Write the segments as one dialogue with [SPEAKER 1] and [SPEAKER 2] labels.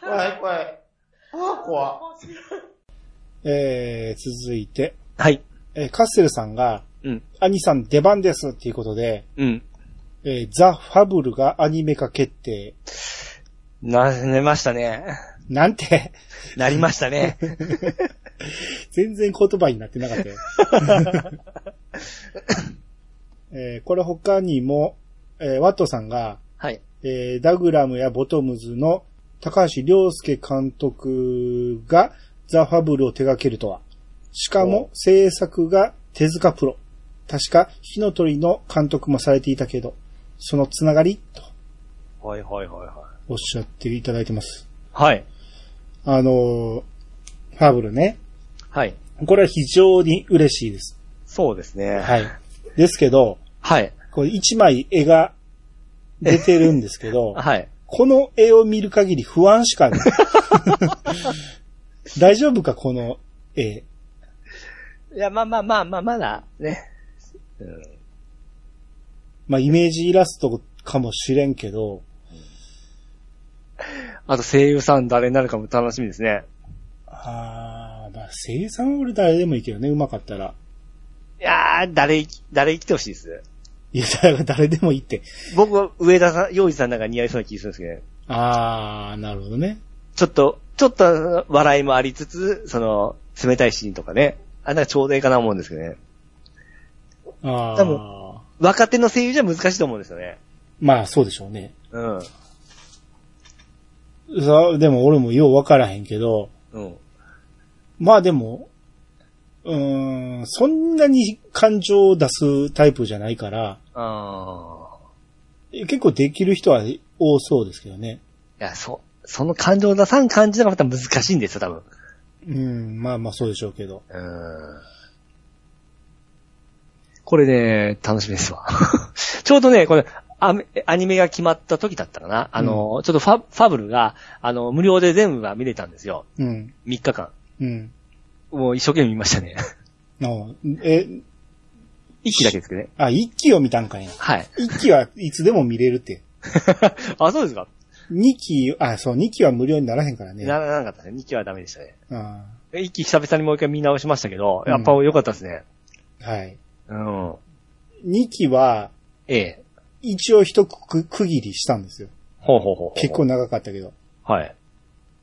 [SPEAKER 1] 怖い怖い。ああ、怖
[SPEAKER 2] えー、続いて、
[SPEAKER 3] はい。
[SPEAKER 2] えーカッセルさんが、
[SPEAKER 3] うん。
[SPEAKER 2] 兄さん出番ですっていうことで、
[SPEAKER 3] うん。
[SPEAKER 2] えーザ・ファブルがアニメ化決定。
[SPEAKER 3] な、寝ましたね。
[SPEAKER 2] なんて、
[SPEAKER 3] なりましたね。
[SPEAKER 2] 全然言葉になってなかったよ。 えーこれ他にも、えーワットさんが、
[SPEAKER 3] はい。
[SPEAKER 2] えーダグラムやボトムズの高橋良介監督がザ・ファブルを手掛けるとは。しかも制作が手塚プロ。確か火の鳥の監督もされていたけど、そのつながりと
[SPEAKER 3] はいはいはいは
[SPEAKER 2] おっしゃっていただいてます。
[SPEAKER 3] い。はい。
[SPEAKER 2] あのーファブルね。
[SPEAKER 3] はい。
[SPEAKER 2] これは非常に嬉しいです。
[SPEAKER 3] そうですね。はい。
[SPEAKER 2] はい。ですけど、
[SPEAKER 3] はい。
[SPEAKER 2] これ一枚絵が出てるんですけ ど、
[SPEAKER 3] はい。
[SPEAKER 2] この絵を見る限り不安しかない。大丈夫か、この絵。
[SPEAKER 3] いや、まあまあまあまあ、まだ、ね。うん。
[SPEAKER 2] まあ、イメージイラストかもしれんけど、
[SPEAKER 3] あと声優さん誰になるかも楽しみですね。
[SPEAKER 2] あー、まあ、声優さんは俺誰でもいいけどね、うまかったら。
[SPEAKER 3] いやー、誰い、誰生きてほしいです。
[SPEAKER 2] いや、だから誰でもいいって。
[SPEAKER 3] 僕は上田さん、洋二さんなんか似合いそうな気がするんですけどね。
[SPEAKER 2] あー、なるほどね。
[SPEAKER 3] ちょっと、ちょっと笑いもありつつ、その、冷たいシーンとかね。あんなちょうどいいかな思うんですけどね。
[SPEAKER 2] あ
[SPEAKER 3] 多
[SPEAKER 2] ー。
[SPEAKER 3] 若手の声優じゃ難しいと思うんですよね。
[SPEAKER 2] まあ、そうでしょうね。
[SPEAKER 3] うん。
[SPEAKER 2] さでも俺もようわからへんけど、
[SPEAKER 3] うん。
[SPEAKER 2] まあでも、うーん、そんなに感情を出すタイプじゃないから、
[SPEAKER 3] あ
[SPEAKER 2] 結構できる人は多そうですけどね。
[SPEAKER 3] ー。いや、そ、その感情を出さん感じながまた難しいんですよ、多分。
[SPEAKER 2] うん、まあまあそうでしょうけど。
[SPEAKER 3] うん。これね、楽しみですわ。 ちょうどね、これ、アメアニメが決まった時だったかな。あの、ちょっとファファブルが、あの、無料で全部が見れたんですよ。
[SPEAKER 2] うん、
[SPEAKER 3] 3日間。
[SPEAKER 2] うん。
[SPEAKER 3] もう一生懸命見ましたね。
[SPEAKER 2] おえ、
[SPEAKER 3] 一期だけですけどね。
[SPEAKER 2] あ、一期を見たんかいな。
[SPEAKER 3] はい。
[SPEAKER 2] 一期はいつでも見れるって。
[SPEAKER 3] あ、そうですか。
[SPEAKER 2] 二期、あ、そう、二期は無料にならへんからね。
[SPEAKER 3] ならなかったね。2期はダメでしたね。
[SPEAKER 2] あ
[SPEAKER 3] 一期久々にもう一回見直しましたけど、
[SPEAKER 2] うん
[SPEAKER 3] やっぱ良かったですね。
[SPEAKER 2] ーはい。
[SPEAKER 3] うん。
[SPEAKER 2] 二期は、
[SPEAKER 3] ええ。
[SPEAKER 2] 一応一区区切りしたんですよ。
[SPEAKER 3] ほうほうほうほう。
[SPEAKER 2] 結構。長かったけど。
[SPEAKER 3] はい。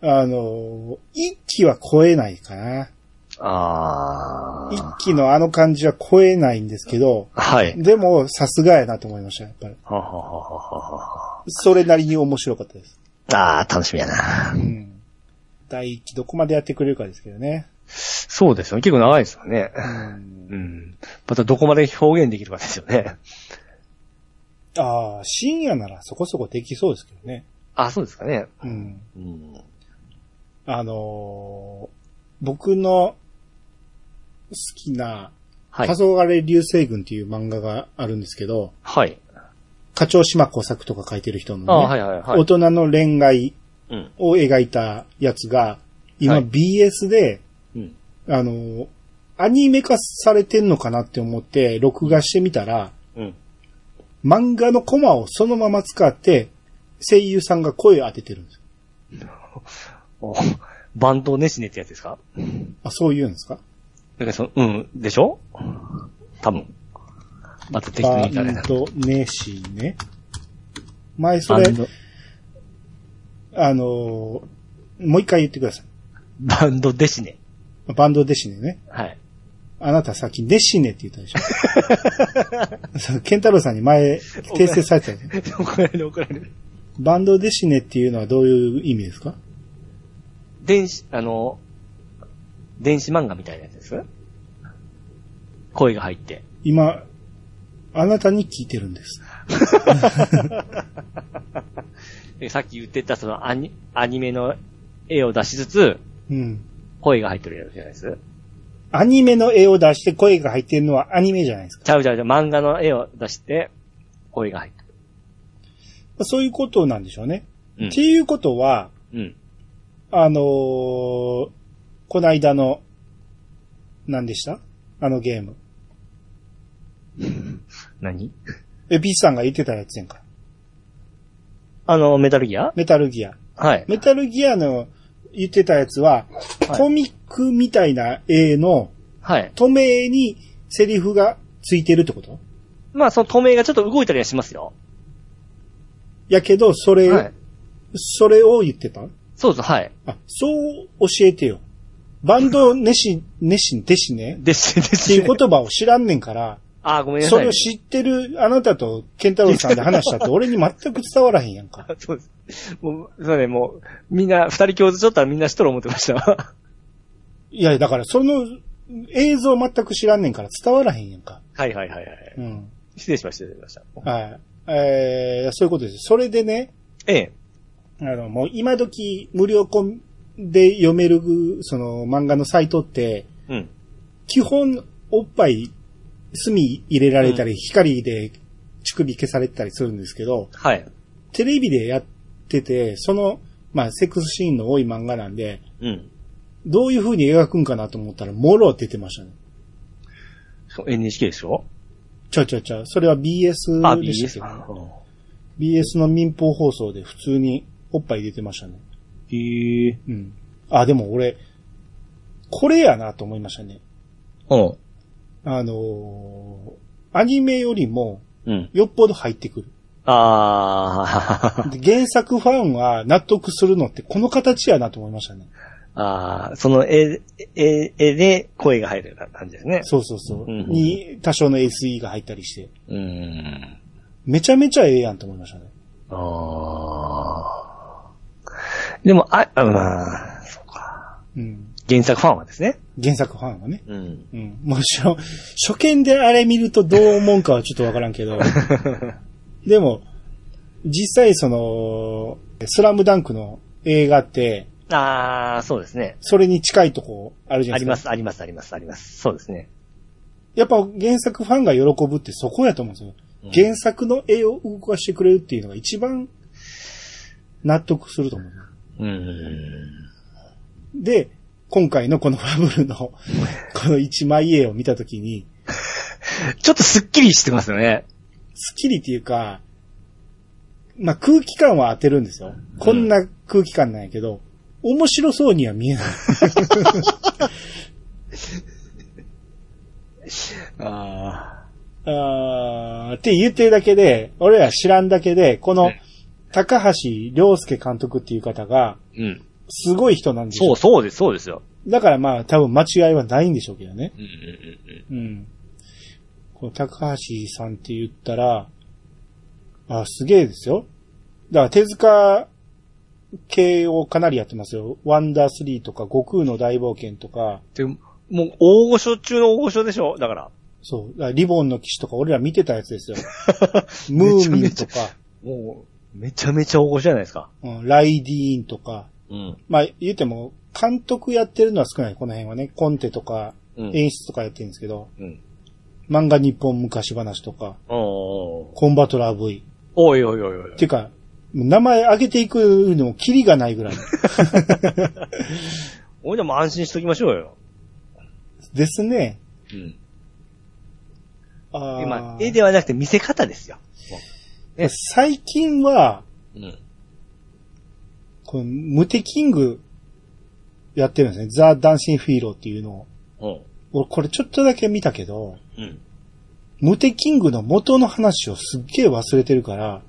[SPEAKER 2] あのー、一期は超えないかな。
[SPEAKER 3] あ
[SPEAKER 2] 一
[SPEAKER 3] ー。
[SPEAKER 2] 期のあの感じは超えないんですけど、
[SPEAKER 3] はい。
[SPEAKER 2] でも、さすがやなと思いました、やっぱり。
[SPEAKER 3] はははははは。
[SPEAKER 2] それなりに面白かったです。
[SPEAKER 3] ああ、楽しみやな
[SPEAKER 2] う。ん。第一期どこまでやってくれるかですけどね。
[SPEAKER 3] そうですよね。結構長いですよね。
[SPEAKER 2] うん
[SPEAKER 3] うん。またどこまで表現できるかですよね。
[SPEAKER 2] ああ、深夜ならそこそこできそうですけどね。
[SPEAKER 3] あそうですかね。
[SPEAKER 2] うん。
[SPEAKER 3] うん。
[SPEAKER 2] あのー僕の好きな、
[SPEAKER 3] はい
[SPEAKER 2] 黄。昏流星群っていう漫画があるんですけど、
[SPEAKER 3] はい。
[SPEAKER 2] 課長島耕作とか書いてる人のね、
[SPEAKER 3] あはいはいは
[SPEAKER 2] 大
[SPEAKER 3] い。
[SPEAKER 2] 人の恋愛
[SPEAKER 3] うん。
[SPEAKER 2] を描いたやつが、今
[SPEAKER 3] はい
[SPEAKER 2] BS で、
[SPEAKER 3] うん。
[SPEAKER 2] あのーアニメ化されてんのかなって思って、録画してみたら、
[SPEAKER 3] うん。
[SPEAKER 2] 漫画のコマをそのまま使って、声優さんが声を当ててるんですよ。
[SPEAKER 3] おバンドねしねってやつですか
[SPEAKER 2] あ、そう言うんですか
[SPEAKER 3] だからその、うん。でしょ多分。また適当に言ったらあれ
[SPEAKER 2] バ
[SPEAKER 3] だ
[SPEAKER 2] ンドネシね。前そ
[SPEAKER 3] バ
[SPEAKER 2] れ
[SPEAKER 3] ン、ド、
[SPEAKER 2] あのーもう一回言ってくださ
[SPEAKER 3] バンドでしね。
[SPEAKER 2] い。バンドデシネね。
[SPEAKER 3] はい。
[SPEAKER 2] あなたさっきデシネって言ったでし ょそう。ケンタロウさんに前、訂正されてたよね。
[SPEAKER 3] 怒られる怒られる。
[SPEAKER 2] バンドデシネっていうのはどういう意味ですか
[SPEAKER 3] 電子、あの、電子漫画みたいなやつです声が入って。
[SPEAKER 2] 今、あなたに聞いてるんです。
[SPEAKER 3] でさっき言ってたそのアニアニメの絵を出しつつ、
[SPEAKER 2] うん。
[SPEAKER 3] 声が入ってるやつじゃないです
[SPEAKER 2] アニメの絵を出して声が入ってるのはアニメじゃないですか。
[SPEAKER 3] ちゃうちゃうちゃう、漫画の絵を出して、声が入って
[SPEAKER 2] そういうことなんでしょうね。
[SPEAKER 3] る
[SPEAKER 2] って。いうことは、
[SPEAKER 3] うん。うん。
[SPEAKER 2] あのーこの間の、何でしたあのゲーム。
[SPEAKER 3] 何
[SPEAKER 2] え、ピッチさんが言ってたやつやんか。
[SPEAKER 3] あの、メタルギア
[SPEAKER 2] メタルギア。
[SPEAKER 3] はい。
[SPEAKER 2] メタルギアの言ってたやつは、
[SPEAKER 3] はい
[SPEAKER 2] コミックみたいな絵の、
[SPEAKER 3] はい。
[SPEAKER 2] 透明にセリフがついてるってこと
[SPEAKER 3] まあ、その透明がちょっと動いたりはしますよ。
[SPEAKER 2] やけど、それ、
[SPEAKER 3] はい。
[SPEAKER 2] それを言ってた
[SPEAKER 3] そうです、はい。
[SPEAKER 2] あ、そう教えてよ。バンド熱心、熱心、弟子ね。
[SPEAKER 3] でし、でし。
[SPEAKER 2] っていう言葉を知らんねんから、
[SPEAKER 3] あー、ごめんなさ
[SPEAKER 2] そ
[SPEAKER 3] い。
[SPEAKER 2] れを知ってるあなたとケンタロウさんで話 したって俺に全く伝わらへんやんか。
[SPEAKER 3] そうです。もう、そうね、もう、みんな、二人共通ちょっとはみんなしとる思ってましたわ。
[SPEAKER 2] いや、だからその映像全く知らんねんから伝わらへんやんか。
[SPEAKER 3] はいはいはいはい。
[SPEAKER 2] うん。
[SPEAKER 3] 失礼しました、失礼しました。
[SPEAKER 2] はい。えー、そういうことです。それでね、
[SPEAKER 3] ええ。
[SPEAKER 2] あの、もう今時無料コンで読める、その漫画のサイトって、
[SPEAKER 3] うん。
[SPEAKER 2] 基本おっぱい、墨入れられたり、光で乳首消されたりするんですけど、
[SPEAKER 3] はい。
[SPEAKER 2] テレビでやってて、その、まあ、セックスシーンの多い漫画なんで、
[SPEAKER 3] うん。
[SPEAKER 2] どういう風に描くんかなと思ったら、もろって言ってましたね。
[SPEAKER 3] そう NHK でしょ
[SPEAKER 2] ちゃうちゃうちゃう。それは BS
[SPEAKER 3] あ、
[SPEAKER 2] でした
[SPEAKER 3] BS
[SPEAKER 2] っ
[SPEAKER 3] か。うん
[SPEAKER 2] け ?BS の民放放送で普通におっぱい出てましたね。
[SPEAKER 3] へえ。
[SPEAKER 2] うん。あ、でも俺、これやなと思いましたね。
[SPEAKER 3] うん。
[SPEAKER 2] あのーアニメよりも、
[SPEAKER 3] うん。
[SPEAKER 2] よっぽど入ってくる。
[SPEAKER 3] あ
[SPEAKER 2] で原作ファンは納得するのってこの形やなと思いましたね。
[SPEAKER 3] あ、 ああ、その絵、絵、絵で声が入るような感じですね。
[SPEAKER 2] そうそうそう。
[SPEAKER 3] うんうん
[SPEAKER 2] に、多少の SE が入ったりして。
[SPEAKER 3] うーん。
[SPEAKER 2] めちゃめちゃええやんと思いましたね。
[SPEAKER 3] ああ。でも、あ、あまあ、そうか。
[SPEAKER 2] うん。
[SPEAKER 3] 原作ファンはですね。
[SPEAKER 2] 原作ファンはね。
[SPEAKER 3] うん。
[SPEAKER 2] うん。もちろん、初見であれ見るとどう思うかはちょっとわからんけ ど。でも、実際その、スラムダンクの映画って、
[SPEAKER 3] ああ、そうですね。
[SPEAKER 2] それに近いとこあるじゃ
[SPEAKER 3] あ
[SPEAKER 2] ない
[SPEAKER 3] り
[SPEAKER 2] で
[SPEAKER 3] ます
[SPEAKER 2] か。
[SPEAKER 3] す、あります、あります、あります。そうですね。
[SPEAKER 2] やっぱ原作ファンが喜ぶってそこやと思うん
[SPEAKER 3] うん
[SPEAKER 2] ですよ。原作の絵を動かしてくれるっていうのが一番納得すると思う。
[SPEAKER 3] うん。
[SPEAKER 2] で、今回のこのファブルのこの一枚絵を見たときに、
[SPEAKER 3] ちょっとスッキリしてますよね。
[SPEAKER 2] スッキリっていうか、まあ、空気感は当てるんですよ。こんな空気感なんやけど、面白そうには見えない。
[SPEAKER 3] あ
[SPEAKER 2] あーって言ってるだけで、俺ら知らんだけで、この
[SPEAKER 3] ね、
[SPEAKER 2] 高橋良介監督っていう方が、
[SPEAKER 3] あ。うん。
[SPEAKER 2] すごい人なんです
[SPEAKER 3] そう、
[SPEAKER 2] よ。
[SPEAKER 3] そうです、そうですよ。
[SPEAKER 2] だからまあ、多分間違いはないんでしょうけどね。
[SPEAKER 3] うんうん
[SPEAKER 2] うん。この高橋さんって言ったら、あ、すげえですよ。だから手塚系をかなりやってますよ。ワンダー3とか、悟空の大冒険とか、
[SPEAKER 3] うん。で、もう大御所中の大御所でしょだ から。
[SPEAKER 2] そう、だからリボンの騎士とか俺ら見てたやつです よ。ムーミンとか、
[SPEAKER 3] もう、めちゃめちゃ大御所じゃないですか。
[SPEAKER 2] うん、ライディーンとか。
[SPEAKER 3] うん。
[SPEAKER 2] まあ言っても、監督やってるのは少ない、この辺はね。コンテとか、
[SPEAKER 3] うん。
[SPEAKER 2] 演出とかやってるんですけど、
[SPEAKER 3] うん。
[SPEAKER 2] 漫画日本昔話とか、
[SPEAKER 3] おー
[SPEAKER 2] コンバトラー V。
[SPEAKER 3] おいおいおいおい。
[SPEAKER 2] っていうか、名前挙げていくのもキリがないぐらい
[SPEAKER 3] おいでも安心しときましょうよ。
[SPEAKER 2] です ね。
[SPEAKER 3] うん。
[SPEAKER 2] あー
[SPEAKER 3] 今、絵ではなくて見せ方ですよ。
[SPEAKER 2] 最近は、
[SPEAKER 3] うん。
[SPEAKER 2] このムテキングやってるんですね。ザ・ダンシン・フィーローっていうのを。
[SPEAKER 3] うん。
[SPEAKER 2] 俺これちょっとだけ見たけど、
[SPEAKER 3] うん。
[SPEAKER 2] ムテキングの元の話をすっげえ忘れてるから、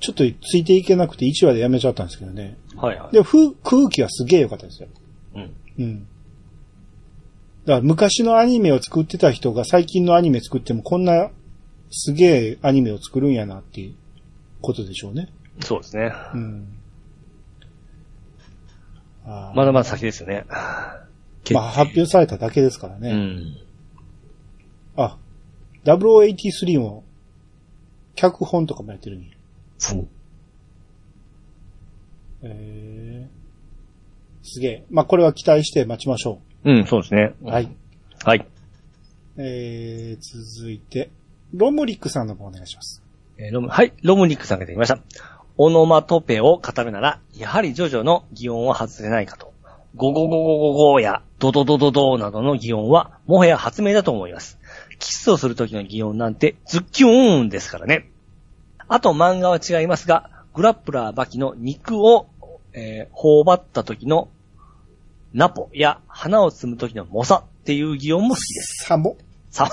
[SPEAKER 2] ちょっとついていけなくて1話でやめちゃったんですけどね。
[SPEAKER 3] はいはい。
[SPEAKER 2] でもふ空気はすげえ良かったですよ。
[SPEAKER 3] うん。
[SPEAKER 2] うん。だから昔のアニメを作ってた人が最近のアニメ作ってもこんなすげえアニメを作るんやなっていうことでしょうね。
[SPEAKER 3] そうですね。
[SPEAKER 2] うん。あー
[SPEAKER 3] まだまだ先ですよね。
[SPEAKER 2] まあ発表されただけですから
[SPEAKER 3] う
[SPEAKER 2] ね。
[SPEAKER 3] ん。
[SPEAKER 2] あ、0083も脚本とかもやってるんや。
[SPEAKER 3] そう。
[SPEAKER 2] えー、すげえ。まあこれは期待して待ちましょ
[SPEAKER 3] うん、そうですね。
[SPEAKER 2] う。はい。。
[SPEAKER 3] はい。
[SPEAKER 2] えー、続いて、ロムリックさんの方お願いします。
[SPEAKER 3] えーロム、はい、ロムニックさんがいただきました。オノマトペを語るなら、やはりジョジョの擬音は外れないかと。ゴゴゴゴゴゴやドドドドドなどの擬音は、もはや発明だと思います。キスをする時の擬音なんて、ズッキューンですからね。あと漫画は違いますが、グラップラーバキの肉をえー頬張った時のナポや花を摘む時のモサっていう擬音も好きです。
[SPEAKER 2] サモ。
[SPEAKER 3] サ、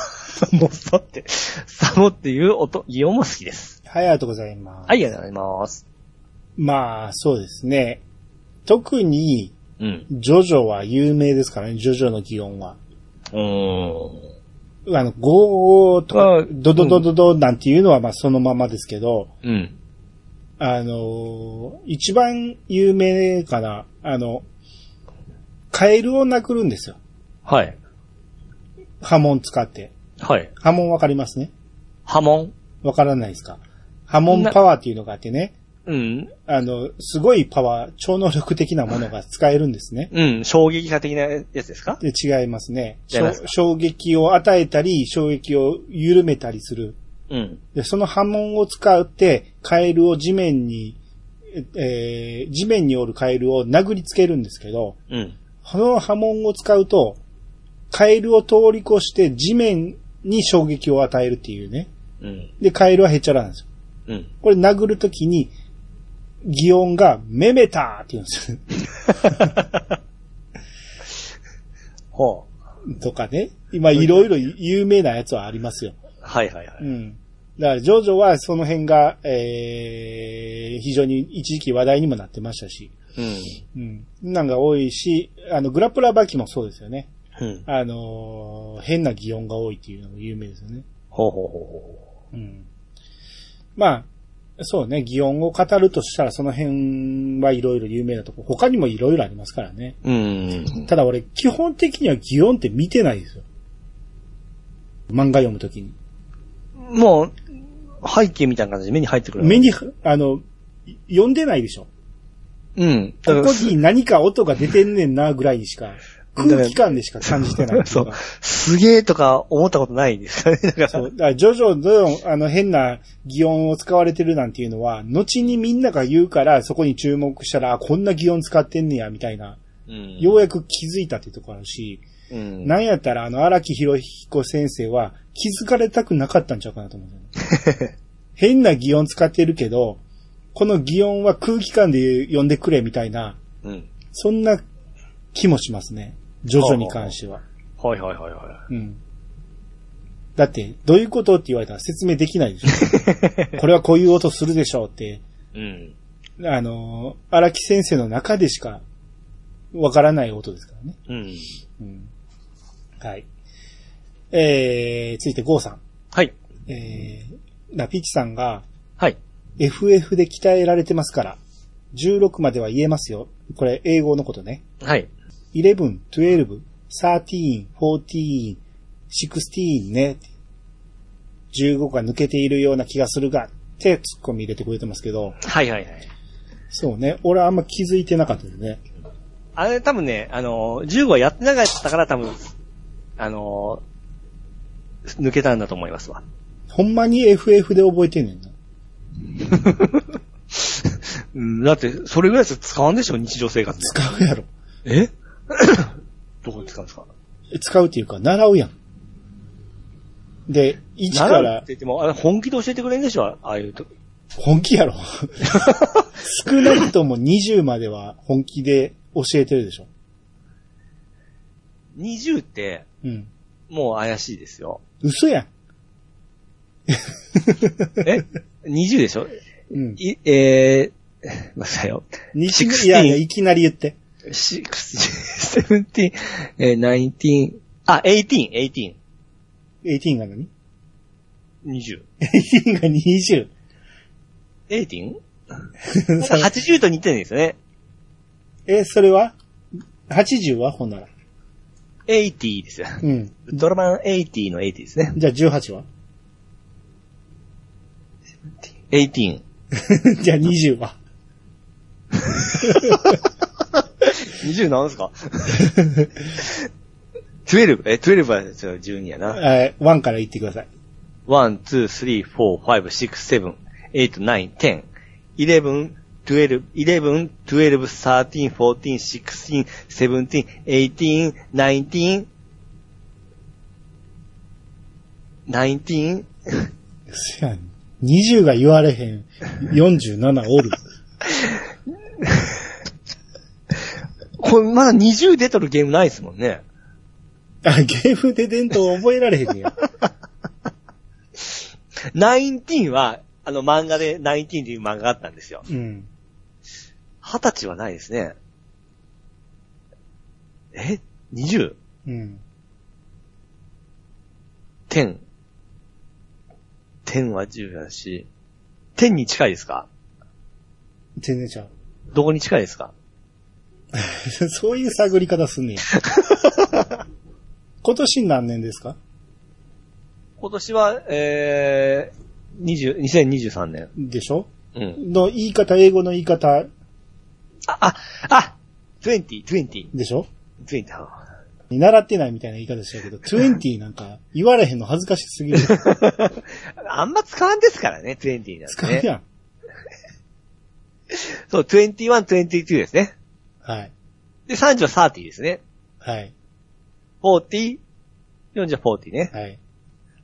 [SPEAKER 3] モサって、サモっていう音、擬音も好きです。
[SPEAKER 2] はい、ありがとうございます。
[SPEAKER 3] はい、ありがとうございます。
[SPEAKER 2] まあ、そうですね。特に、
[SPEAKER 3] うん。
[SPEAKER 2] ジョジョは有名ですからね、ジョジョの擬音は。
[SPEAKER 3] うーん。
[SPEAKER 2] あの、ゴーゴーと
[SPEAKER 3] あ
[SPEAKER 2] か
[SPEAKER 3] ー、
[SPEAKER 2] ドドドドドなんていうのはまあそのままですけど、
[SPEAKER 3] うん。
[SPEAKER 2] あのー一番有名かな、あの、カエルをなくるんですよ。
[SPEAKER 3] はい。
[SPEAKER 2] 波紋使って。
[SPEAKER 3] はい。
[SPEAKER 2] 波紋わかりますね
[SPEAKER 3] 波紋。
[SPEAKER 2] わからないですか波紋パワーっていうのがあってね、
[SPEAKER 3] うん。
[SPEAKER 2] あの、すごいパワー、超能力的なものが使えるんですね。
[SPEAKER 3] うん。衝撃波的なやつですか
[SPEAKER 2] で、違いますね。し
[SPEAKER 3] 違い
[SPEAKER 2] ょ
[SPEAKER 3] ますか
[SPEAKER 2] 衝撃を与えたり、衝撃を緩めたりする。
[SPEAKER 3] うん。
[SPEAKER 2] で、その波紋を使って、カエルを地面に、えー地面におるカエルを殴りつけるんですけど、
[SPEAKER 3] うん。
[SPEAKER 2] この波紋を使うと、カエルを通り越して地面に衝撃を与えるっていうね。
[SPEAKER 3] うん。
[SPEAKER 2] で、カエルはへっちゃらなんですよ。
[SPEAKER 3] うん。
[SPEAKER 2] これ殴るときに、擬音が、めめたーって言うんですよ。
[SPEAKER 3] ほ
[SPEAKER 2] とかね。今、いろいろ有名なやつはありますよ。
[SPEAKER 3] う。はいはいは
[SPEAKER 2] う
[SPEAKER 3] い。
[SPEAKER 2] ん。だから、ジョジョはその辺が、えー、非常に一時期話題にもなってましたし、
[SPEAKER 3] うん。
[SPEAKER 2] うん。なんか多いし、あの、グラップラーバキもそうですよね。
[SPEAKER 3] うん。
[SPEAKER 2] あのー変な擬音が多いっていうのが有名ですよね。
[SPEAKER 3] ほうほうほうほ
[SPEAKER 2] うん。まあ、そうね、擬音を語るとしたらその辺はいろいろ有名なとこ。他にもいろいろありますからね。
[SPEAKER 3] う。うん。
[SPEAKER 2] ただ俺、基本的には擬音って見てないですよ。漫画読むときに。
[SPEAKER 3] もう、背景みたいな感じで目に入ってくる。
[SPEAKER 2] 目に、あの、い読んでないでしょ。
[SPEAKER 3] うん。
[SPEAKER 2] こ
[SPEAKER 3] だ
[SPEAKER 2] の
[SPEAKER 3] から
[SPEAKER 2] 時に何か音が出てんねんなぐらいにしか、空気感でしか感じてないってい
[SPEAKER 3] そうう
[SPEAKER 2] か。。
[SPEAKER 3] すげえとか思ったことないですかね。だから、
[SPEAKER 2] そう。だから、ジョジョの、あの、変な擬音を使われてるなんていうのは、後にみんなが言うから、そこに注目したら、あこんな擬音使ってんねや、みたいな。
[SPEAKER 3] うん
[SPEAKER 2] ようやく気づいたっていうところあるし、
[SPEAKER 3] うん。
[SPEAKER 2] なんやったら、あの、荒木博彦先生は、気づかれたくなかったんちゃうかなと思うんだよね。変な擬音使ってるけど、この擬音は空気感で呼んでくれ、みたいな。
[SPEAKER 3] うん。
[SPEAKER 2] そんな気もしますね。ジョジョに関しては。
[SPEAKER 3] はいはいはいは
[SPEAKER 2] うん。だって、どういうことって言われたら説明できないでし ょ。これはこういう音するでしょうって、
[SPEAKER 3] い。うん。
[SPEAKER 2] あのー、荒木先生の中でしかわからない音ですからね。
[SPEAKER 3] うん。
[SPEAKER 2] うん。はい。えー、ついてゴーさん。
[SPEAKER 3] はい。
[SPEAKER 2] えー、ラピーチさんが
[SPEAKER 3] はい。
[SPEAKER 2] FF で鍛えられてますから、16までは言えますよ。これ、英語のことね。
[SPEAKER 3] はい。
[SPEAKER 2] 11, 12, 13, 14, 16ね。15が抜けているような気がするが、って突っ込み入れてくれてますけど、
[SPEAKER 3] はいはいはい。
[SPEAKER 2] そうね。俺あんま気づいてなかったですね。
[SPEAKER 3] あれ多分ね、あの、15はやってなかったから多分、あの、抜けたんだと思いますわ。
[SPEAKER 2] ほんまに FF で覚えてんねんな。
[SPEAKER 3] うんだって、それぐらいしか使わんでしょ、日常生活で。
[SPEAKER 2] 使うやろ。
[SPEAKER 3] え どこで使うんですか
[SPEAKER 2] 使うっていうか、習うやん。で、1か
[SPEAKER 3] 習うっ
[SPEAKER 2] ら
[SPEAKER 3] て、言っても、あれ本気で教えてくれんでしょ、ああいうと。
[SPEAKER 2] 本気やろ。 少なくとも20までは本気で教えてるでしょ。
[SPEAKER 3] 20って、
[SPEAKER 2] うん。
[SPEAKER 3] もう怪しいです よ。
[SPEAKER 2] 嘘やん。
[SPEAKER 3] え ?20 でしょ
[SPEAKER 2] うん。
[SPEAKER 3] い、えー、まさよ。
[SPEAKER 2] 20いやいや、いきなり言って。
[SPEAKER 3] 6、17、えー、19、あ、18、18、
[SPEAKER 2] 18が何
[SPEAKER 3] 20。
[SPEAKER 2] ?18 が20。
[SPEAKER 3] 18? 80と似てるんですよね。
[SPEAKER 2] え、それは ?80 はほんなら。
[SPEAKER 3] 80ですよ。
[SPEAKER 2] うん。
[SPEAKER 3] ドラマン80の80ですね。
[SPEAKER 2] じゃあ18は
[SPEAKER 3] 18。
[SPEAKER 2] じゃあ20は
[SPEAKER 3] 20なんですか ?12? え、12はちょ12やな。
[SPEAKER 2] えー、1から言ってください。
[SPEAKER 3] 1、2、3、4、5、6、7、8、9、10。11、12、11、12、13、14、16、17、18、19、19、
[SPEAKER 2] そやん。20が言われへん。47おる。
[SPEAKER 3] これまだ20出とるゲームないですもんね。
[SPEAKER 2] あ、ゲームで伝統覚えられへんねや。
[SPEAKER 3] ナインティーンは、あの漫画でナインティーンという漫画があったんですよ。
[SPEAKER 2] うん。
[SPEAKER 3] 二十歳はないですね。え ?20?
[SPEAKER 2] うん。
[SPEAKER 3] 10。10は10だし、10に近いですか
[SPEAKER 2] 全然ちゃう。
[SPEAKER 3] どこに近いですか
[SPEAKER 2] そういう探り方すんねや。今年何年ですか
[SPEAKER 3] 今年は、えー、20、2023年。
[SPEAKER 2] でしょ
[SPEAKER 3] うん。
[SPEAKER 2] の言い方、英語の言い方
[SPEAKER 3] あ、あ、あ !20、20、
[SPEAKER 2] でしょ
[SPEAKER 3] 20。
[SPEAKER 2] に習ってないみたいな言い方でしたけど、20なんか言われへんの恥ずかしすぎる。
[SPEAKER 3] あんま使わんですからね、20なん
[SPEAKER 2] 使
[SPEAKER 3] て
[SPEAKER 2] う
[SPEAKER 3] ね。
[SPEAKER 2] やん。
[SPEAKER 3] そう、21、22ですね。
[SPEAKER 2] はい。
[SPEAKER 3] で、30は30ですね。
[SPEAKER 2] はい。
[SPEAKER 3] 40、40、40ね。
[SPEAKER 2] はい。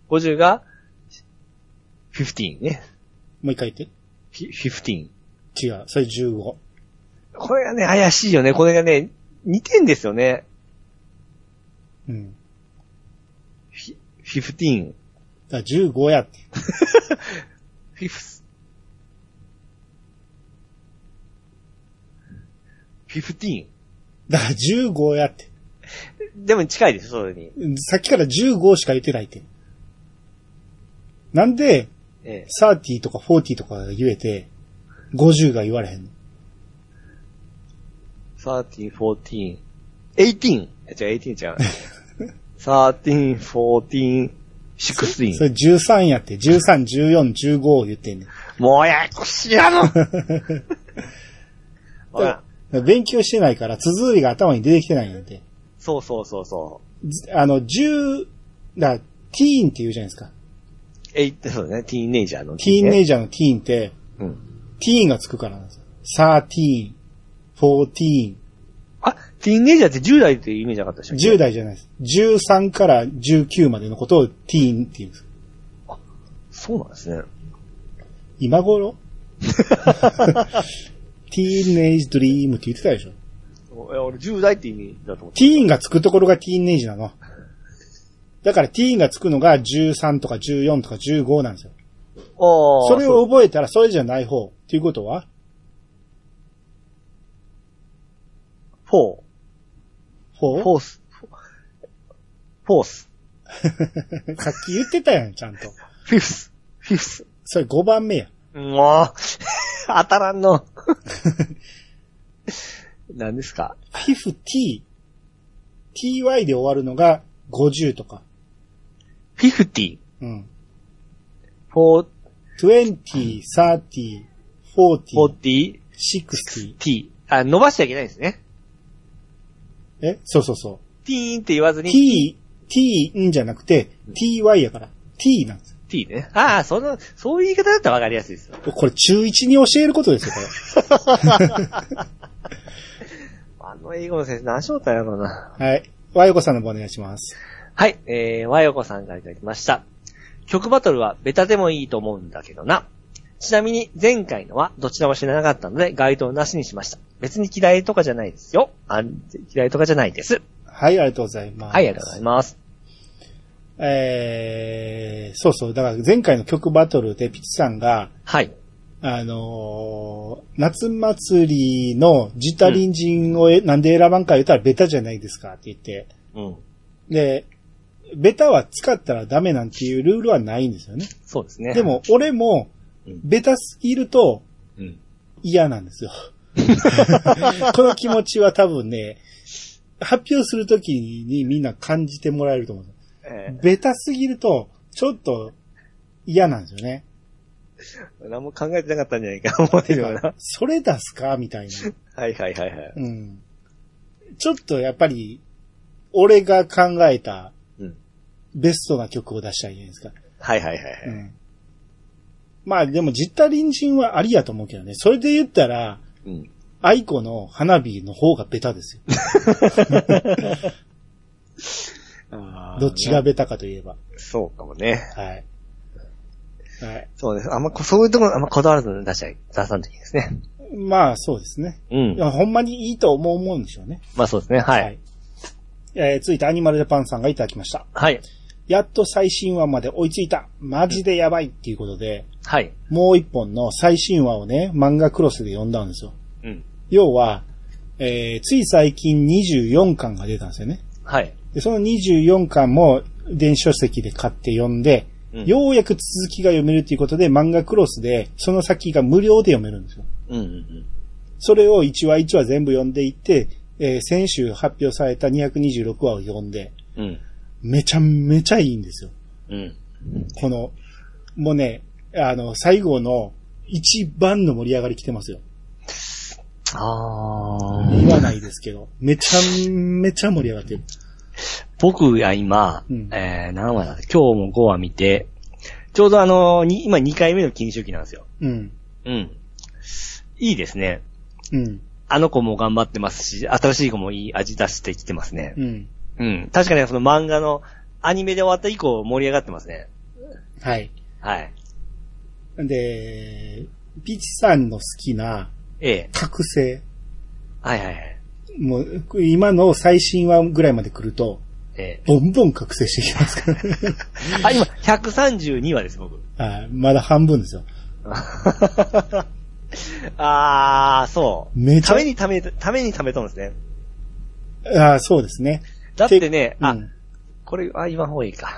[SPEAKER 3] 50が、15ね。
[SPEAKER 2] もう一回言っ
[SPEAKER 3] フィ15。
[SPEAKER 2] て。違う。それ15。
[SPEAKER 3] これがね、怪しいよね。これがね、似てんですよね。
[SPEAKER 2] うん。
[SPEAKER 3] フィ15。
[SPEAKER 2] だから15やって。
[SPEAKER 3] フィフス。フィフティー
[SPEAKER 2] だから15やって。
[SPEAKER 3] ン。でも近いですよ、それに。
[SPEAKER 2] さっきから15しか言ってないって。なんで、
[SPEAKER 3] ええ。
[SPEAKER 2] 30とか40とか言えて、50が言われへんの
[SPEAKER 3] 13、14、18! 違う、18違う。13、14、
[SPEAKER 2] そ
[SPEAKER 3] 16。
[SPEAKER 2] れ13やって、13、14、15を言ってんねん
[SPEAKER 3] もうややこしいやろ ほら、
[SPEAKER 2] 勉強してないから、綴りが頭に出てきてないなんで。
[SPEAKER 3] そうそうそうそう。
[SPEAKER 2] ずあの、10、だ、ティーンって言うじゃないですか。
[SPEAKER 3] えい、そうだね、ティーンネイジャーの、ね。
[SPEAKER 2] ティーンネ
[SPEAKER 3] イ
[SPEAKER 2] イジャーのティーンって、
[SPEAKER 3] ジャー。うん。
[SPEAKER 2] ティーンがつくからなんですよ。サーティーン、フォーティ
[SPEAKER 3] あ、ティーンネイジャーって10代っていうイメージなかったでしょ
[SPEAKER 2] ーン、10。代じゃないです。13から19までのことをティーンって言うんです。
[SPEAKER 3] そうなんで すね。
[SPEAKER 2] 今頃ティーンネイジドリームって言ってたでしょ。
[SPEAKER 3] おえ俺10代って意味だと思って。
[SPEAKER 2] ティーンがつくところがティーンネイジなの。だからティーンがつくのが13とか14とか15なんですよ。
[SPEAKER 3] ああ。
[SPEAKER 2] それを覚えたらそれじゃない方っていうことは
[SPEAKER 3] そう。フォー。
[SPEAKER 2] ?4?
[SPEAKER 3] フォース。フォース。
[SPEAKER 2] さっき言ってたやん、ちゃんと。
[SPEAKER 3] フィフス。フィフス。
[SPEAKER 2] それ5番目や。
[SPEAKER 3] もう、 当たらんの。 何ですか
[SPEAKER 2] 50, ty で終わるのが50とか。
[SPEAKER 3] フィフティ。
[SPEAKER 2] うん。
[SPEAKER 3] フォー、
[SPEAKER 2] 20, 30,
[SPEAKER 3] フォー
[SPEAKER 2] 40,
[SPEAKER 3] ティ、
[SPEAKER 2] 60.
[SPEAKER 3] ティ。あ、伸ばしちゃいけないんですね。
[SPEAKER 2] えそうそうそう。
[SPEAKER 3] ティーンって言わずに、
[SPEAKER 2] t, t んじゃなくて、ty やから。t なんですよ。
[SPEAKER 3] ティね。ああ、その、そういう言い方だったらわかりやすいですよ。
[SPEAKER 2] これ中1に教えることですよ、これ。
[SPEAKER 3] あの英語の先生何しよったんやろうな。
[SPEAKER 2] はい。和洋子さんの方お願いします。
[SPEAKER 3] はい、えー、和よこさんからいただきました。曲バトルはベタでもいいと思うんだけどな。ちなみに前回のはどちらも知らなかったので該当なしにしました。別に嫌いとかじゃないですよ。あ嫌いとかじゃないです。
[SPEAKER 2] はい、ありがとうございます。
[SPEAKER 3] はい、ありがとうございます。
[SPEAKER 2] えー、そうそう。だから前回の曲バトルでピチさんが、
[SPEAKER 3] はい。
[SPEAKER 2] あのー夏祭りのジタリン人をえ、なんで選ばんか言ったらベタじゃないですかって言って。
[SPEAKER 3] うん。
[SPEAKER 2] で、ベタは使ったらダメなんていうルールはないんですよね。
[SPEAKER 3] そうですね。
[SPEAKER 2] で、も、俺も、ベタすぎると
[SPEAKER 3] うん。
[SPEAKER 2] 嫌なんですよ。 この気持ちは多分ね、発表するときにみんな感じてもらえると思う。
[SPEAKER 3] え
[SPEAKER 2] ベタすぎると、ちょっと嫌なんですよね。
[SPEAKER 3] ー、何も考えてなかったんじゃないか思ってるような。
[SPEAKER 2] それ出すかみたいな。
[SPEAKER 3] はいはいはいはい。
[SPEAKER 2] うん。ちょっとやっぱり、俺が考えた
[SPEAKER 3] うん。
[SPEAKER 2] ベストな曲を出したいじゃないですか。
[SPEAKER 3] はいはいはいは
[SPEAKER 2] う
[SPEAKER 3] い。
[SPEAKER 2] ん。まあでも実体隣人はありやと思うけどね。それで言ったら、
[SPEAKER 3] うん。
[SPEAKER 2] アイコの花火の方がベタですよ。
[SPEAKER 3] あー
[SPEAKER 2] どっちがベタかといえば。
[SPEAKER 3] そうかもね。
[SPEAKER 2] はい。はい。
[SPEAKER 3] そうです。あんまこ、そういうところあんまこだわらず出しちゃい、出さんといいですね。
[SPEAKER 2] まあ、そうですね。
[SPEAKER 3] うん
[SPEAKER 2] い。やほんまにいいと思うもんでしょうね。
[SPEAKER 3] まあそうですね。はい。
[SPEAKER 2] はいえー、続いてアニマルジャパンさんがいただきました。
[SPEAKER 3] はい。
[SPEAKER 2] やっと最新話まで追いついた。マジでやばいっていうことで、
[SPEAKER 3] はい。
[SPEAKER 2] もう一本の最新話をね、漫画クロスで読んだんですよ。
[SPEAKER 3] うん。
[SPEAKER 2] 要は、えー、つい最近24巻が出たんですよね。
[SPEAKER 3] はい。
[SPEAKER 2] で、その24巻も電子書籍で買って読んで、
[SPEAKER 3] うん
[SPEAKER 2] ようやく続きが読めるということで、漫画クロスで、その先が無料で読めるんですよ。
[SPEAKER 3] うんうんうん。
[SPEAKER 2] それを1話1話全部読んでいって、えー先週発表された226話を読んで、
[SPEAKER 3] うん。
[SPEAKER 2] めちゃめちゃいいんですよ。
[SPEAKER 3] うん。
[SPEAKER 2] この、もうね、あの、最後の一番の盛り上がり来てますよ。
[SPEAKER 3] あ
[SPEAKER 2] 言
[SPEAKER 3] ー。
[SPEAKER 2] わないですけど、めちゃめちゃ盛り上がってる。
[SPEAKER 3] 僕が今、
[SPEAKER 2] うん
[SPEAKER 3] えー、何話だ今日も5話見て、ちょうどあのーに、今2回目の禁酒期なんですよ。
[SPEAKER 2] うん。
[SPEAKER 3] うん。いいですね。
[SPEAKER 2] うん。
[SPEAKER 3] あの子も頑張ってますし、新しい子もいい味出してきてますね。
[SPEAKER 2] うん。
[SPEAKER 3] うん。確かにその漫画のアニメで終わった以降盛り上がってますね。
[SPEAKER 2] はい。
[SPEAKER 3] はい。
[SPEAKER 2] で、ピーチさんの好きな
[SPEAKER 3] ええ。
[SPEAKER 2] 覚醒。
[SPEAKER 3] はいはいはい。
[SPEAKER 2] もう、今の最新話ぐらいまで来ると、
[SPEAKER 3] ええ。
[SPEAKER 2] ボンボン覚醒してきますからね。
[SPEAKER 3] あ、今、132話です、僕。
[SPEAKER 2] あまだ半分ですよ。
[SPEAKER 3] あー、そう。
[SPEAKER 2] めち
[SPEAKER 3] た
[SPEAKER 2] ゃ
[SPEAKER 3] めにため、ためにためとんですね。
[SPEAKER 2] あそうですね。
[SPEAKER 3] だってね、
[SPEAKER 2] うん
[SPEAKER 3] あ、これ、あ、言わん方がいいか。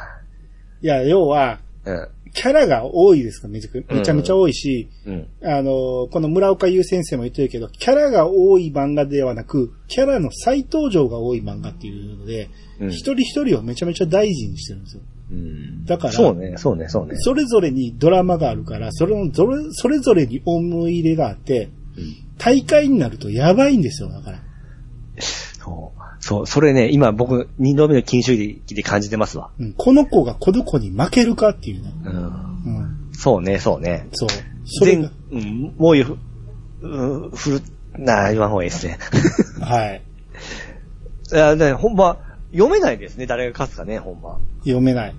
[SPEAKER 2] いや、要は、
[SPEAKER 3] うん。
[SPEAKER 2] キャラが多いですからめちゃくめちゃめちゃ多いし、
[SPEAKER 3] うん。
[SPEAKER 2] あの、この村岡優先生も言ってるけど、キャラが多い漫画ではなく、キャラの再登場が多い漫画っていうので、
[SPEAKER 3] うん
[SPEAKER 2] 一人一人をめちゃめちゃ大事にしてるんですよ。
[SPEAKER 3] うん
[SPEAKER 2] だから
[SPEAKER 3] そうね、そうね、そうね。
[SPEAKER 2] それぞれにドラマがあるから、それのそれそれぞれに思い入れがあって、
[SPEAKER 3] うん
[SPEAKER 2] 大会になるとやばいんですよ、だから。
[SPEAKER 3] そう。そう、それね、今僕、二度目の禁酒期で感じてますわ。
[SPEAKER 2] うん、この子がこの子に負けるかっていうね。
[SPEAKER 3] うん。
[SPEAKER 2] うん、
[SPEAKER 3] そうね、そうね。
[SPEAKER 2] そう。それが、
[SPEAKER 3] 全うん、もういう、うん、ふる、なあ、言わん方がいいですね。
[SPEAKER 2] はい。
[SPEAKER 3] いや、ね、ほんま、読めないですね、誰が勝つかね、ほんま。
[SPEAKER 2] 読めない。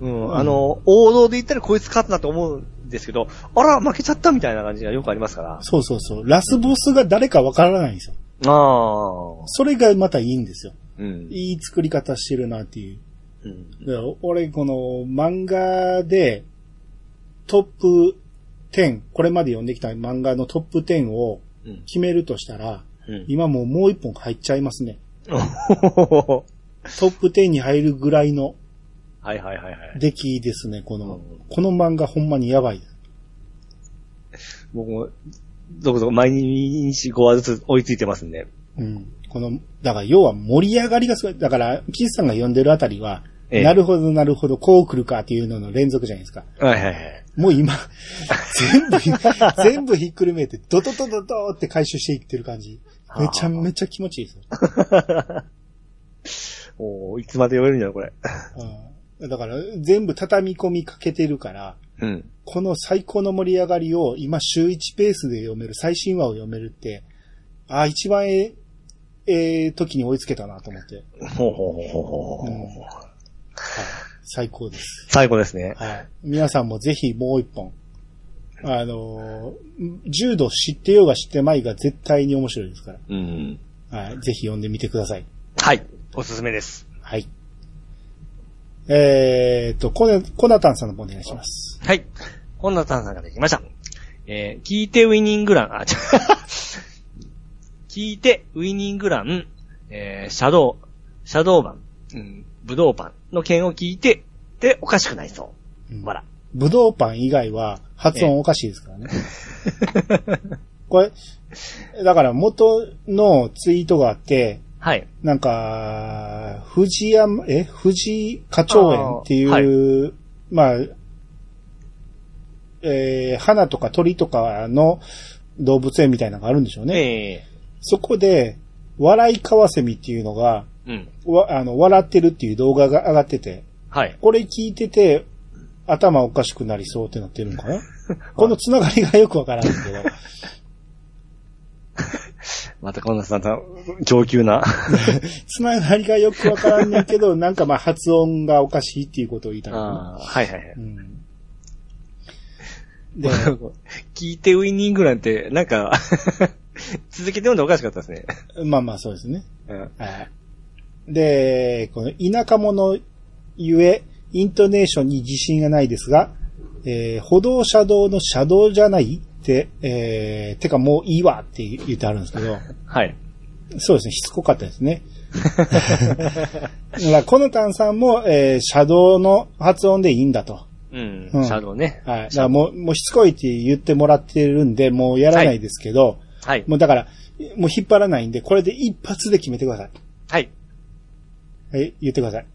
[SPEAKER 3] うん、あの、王道で言ったらこいつ勝つなと思うんですけど、あら、負けちゃったみたいな感じがよくありますから。
[SPEAKER 2] そうそうそう。ラスボスが誰かわからないんですよ。
[SPEAKER 3] ああ。
[SPEAKER 2] それがまたいいんですよ。
[SPEAKER 3] うん。
[SPEAKER 2] いい作り方してるなっていう。
[SPEAKER 3] うん。
[SPEAKER 2] だから俺、この漫画でトップ10、これまで読んできた漫画のトップ10を
[SPEAKER 3] うん。
[SPEAKER 2] 決めるとしたら、
[SPEAKER 3] うん。
[SPEAKER 2] 今もうもう一本入っちゃいますね。
[SPEAKER 3] は
[SPEAKER 2] トップ10に入るぐらいの
[SPEAKER 3] いはいはいはい。
[SPEAKER 2] 出来ですね、この
[SPEAKER 3] うん。
[SPEAKER 2] この漫画ほんまにやばい。
[SPEAKER 3] 僕も、どこどこ毎日5話ずつ追いついてますんで。
[SPEAKER 2] うん。この、だから要は盛り上がりがすごい。だから、ピースさんが読んでるあたりは、
[SPEAKER 3] ええ
[SPEAKER 2] なるほどなるほど、こう来るかっていうのの連続じゃないですか。
[SPEAKER 3] はいはいはい。
[SPEAKER 2] もう今、 全部、全部ひっくるめて、ドドドドドーって回収していってる感じ。めちゃめちゃ気持ちいいですよ。
[SPEAKER 3] おーいつまで読めるんだろう、これ。
[SPEAKER 2] うん、だから、全部畳み込みかけてるから、
[SPEAKER 3] うん。
[SPEAKER 2] この最高の盛り上がりを今週1ペースで読める、最新話を読めるって、ああ、一番ええ、ええ時に追いつけたなと思って、
[SPEAKER 3] ほうほうほうほうほ
[SPEAKER 2] う
[SPEAKER 3] う
[SPEAKER 2] ん最高です。
[SPEAKER 3] 最高ですね。
[SPEAKER 2] はい。皆さんもぜひもう一本。あのー柔道知ってようが知ってまいが絶対に面白いですから。
[SPEAKER 3] うん。
[SPEAKER 2] はい。ぜひ読んでみてください。
[SPEAKER 3] はい。おすすめです。
[SPEAKER 2] はい。えーっと、コネコナタンさんの方お願いします。
[SPEAKER 3] はい。こんな炭酸ができました。えー聞いてウィニングラン、あ、ちょ聞いてウィニングラン、えーシャドウ、シャドウパン、うん、ブドウパンの件を聞いて、で、おかしくないそう。
[SPEAKER 2] うん
[SPEAKER 3] わら。
[SPEAKER 2] ブドウパン以外は発音おかしいですからね。 これ、だから元のツイートがあって、
[SPEAKER 3] はい。
[SPEAKER 2] なんか、富士山、え、富士花鳥園っていう、まあ、えー花とか鳥とかの動物園みたいなのがあるんでしょうね。
[SPEAKER 3] え
[SPEAKER 2] そこで、笑いカワセミっていうのが、
[SPEAKER 3] ーうん。
[SPEAKER 2] わ、あの、笑ってるっていう動画が上がってて、
[SPEAKER 3] はい。
[SPEAKER 2] これ聞いてて、頭おかしくなりそうってなってるのかなこのつながりがよくわからんけど。
[SPEAKER 3] またこんな炭酸、上級な。
[SPEAKER 2] つながりがよくわからんねんけど、なんかまあ発音がおかしいっていうことを言いたいのかな。
[SPEAKER 3] あーはいはいはい。
[SPEAKER 2] うんで、
[SPEAKER 3] 聞いてウィニングなんて、なんか、 続けて読んでおかしかったですね。
[SPEAKER 2] まあまあそうですね。
[SPEAKER 3] うん。
[SPEAKER 2] はい。で、この田舎者ゆえ、イントネーションに自信がないですが、えー歩道車道の車道じゃないって、えーてかもういいわって言ってあるんですけど、
[SPEAKER 3] はい。
[SPEAKER 2] そうですね、しつこかったですね。 だからこの炭酸も、えー、車道の発音でいいんだと。
[SPEAKER 3] うん。
[SPEAKER 2] うん
[SPEAKER 3] シャドウね。
[SPEAKER 2] はい。だからもう、もうしつこいって言ってもらってるんで、もうやらないですけど、
[SPEAKER 3] はい。
[SPEAKER 2] もうだから、もう引っ張らないんで、これで一発で決めてください。
[SPEAKER 3] はい。
[SPEAKER 2] はい、言ってください。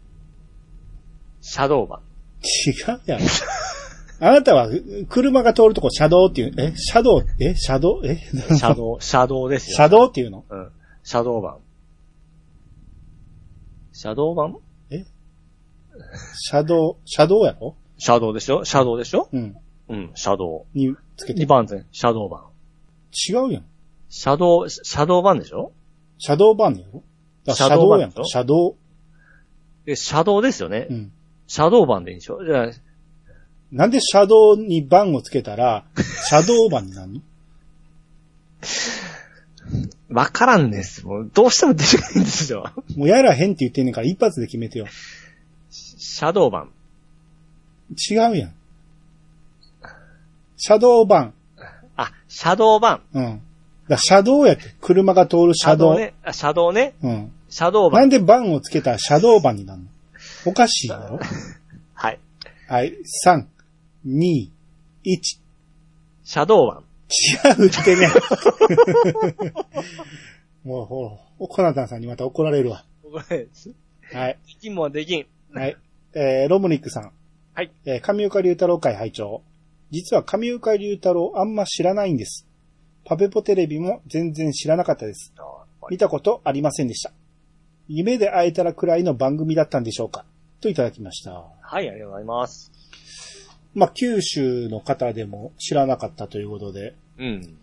[SPEAKER 3] シャドウバ。
[SPEAKER 2] 違うやん。 あなたは、う車が通るとこ、車道っていう、え、車道、え、車道、 え、
[SPEAKER 3] シ ャドウ、シャドウですよ。
[SPEAKER 2] 車道っていうの
[SPEAKER 3] うん。シャドウ版。シャドウ版
[SPEAKER 2] 車道、車道やろ
[SPEAKER 3] シャドウでしょシャドウでしょ
[SPEAKER 2] うん。
[SPEAKER 3] うん、シャド
[SPEAKER 2] につ
[SPEAKER 3] ウ。
[SPEAKER 2] けて。
[SPEAKER 3] 2番線、シャドウ版。
[SPEAKER 2] 違うやん。
[SPEAKER 3] シャドウ、シャドウ版でしょ
[SPEAKER 2] 車道版やろだから
[SPEAKER 3] 車
[SPEAKER 2] 車
[SPEAKER 3] 道
[SPEAKER 2] 道
[SPEAKER 3] 版
[SPEAKER 2] やん
[SPEAKER 3] でしょ。
[SPEAKER 2] 車道。
[SPEAKER 3] で、シャドウですよね
[SPEAKER 2] う。ん。
[SPEAKER 3] シャドウ版でいいんでしょじゃあ、
[SPEAKER 2] なんで車道に番をつけた ら、車道番になるの
[SPEAKER 3] わからんです。もう、どうしても出てくないんですよ。
[SPEAKER 2] もうやらへんって言ってんねんから一発で決めてよ。
[SPEAKER 3] シャドウ版。
[SPEAKER 2] 違うやん。車道番。
[SPEAKER 3] あ、シャドウ版。
[SPEAKER 2] うん。だから車道やって、車が通る車道。
[SPEAKER 3] ね。あ、シャドウね。
[SPEAKER 2] うん。
[SPEAKER 3] シャドウ
[SPEAKER 2] な
[SPEAKER 3] 版。
[SPEAKER 2] んで番をつけたらシャドー番になるのおかしいだろ
[SPEAKER 3] はい。
[SPEAKER 2] はい。3、2、1。
[SPEAKER 3] シャドウ版。
[SPEAKER 2] 違うって ね。もうほら、コナタンさんにまた怒られるわ。
[SPEAKER 3] ごめん。 で
[SPEAKER 2] はい。
[SPEAKER 3] きんもんできん。
[SPEAKER 2] はい。えー、ロムニックさん。
[SPEAKER 3] はい。
[SPEAKER 2] えー、上岡龍太郎会会長。実は上岡龍太郎あんま知らないんです。パペポテレビも全然知らなかったです。見たことありませんでした。夢で会えたらくらいの番組だったんでしょうかといただきました。
[SPEAKER 3] はい、ありがとうございます。
[SPEAKER 2] まあ、九州の方でも知らなかったということで、
[SPEAKER 3] うん。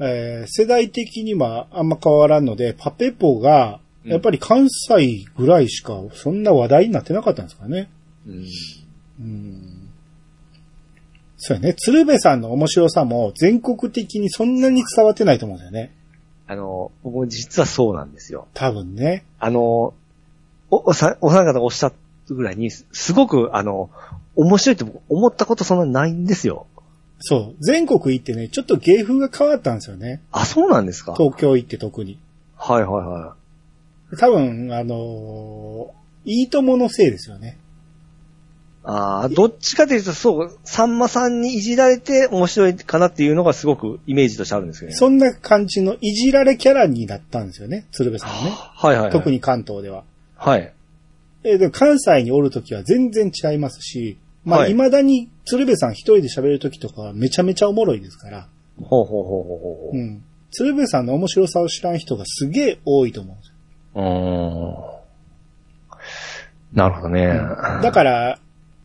[SPEAKER 2] えー世代的にはあんま変わらんので、パペポが、やっぱり関西ぐらいしか、そんな話題になってなかったんですかね。
[SPEAKER 3] うん。
[SPEAKER 2] うん。そうやね。鶴瓶さんの面白さも全国的にそんなに伝わってないと思うんだよね。
[SPEAKER 3] あの、僕も実はそうなんですよ。
[SPEAKER 2] 多分ね。
[SPEAKER 3] あの、お、おさ、お三方がおっしゃったぐらいに、すすごく、あの、面白いって僕思ったことそんなないんですよ。
[SPEAKER 2] そう。全国行ってね、ちょっと芸風が変わったんですよね。
[SPEAKER 3] あ、そうなんですか
[SPEAKER 2] 東京行って特に。
[SPEAKER 3] はいはいは
[SPEAKER 2] 多分、あのーいいとものせいですよね。
[SPEAKER 3] い。ああ、どっちかというと、そう、さんまさんにいじられて面白いかなっていうのがすごくイメージとしてあるんですけどね。
[SPEAKER 2] そんな感じのいじられキャラになったんですよね、鶴瓶さんはね。
[SPEAKER 3] はいはい、はい。
[SPEAKER 2] 特。に関東では。
[SPEAKER 3] はい。
[SPEAKER 2] えーでも関西におるときは全然違いますし、まあ、
[SPEAKER 3] はい
[SPEAKER 2] 未だに鶴瓶さん一人で喋るときとかはめちゃめちゃおもろいですから、
[SPEAKER 3] ほうほうほうほうほう
[SPEAKER 2] う。ん。鶴瓶さんの面白さを知らん人がすげえ多いと思うんですよ。
[SPEAKER 3] うーん。なるほどね。
[SPEAKER 2] だから、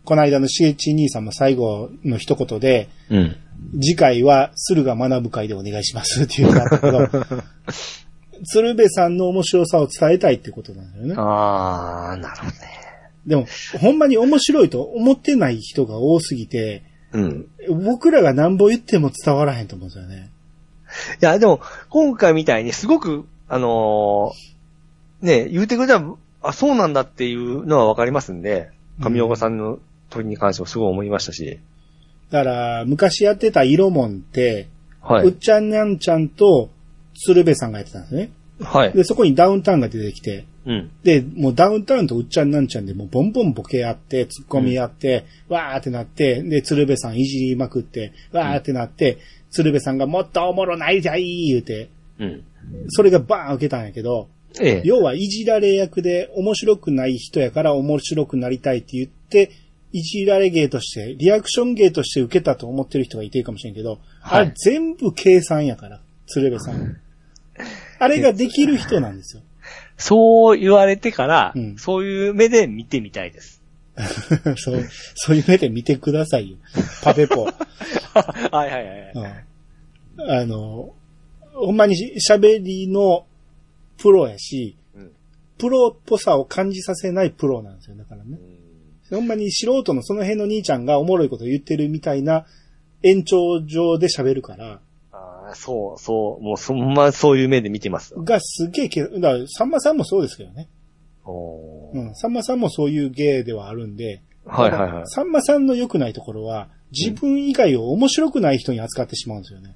[SPEAKER 2] この間のしげち兄さんも最後の一言で、
[SPEAKER 3] うん。
[SPEAKER 2] 次回は駿河学ぶ会でお願いしますっていうのがあ ったけど、鶴瓶さんの面白さを伝えたいってことなんだよね。
[SPEAKER 3] ああ、なるほどね。
[SPEAKER 2] でも、ほんまに面白いと思ってない人が多すぎて、
[SPEAKER 3] うん。
[SPEAKER 2] 僕らがなんぼ言っても伝わらへんと思うんですよね。
[SPEAKER 3] いや、でも、今回みたいにすごく、あのーね、言うてくれたら、あ、そうなんだっていうのはわかりますんで、上岡さんの問いに関してもすごい思いましたし。
[SPEAKER 2] だから、昔やってた色もんって、
[SPEAKER 3] は
[SPEAKER 2] うっ。ちゃんにゃんちゃんと鶴瓶さんがやってたんですね。
[SPEAKER 3] はい。
[SPEAKER 2] で、そこにダウンタウンが出てきて、
[SPEAKER 3] うん。
[SPEAKER 2] で、もうダウンタウンとうっちゃんなんちゃんでもうボンボンボケあって、突っ込みあって、わーってなって、で、鶴瓶さんいじりまくって、わーってなって、鶴瓶さんがもっとおもろないじゃい言うて、
[SPEAKER 3] うん。
[SPEAKER 2] それがバーン受けたんやけど、
[SPEAKER 3] ええ。
[SPEAKER 2] 要はいじられ役で面白くない人やから面白くなりたいって言って、いじられ芸として、リアクション芸として受けたと思ってる人がいてるかもしれんけど、
[SPEAKER 3] はい
[SPEAKER 2] あれ全部計算やから、鶴瓶さん。あれができる人なんですよ。
[SPEAKER 3] そう言われてから、
[SPEAKER 2] うん
[SPEAKER 3] そういう目で見てみたいです。
[SPEAKER 2] そう、そういう目で見てくださいよ。パペ ポ。
[SPEAKER 3] はいはいはい。
[SPEAKER 2] うんあの、ほんまにし喋りのプロやし、
[SPEAKER 3] うん
[SPEAKER 2] プロっぽさを感じさせないプロなんですよ、だからね。
[SPEAKER 3] うん
[SPEAKER 2] ほんまに素人のその辺の兄ちゃんがおもろいこと言ってるみたいな延長上で喋るから、
[SPEAKER 3] ああ、そう、そう、もうそんまそういう目で見てます。
[SPEAKER 2] がすげえけ、だから、さんまさんもそうですけどね。
[SPEAKER 3] おー
[SPEAKER 2] うん。さんまさんもそういう芸ではあるんで、
[SPEAKER 3] はいはいはい。
[SPEAKER 2] さんまさんの良くないところは、自分以外を面白くない人に扱ってしまうんですよね。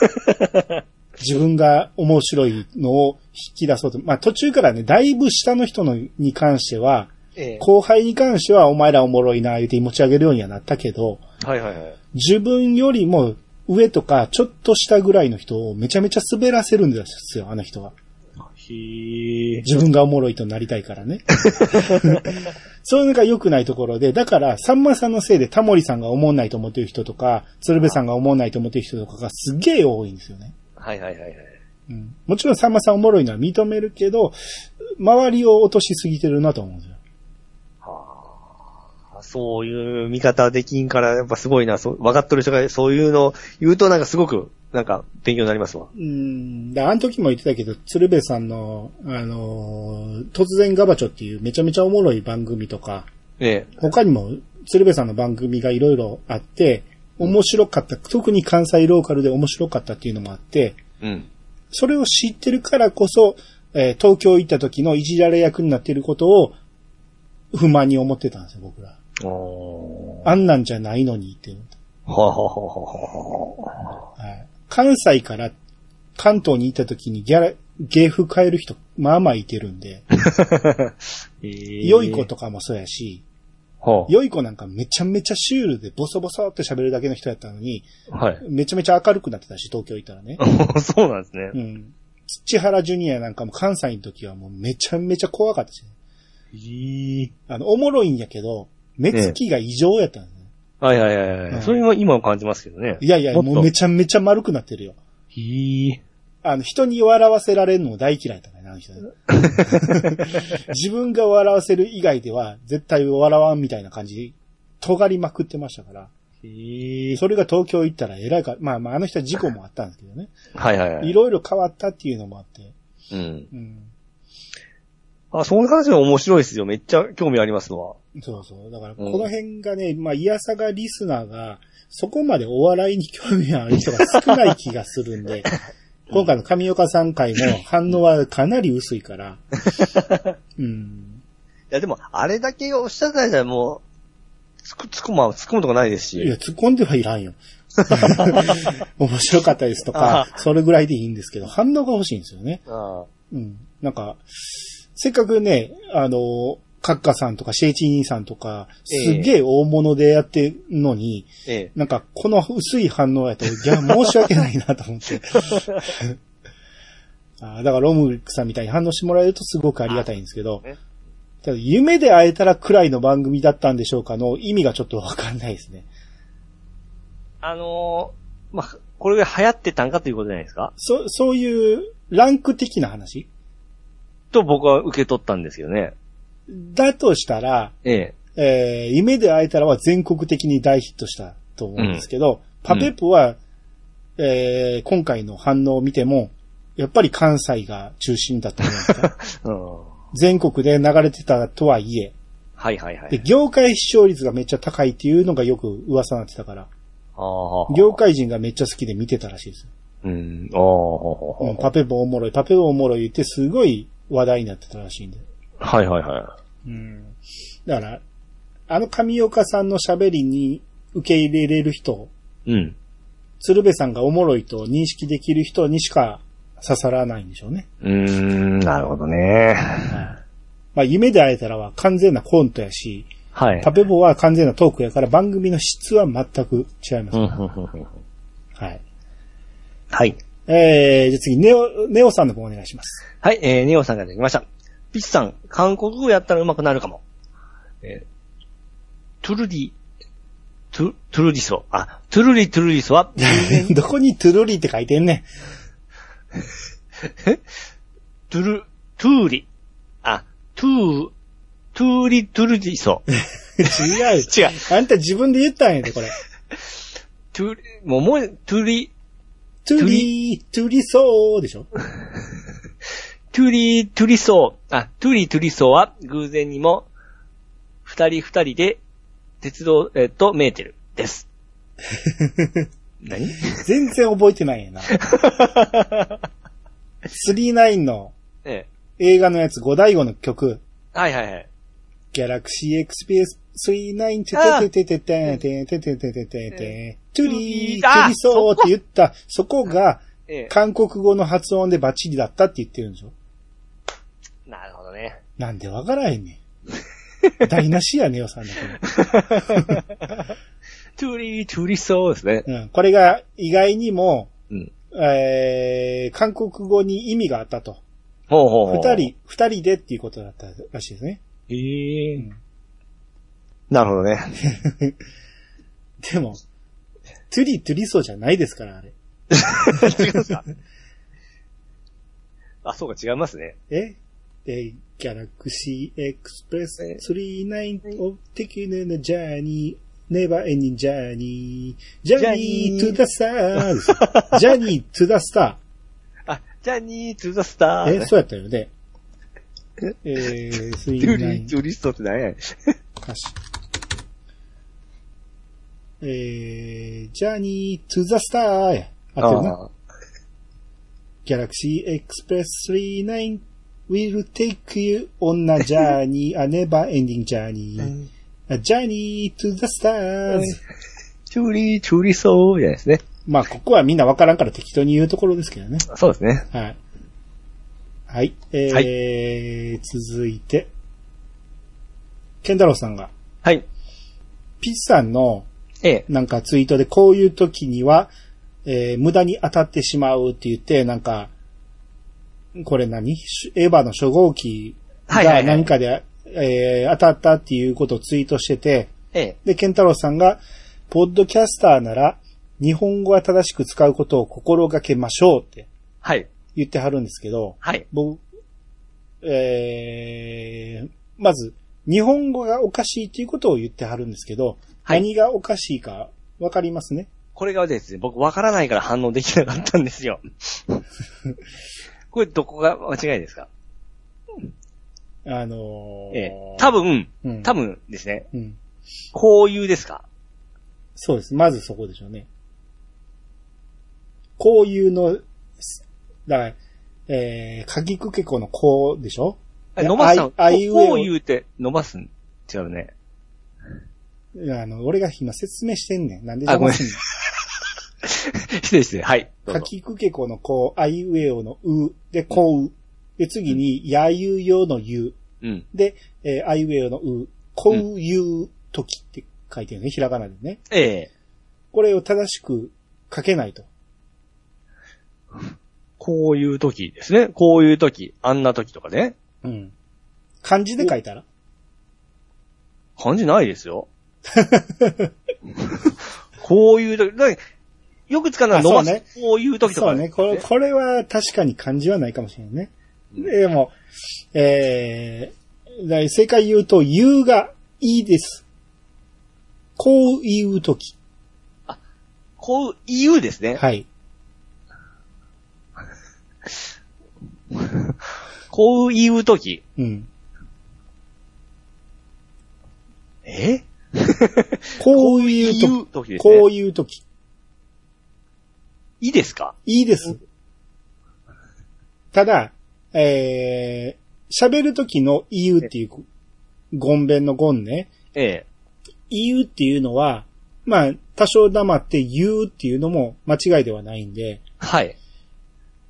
[SPEAKER 2] 自分が面白いのを引き出そうと。まあ途中からね、だいぶ下の人のに関しては、
[SPEAKER 3] え
[SPEAKER 2] 後輩に関してはお前らおもろいな、言うて持ち上げるようにはなったけど、
[SPEAKER 3] えはいはいはい。
[SPEAKER 2] 自分よりも上とかちょっと下ぐらいの人をめちゃめちゃ滑らせるんですよ、あの人は。
[SPEAKER 3] ひー。
[SPEAKER 2] 自分がおもろいとなりたいから ね。そういうのが良くないところで、だから、さんまさんのせいでタモリさんが思わないと思ってる人とか、鶴瓶さんが思わないと思ってる人とかがすげえ多いんですよね。
[SPEAKER 3] はいはいはいはい。
[SPEAKER 2] うん、もちろんさんまさんおもろいのは認めるけど、周りを落としすぎてるなと思うんですよ。
[SPEAKER 3] あそういう見方できんから、やっぱすごいな、そう、分かっとる人がそういうのを言うとなんかすごく、なんか勉強になりますわ。
[SPEAKER 2] うん、だあの時も言ってたけど、鶴瓶さんの、あのー突然ガバチョっていうめちゃめちゃおもろい番組とか、
[SPEAKER 3] え
[SPEAKER 2] 他にも鶴瓶さんの番組がいろいろあって、面白かった、特に関西ローカルで面白かったっていうのもあって、
[SPEAKER 3] え。うん。
[SPEAKER 2] それを知ってるからこそ、えー東京行った時のいじられ役になってることを不満に思ってたんですよ、僕ら。
[SPEAKER 3] おー。
[SPEAKER 2] あんなんじゃないのにって。
[SPEAKER 3] ははは はは
[SPEAKER 2] はい、関西から関東に行った時にギャラ、芸風変える人、まあまあいてるんで、
[SPEAKER 3] えー
[SPEAKER 2] 良い子。とかもそうやし、
[SPEAKER 3] は
[SPEAKER 2] 良い子なんかめちゃめちゃシュールでボソボソって喋るだけの人やったのに、
[SPEAKER 3] あ、はい。
[SPEAKER 2] めちゃめちゃ明るくなってたし、東京行ったらね。
[SPEAKER 3] そうなんですね
[SPEAKER 2] う。ん。土原ジュニアなんかも関西の時はもうめちゃめちゃ怖かったし、ね、
[SPEAKER 3] いい
[SPEAKER 2] あの、おもろいんやけど、目つきが異常やったのね。
[SPEAKER 3] はいはいはいは
[SPEAKER 2] うん
[SPEAKER 3] い。それは今も感じますけどね。
[SPEAKER 2] いやいや、
[SPEAKER 3] もっ
[SPEAKER 2] も
[SPEAKER 3] と
[SPEAKER 2] うめちゃめちゃ丸くなってるよ。
[SPEAKER 3] いい
[SPEAKER 2] あの、人に笑わせられるのも大嫌いだったからね、あの人 ね。自分が笑わせる以外では、絶対笑わんみたいな感じで、尖りまくってましたから。
[SPEAKER 3] いい
[SPEAKER 2] それが東京行ったら偉いか、まあまあ、あの人は事故もあったんですけどね。
[SPEAKER 3] はいはいはいい。
[SPEAKER 2] ろいろ変わったっていうのもあって。
[SPEAKER 3] うん。
[SPEAKER 2] うん。
[SPEAKER 3] あ、その話は面白いですよ。めっちゃ興味ありますわ。
[SPEAKER 2] そうそう。だから、この辺がね、まあ、いやさがリスナーが、そこまでお笑いに興味がある人が少ない気がするん で、今回の上岡さん会の反応はかなり薄い から、うん。
[SPEAKER 3] いやでも、あれだけおっしゃってたじゃん、もう、つく、つくま、突っ込むとかないです
[SPEAKER 2] いや、
[SPEAKER 3] し。
[SPEAKER 2] 突っ込んではいらんよ。 面白かったですとか、それぐらいでいいんですけど、反応が欲しいんですよね。
[SPEAKER 3] あ
[SPEAKER 2] うん。なんか、せっかくね、あの、カッカさんとかシェイチニーさんとか、すっげえ大物でやってるのに、
[SPEAKER 3] ええ。
[SPEAKER 2] なんか、この薄い反応やと、いや、申し訳ないなと思 って。あーだから、ロムリックさんみたいに反応してもらえるとすごくありがたいんですけど
[SPEAKER 3] あね、
[SPEAKER 2] ただ夢で会えたらくらいの番組だったんでしょうかの意味がちょっとわかんないですね。
[SPEAKER 3] あのー、まあ、これが流行ってたんかということじゃないですか
[SPEAKER 2] そ、そういうランク的な話
[SPEAKER 3] と僕は受け取ったんですよね。
[SPEAKER 2] だとしたら、
[SPEAKER 3] ええ。
[SPEAKER 2] えー夢で会えたらは全国的に大ヒットしたと思うんですけど、パペップは、えー今回の反応を見ても、やっぱり関西が中心だと思うんですよ
[SPEAKER 3] うん。
[SPEAKER 2] 全国で流れてたとはいえ、
[SPEAKER 3] はいはいは
[SPEAKER 2] で、
[SPEAKER 3] い。
[SPEAKER 2] 業界視聴率がめっちゃ高いっていうのがよく噂になってたから、
[SPEAKER 3] ああ。
[SPEAKER 2] 業界人がめっちゃ好きで見てたらしいです。
[SPEAKER 3] うん。ああ。
[SPEAKER 2] うん、パペボおもろい、パペボおもろいってすごい話題になってたらしいんで。
[SPEAKER 3] はいはいは
[SPEAKER 2] うん。だから、あの上岡さんの喋りに受け入れれる人、
[SPEAKER 3] い。うん。
[SPEAKER 2] 鶴瓶さんがおもろいと認識できる人にしか刺さらないんでしょうね。
[SPEAKER 3] うーん、なるほどね。
[SPEAKER 2] まあ、夢で会えたらは完全なコントやし、
[SPEAKER 3] はい
[SPEAKER 2] パ。ペボは完全なトークやから番組の質は全く違います。
[SPEAKER 3] うんうんうんうん
[SPEAKER 2] はい。
[SPEAKER 3] はい。
[SPEAKER 2] えー、じゃあ次、ネオ、ネオさんの方お願いし ます。
[SPEAKER 3] はい、えー、ネオさんができました。ピッさん、韓国語やったら上手くなるかも。えー、トゥルリ、トゥ、トゥルリソ。あ、トゥルリトゥルリソは、
[SPEAKER 2] どこにトゥルリーって書いてんね
[SPEAKER 3] トゥル、トゥーリ。あ、トゥー、トゥーリトゥルリソ。
[SPEAKER 2] ん。違う。
[SPEAKER 3] 違う。
[SPEAKER 2] あんた自分で言ったんやで、これ。
[SPEAKER 3] トゥル、もうもう、トゥリ、
[SPEAKER 2] トゥリー、トゥリソーでしょ
[SPEAKER 3] トゥリトゥリソー、あ、トゥリトゥリソーは偶然にも、二人二人で、鉄道、えっと、メーテルです。 何
[SPEAKER 2] 全然覚えてないんやな。39の
[SPEAKER 3] ええ。
[SPEAKER 2] 映画のやつ、五大五の曲。
[SPEAKER 3] はいはいはい。
[SPEAKER 2] ギャラクシー XPS39 ててててててててててててて、トゥリー、トゥリソーって言った、そこが
[SPEAKER 3] ええ。
[SPEAKER 2] 韓国語の発音でバッチリだったって言ってるんでしょ
[SPEAKER 3] なるほどね。
[SPEAKER 2] なんでわからへんねん。台無しやねよ、さんだ
[SPEAKER 3] トゥリー、トゥリそうですね。
[SPEAKER 2] けど。うん。これが意外にも、
[SPEAKER 3] うん。
[SPEAKER 2] えー、韓国語に意味があったと。
[SPEAKER 3] ほうほうほう。
[SPEAKER 2] 二。人、二人でっていうことだったらしいですね。
[SPEAKER 3] ええ
[SPEAKER 2] うん
[SPEAKER 3] なるほどね。
[SPEAKER 2] でも、トゥリトゥリソじゃないですから、あれ。
[SPEAKER 3] 違いますか あ、そうか、違いますね。
[SPEAKER 2] ええ、ギャラクシーエクスプレス
[SPEAKER 3] え
[SPEAKER 2] 39 of taking on a journey, never ending journey, journey to the star, journey to the star.
[SPEAKER 3] あ、ジャニー・トゥ・ザ・スター。
[SPEAKER 2] え、そうやったよね。え ー、
[SPEAKER 3] トゥリー・ト
[SPEAKER 2] 39
[SPEAKER 3] ゥリストって何やねん。
[SPEAKER 2] 歌詞。えー、journey to the star や。合ってるな。
[SPEAKER 3] あー
[SPEAKER 2] Galaxy Express 39 will take you on a journey, a never ending journey. A journey to the stars.
[SPEAKER 3] トゥリー・トゥリソーじゃないですね。
[SPEAKER 2] まあ、ここはみんなわからんから適当に言うところですけどね。
[SPEAKER 3] そうですね。
[SPEAKER 2] はい。はい。えー
[SPEAKER 3] は
[SPEAKER 2] 続いて。ケンダロウさんが、
[SPEAKER 3] はい。
[SPEAKER 2] ピッさんの
[SPEAKER 3] ええ。
[SPEAKER 2] なんかツイートでこういう時には、えー無駄に当たってしまうって言って、なんか、これ何しエヴァの初号機
[SPEAKER 3] はいはい
[SPEAKER 2] が
[SPEAKER 3] はい
[SPEAKER 2] 何かで、えー当たったっていうことをツイートしてて、
[SPEAKER 3] ええ。
[SPEAKER 2] で、ケンタロウさんが、ポッドキャスターなら、日本語は正しく使うことを心がけましょうって
[SPEAKER 3] はい。
[SPEAKER 2] 言ってはるんですけど、
[SPEAKER 3] はい。
[SPEAKER 2] 僕、えー、まず、日本語がおかしいっていうことを言ってはるんですけど、
[SPEAKER 3] はい
[SPEAKER 2] 何がおかしいかわかりますね。
[SPEAKER 3] これがですね、僕わからないから反応できなかったんで すよ。これどこが間違いですか
[SPEAKER 2] あのー、
[SPEAKER 3] ええ。多分、
[SPEAKER 2] うん
[SPEAKER 3] 多分ですね。
[SPEAKER 2] うん。
[SPEAKER 3] こういうですか
[SPEAKER 2] そうです。まずそこでしょうね。こういうの、すだから、えー、かぎくけこのこうでしょ
[SPEAKER 3] あ伸ばした
[SPEAKER 2] ああいうえお
[SPEAKER 3] こう言うて伸ばすん違うね。
[SPEAKER 2] あの、俺が今説明してんねん。なんで
[SPEAKER 3] あごめん
[SPEAKER 2] すんの
[SPEAKER 3] 失礼失礼。はい。どう
[SPEAKER 2] か
[SPEAKER 3] ぞ
[SPEAKER 2] きくけこのこう、あいうえおのう、で、こう。で、次に、やゆよのゆ。
[SPEAKER 3] うん。
[SPEAKER 2] で、えーあいうえおのう、こういうときって書いてるね。ひらがなでね。
[SPEAKER 3] ええ。
[SPEAKER 2] これを正しく書けないと。
[SPEAKER 3] こういう時ですね。こういう時、あんな時とかね。
[SPEAKER 2] うん。漢字で書いたら
[SPEAKER 3] 感じないで すよ。こういう時、だからよく使うのは伸ばす。
[SPEAKER 2] あそうね
[SPEAKER 3] こういう時と
[SPEAKER 2] そ
[SPEAKER 3] か
[SPEAKER 2] う
[SPEAKER 3] で
[SPEAKER 2] ね。
[SPEAKER 3] す、
[SPEAKER 2] これ、これは確かに漢字はないかもしれないね。でも、えー、だから正解言うと、言うがいいです。こう言うとき。
[SPEAKER 3] こう言うですね。
[SPEAKER 2] はい。
[SPEAKER 3] こう言う時。
[SPEAKER 2] うん。
[SPEAKER 3] え
[SPEAKER 2] こう言う
[SPEAKER 3] 言
[SPEAKER 2] と
[SPEAKER 3] う
[SPEAKER 2] き。
[SPEAKER 3] 時ですね
[SPEAKER 2] こう言うとき。
[SPEAKER 3] いいですか
[SPEAKER 2] いいです。ただ、えー、喋るときの言うっていう、ゴンベンのゴンね。
[SPEAKER 3] ええ。
[SPEAKER 2] 言うっていうのは、まあ、多少黙って言うっていうのも間違いではないんで、
[SPEAKER 3] はい。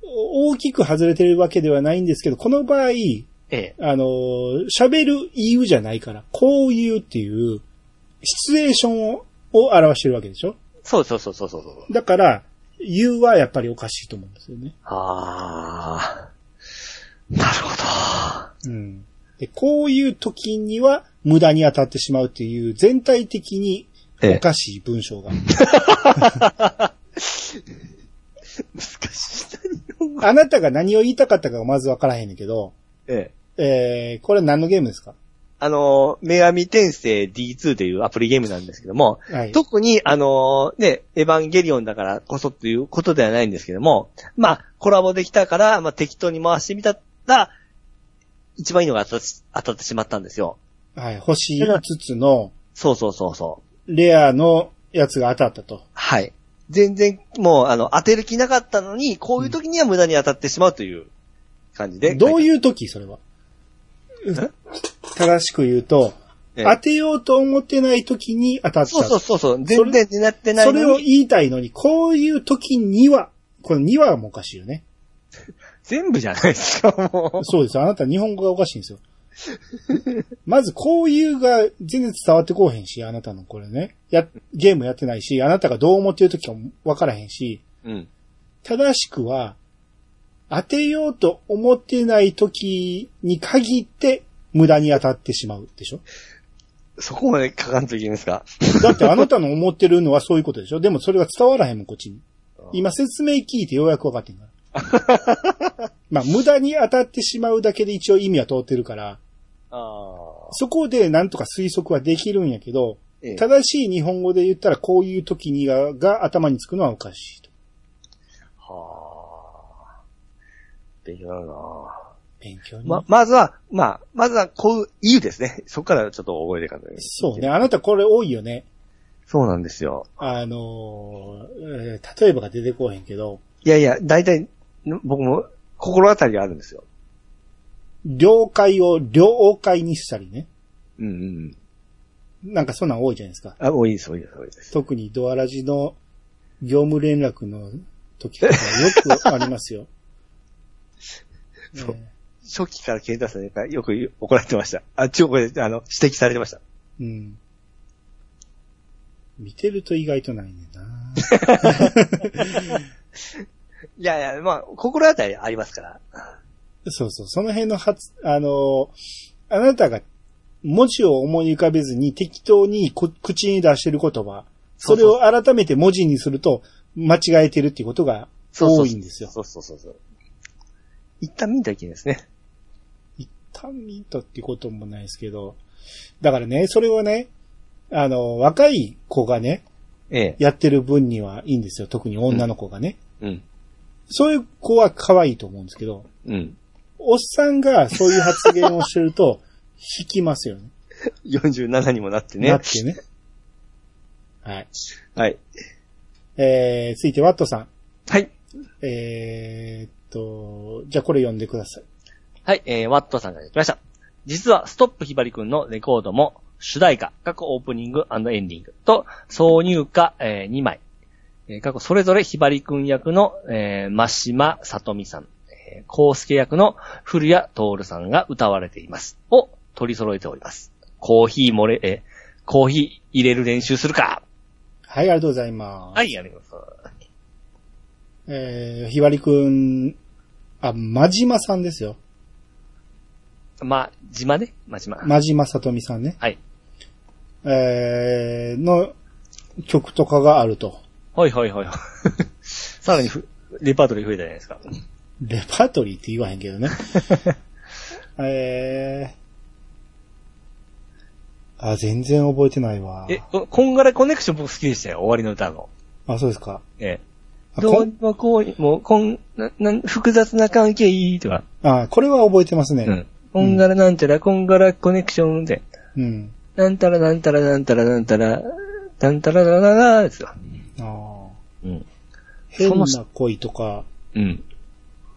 [SPEAKER 2] 大きく外れてるわけではないんですけど、この場合、
[SPEAKER 3] ええ。
[SPEAKER 2] あのー、喋る言うじゃないから、こう言うっていう、シチュエーションをを表してるわけでしょ
[SPEAKER 3] そうそうそうそうそうそう。
[SPEAKER 2] だから、言うはやっぱりおかしいと思うんですよね。
[SPEAKER 3] あー。なるほど。
[SPEAKER 2] うん。で、こういう時には無駄に当たってしまうっていう、全体的におかしい文章が。
[SPEAKER 3] 難しい。
[SPEAKER 2] あなたが何を言いたかったかがまずわからへんねんけど、
[SPEAKER 3] ええ。
[SPEAKER 2] えー、これ何のゲームですか
[SPEAKER 3] あの、女神転生 D2 というアプリゲームなんですけども、
[SPEAKER 2] はい。
[SPEAKER 3] 特に、あのね、エヴァンゲリオンだからこそっていうことではないんですけども、まあ、コラボできたから、まあ、適当に回してみたら、一番いいのが当たってし当たってしまったんですよ。
[SPEAKER 2] はい。星5つの
[SPEAKER 3] そうそうそうそ
[SPEAKER 2] レアのやつが当たったと。
[SPEAKER 3] はい。全然、もう、あの、当てる気なかったのに、こういう時には無駄に当たってしまうという感じで。
[SPEAKER 2] どう
[SPEAKER 3] う、
[SPEAKER 2] いう時それは。正しく言うと、
[SPEAKER 3] ええ
[SPEAKER 2] 当てようと思ってない時に当たった。
[SPEAKER 3] そうそうそうそう。全然狙ってない
[SPEAKER 2] そ
[SPEAKER 3] のに。
[SPEAKER 2] れを言いたいのに、こういう時には、このにはもおかしいよね。
[SPEAKER 3] 全部じゃないですか、も
[SPEAKER 2] そうです。あなた日本語がおかしいん ですよ。まず、こういうが全然伝わってこうへんし、あなたのこれね。や、ゲームやってないし、あなたがどう思ってる時かもわからへんし、
[SPEAKER 3] う。うん。
[SPEAKER 2] 正しくは、当てようと思ってない時に限って無駄に当たってしまうでしょ
[SPEAKER 3] そこまで書かんといけないんですか
[SPEAKER 2] だってあなたの思ってるのはそういうことでしょでもそれが伝わらへんもん、こっちに。今説明聞いてようやく分かってんから。 まあ、無駄に当たってしまうだけで一応意味は通ってるから、
[SPEAKER 3] ああ。
[SPEAKER 2] そこでなんとか推測はできるんやけど、
[SPEAKER 3] ええ
[SPEAKER 2] 正しい日本語で言ったらこういう時にがが頭につくのはおかしいと。
[SPEAKER 3] はあ。勉強になるな
[SPEAKER 2] 勉強に。
[SPEAKER 3] ま、まずは、まあ、まずは、こう、言うですね。そこからちょっと覚えていかないといけない
[SPEAKER 2] そうね。。あなたこれ多いよね。
[SPEAKER 3] そうなんですよ。
[SPEAKER 2] あのーえー例えばが出てこうへんけど、
[SPEAKER 3] いやいや、大体、ん僕も心当たりがあるんですよ。
[SPEAKER 2] 了解を了解にしたりね。
[SPEAKER 3] うんうんうん。
[SPEAKER 2] なんかそんなん多いじゃないですか。
[SPEAKER 3] あ、多いです、多いです、多いです。
[SPEAKER 2] 特にドアラジの業務連絡の時とかよくありますよ。
[SPEAKER 3] そう
[SPEAKER 2] ね
[SPEAKER 3] 初期から検討さんからよく怒られてました。あ、中国で、あの、指摘されてました。
[SPEAKER 2] うん。見てると意外とないねんな。
[SPEAKER 3] いやいや、まあ、心当たりありますから。
[SPEAKER 2] そうそう、その辺の発、あの、あなたが文字を思い浮かべずに適当にこ口に出してる言葉、それを改めて文字にすると間違えてるっていうことが多いんですよ。
[SPEAKER 3] そうそうそうそう。一旦見たらいけないですね。
[SPEAKER 2] 一旦見たってこともないですけど、だからね、それはね、あの、若い子がね、
[SPEAKER 3] ええ。
[SPEAKER 2] やってる分にはいいんですよ。特に女の子がね。
[SPEAKER 3] うん。
[SPEAKER 2] そういう子は可愛いと思うんですけど、
[SPEAKER 3] うん。
[SPEAKER 2] おっさんがそういう発言をしてると、引きますよね。
[SPEAKER 3] 47にもなってね。
[SPEAKER 2] なってね。はい。
[SPEAKER 3] はい。
[SPEAKER 2] えー、続いてワットさん。
[SPEAKER 3] はい。
[SPEAKER 2] えーっと、じゃあこれ読んでください。
[SPEAKER 3] はい、えー、ワットさんが来ました。実は、ストップひばりくんのレコードも、主題歌、過去オープニングエンディングと、挿入歌、え2枚。えー過去それぞれひばりくん役の、えー、真島さとみさん、えー、康介役の古谷徹さんが歌われています。を取り揃えております。コーヒー漏れ、えーコーヒー入れる練習するか
[SPEAKER 2] はい、ありがとうございます。
[SPEAKER 3] はい、やります。
[SPEAKER 2] えー、ひばりくん、あ、まじまさんですよ。
[SPEAKER 3] ま、島ねま、島。
[SPEAKER 2] まじまさとみさんね。
[SPEAKER 3] はい。
[SPEAKER 2] えー、の曲とかがあると。
[SPEAKER 3] はいはいはいはい。 さらにふ、レパートリー増えたじゃないですか。
[SPEAKER 2] レパートリーって言わへんけ どね。えー、あ、全然覚えてないわ。
[SPEAKER 3] え、ここんがらコネクション僕好きでしたよ、終わりの歌の。
[SPEAKER 2] あ、そうですか。
[SPEAKER 3] ええ。
[SPEAKER 2] あ
[SPEAKER 3] ど
[SPEAKER 2] こ
[SPEAKER 3] うにもこうにも、こん、な、なん、複雑な関係いいとか。
[SPEAKER 2] あ、これは覚えてますね。
[SPEAKER 3] うん。こんがらなんちゃら、こんがらコネクションで、
[SPEAKER 2] うん。
[SPEAKER 3] なんたらなんたらなんたらなんたら、なんたららららですよ。
[SPEAKER 2] あー
[SPEAKER 3] うん。
[SPEAKER 2] 変
[SPEAKER 3] その
[SPEAKER 2] な恋とか、
[SPEAKER 3] うん。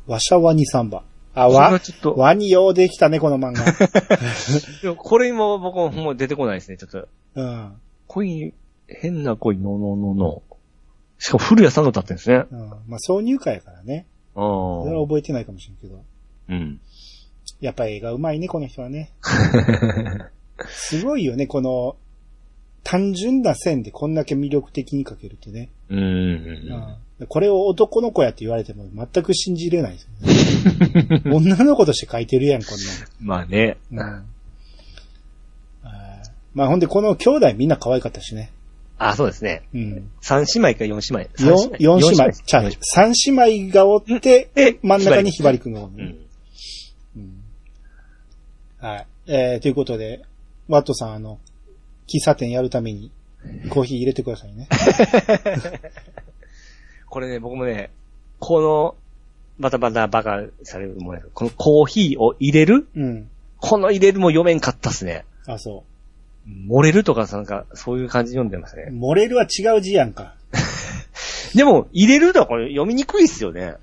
[SPEAKER 2] わしゃわにサンバ。あ、
[SPEAKER 3] それは
[SPEAKER 2] わ
[SPEAKER 3] ちょっ、と
[SPEAKER 2] わにようできたね、この漫
[SPEAKER 3] でもこれも僕ももう出てこないですね、ちょっと。
[SPEAKER 2] 画。
[SPEAKER 3] 恋、変な恋、ノーノーノーノー。しかも古谷さんが歌ってるんですね。
[SPEAKER 2] うん。うん、まあ、挿入歌やからね。
[SPEAKER 3] あ
[SPEAKER 2] それは
[SPEAKER 3] あ。
[SPEAKER 2] 覚えてないかもしれんけど。
[SPEAKER 3] うん。
[SPEAKER 2] やっぱ映画うまいね、この人は ね。すごいよね、この、単純な線でこんだけ魅力的に描けるってね。
[SPEAKER 3] うんうんうん。
[SPEAKER 2] うんこれを男の子やって言われても全く信じれないです よね。女の子として書いてるやん、こん
[SPEAKER 3] まあね。
[SPEAKER 2] なの。うんあーまあほんで、この兄弟みんな可愛かったしね。
[SPEAKER 3] あ、そうですね。
[SPEAKER 2] うん。
[SPEAKER 3] 三姉妹か四姉妹。
[SPEAKER 2] 四
[SPEAKER 3] 三
[SPEAKER 2] 四姉妹、ちゃ
[SPEAKER 3] 四
[SPEAKER 2] う三姉妹がお って、
[SPEAKER 3] で、
[SPEAKER 2] 真ん中にひばり
[SPEAKER 3] く
[SPEAKER 2] くんがおる、
[SPEAKER 3] うん。
[SPEAKER 2] うんはい。えー、ということで、ワットさん、あの、喫茶店やるために、コーヒー入れてくださいね。
[SPEAKER 3] これね、僕もね、この、バタバタバカされるもんやけどこのコーヒーを入れる
[SPEAKER 2] うん。
[SPEAKER 3] この入れるも読めんかったっすね。
[SPEAKER 2] あ、そ
[SPEAKER 3] 漏れるとかさ、なんか、そういう感じで読んでましたね。
[SPEAKER 2] 漏れるは違う字やんか。
[SPEAKER 3] でも、入れるとはこれ読みにくいっすよね。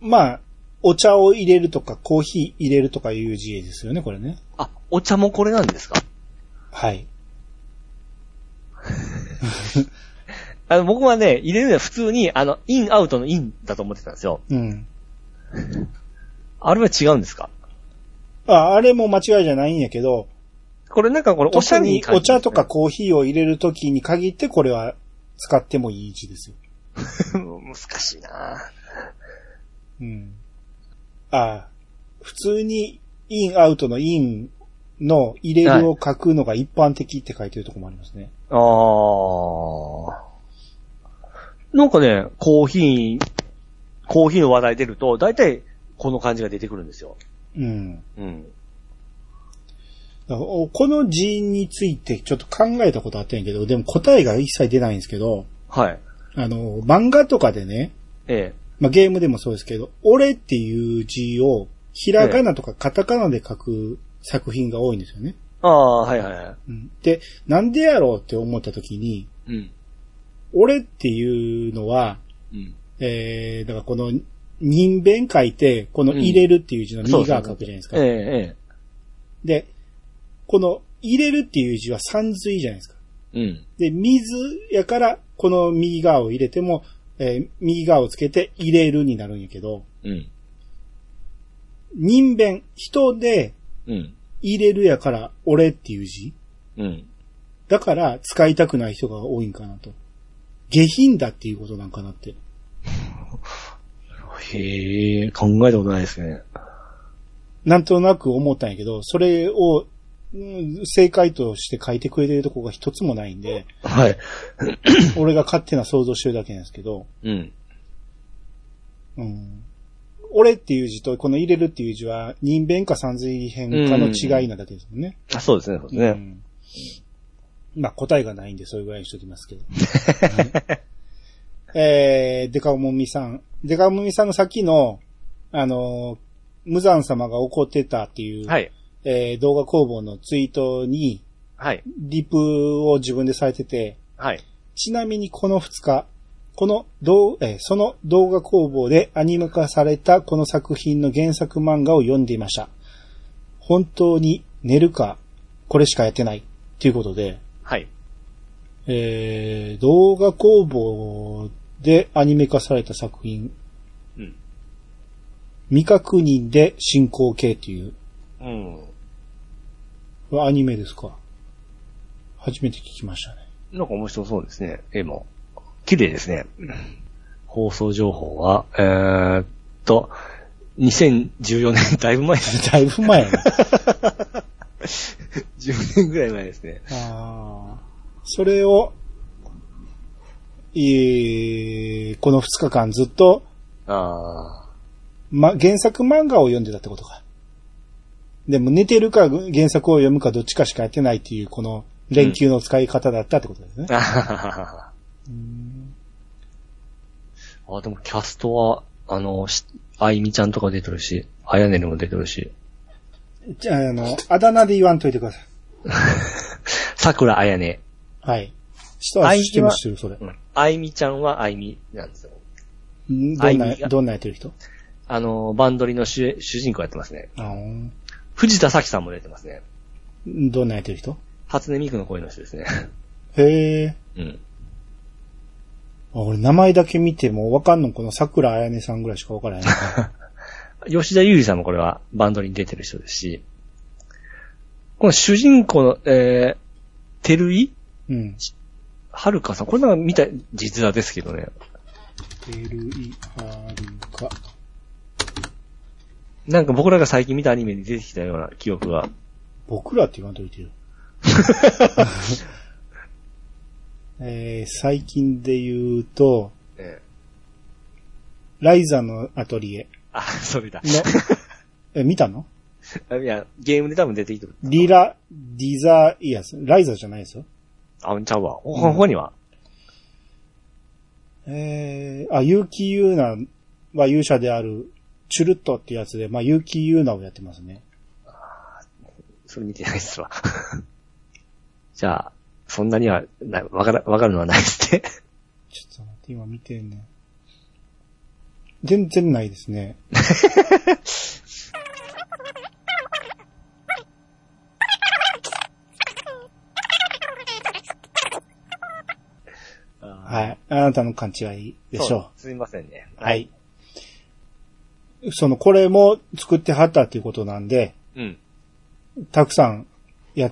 [SPEAKER 2] まあ、お茶を入れるとか、コーヒー入れるとかいう字ですよね、これね。
[SPEAKER 3] あ、お茶もこれなんですか
[SPEAKER 2] はい。
[SPEAKER 3] あの、僕はね、入れるのは普通に、あの、インアウトのインだと思ってたんですよ。
[SPEAKER 2] うん。
[SPEAKER 3] あれは違うんですか
[SPEAKER 2] あ、あれも間違いじゃないんやけど、
[SPEAKER 3] これなんかこれ、おしゃ
[SPEAKER 2] 特
[SPEAKER 3] れに
[SPEAKER 2] に
[SPEAKER 3] 感
[SPEAKER 2] お
[SPEAKER 3] じ
[SPEAKER 2] 茶
[SPEAKER 3] ますね
[SPEAKER 2] とかコーヒーを入れるときに限ってこれは使ってもいい字ですよ。
[SPEAKER 3] 難しいな
[SPEAKER 2] うん。ああ、普通にインアウトのインの入れるを書くのが一般的って書いてるとこもありますね。
[SPEAKER 3] あー。なんかね、コーヒー、コーヒーの話題出ると、大体この感じが出てくるんですよ。
[SPEAKER 2] うん。
[SPEAKER 3] うん。
[SPEAKER 2] だからおこの字についてちょっと考えたことあったんやけど、でも答えが一切出ないんですけど、
[SPEAKER 3] はい。
[SPEAKER 2] あの、漫画とかでね、
[SPEAKER 3] ええ。
[SPEAKER 2] まあ、ゲームでもそうですけど、俺っていう字をひらがなとかカタカナで書く作品が多いんですよね。
[SPEAKER 3] ああ、はいはいは
[SPEAKER 2] うんで、なんでやろうって思った時に、
[SPEAKER 3] い。うん。
[SPEAKER 2] 俺っていうのは、
[SPEAKER 3] うん。
[SPEAKER 2] えー、だからこの、人弁書いて、この入れるっていう字の右側書くじゃないですか。
[SPEAKER 3] ええ、え
[SPEAKER 2] で、この入れるっていう字は三髄じゃないですか。
[SPEAKER 3] え。うん。
[SPEAKER 2] で、水やから、この右側を入れても、えー右側をつけて入れるになるんやけど、
[SPEAKER 3] うん。
[SPEAKER 2] 人弁、人で
[SPEAKER 3] うん。
[SPEAKER 2] 入れるやから、俺っていう字。
[SPEAKER 3] うん。
[SPEAKER 2] だから、使いたくない人が多いんかなと。下品だっていうことなんかなって。
[SPEAKER 3] へえ、考えたことないですね。
[SPEAKER 2] なんとなく思ったんやけど、それを、うん正解として書いてくれてるとこが一つもないんで、
[SPEAKER 3] はい。
[SPEAKER 2] 俺が勝手な想像してるだけなんですけど、
[SPEAKER 3] うん。
[SPEAKER 2] うん、俺っていう字とこの入れるっていう字は人弁か三髄変かの違いなだけですもんね。
[SPEAKER 3] あそうですね、そうです
[SPEAKER 2] う
[SPEAKER 3] ね。
[SPEAKER 2] んまあ答えがないんでそれぐらいにしときますけど。えー、デカモミさん。デカモミさんの先の、あのー無惨様が怒ってたっていう、
[SPEAKER 3] はい。
[SPEAKER 2] えー動画工房のツイートに、
[SPEAKER 3] はい。
[SPEAKER 2] リプを自分でされてて、
[SPEAKER 3] はい。
[SPEAKER 2] ちなみにこの2日、この動、えーその動画工房でアニメ化されたこの作品の原作漫画を読んでいました。本当に寝るか、これしかやってない。ということで、
[SPEAKER 3] はい。
[SPEAKER 2] えー動画工房でアニメ化された作品、
[SPEAKER 3] うん。
[SPEAKER 2] 未確認で進行形という、
[SPEAKER 3] うん。
[SPEAKER 2] アニメですか。初めて聞きましたね。
[SPEAKER 3] なんか面白そうですね、絵も。綺麗ですね。放送情報は、えーっと、2014年、 だいぶ前です。
[SPEAKER 2] だいぶ前やな。
[SPEAKER 3] 10年ぐらい前ですね。
[SPEAKER 2] ああ。それを、えーこの2日間ずっと、
[SPEAKER 3] あ
[SPEAKER 2] ま、原作漫画を読んでたってことか。でも寝てるか原作を読むかどっちかしかやってないっていう、この連休の使い方だったってことですね
[SPEAKER 3] ー。。 あーあ、でもキャストは、あの、しあゆみちゃんとか出てるし、あやねるも出てるし、
[SPEAKER 2] じゃあ、あの、あだ名で言わんといてください。
[SPEAKER 3] さくらあやね。
[SPEAKER 2] はい。人は知ってます、知ってる、それ。
[SPEAKER 3] うんあゆみちゃんはあゆみなんですよ。
[SPEAKER 2] んどん
[SPEAKER 3] あいみ
[SPEAKER 2] な、
[SPEAKER 3] が
[SPEAKER 2] どんなやってる人
[SPEAKER 3] あの、バンドリの主主人公やってますね。
[SPEAKER 2] あー
[SPEAKER 3] 藤田咲さんも出てますね。
[SPEAKER 2] どんなやってる人
[SPEAKER 3] 初音ミクの声の人ですね。
[SPEAKER 2] へえ。
[SPEAKER 3] うん。
[SPEAKER 2] あ俺、名前だけ見てもわかんのこの桜あやねさんぐらいしかわからない。
[SPEAKER 3] 吉田優里さんもこれはバンドに出てる人ですし、この主人公の、えー、てるい
[SPEAKER 2] うん。
[SPEAKER 3] はるかさん、これなんか見た、実話ですけどね。
[SPEAKER 2] てるいはるか。
[SPEAKER 3] なんか僕らが最近見たアニメに出てきたような記憶が。
[SPEAKER 2] 僕らって言わんといて よ。えー、最近で言うと、
[SPEAKER 3] え
[SPEAKER 2] ライザのアトリエ
[SPEAKER 3] あ、それだ。
[SPEAKER 2] の、え、見たの
[SPEAKER 3] いや、ゲームで多分出てきてる。
[SPEAKER 2] リラ、ディザイアス。ライザじゃないですよ。
[SPEAKER 3] あ、ちゃうわ。ほほ他には、
[SPEAKER 2] えー、あ、結城優奈は勇者である、チュルットってやつで、まあ、結城優奈をやってますね。
[SPEAKER 3] それ見てないっすわ。 じゃあ、そんなにはな、わから、わかるのはないですね。
[SPEAKER 2] ちょっと待って、今見てんね。全然ないですね。
[SPEAKER 3] は
[SPEAKER 2] はい。あなたの勘違いでしょ
[SPEAKER 3] すみませんね。
[SPEAKER 2] う。は。い。その、これも作ってはったっていうことなんで、
[SPEAKER 3] うん。
[SPEAKER 2] たくさん、や、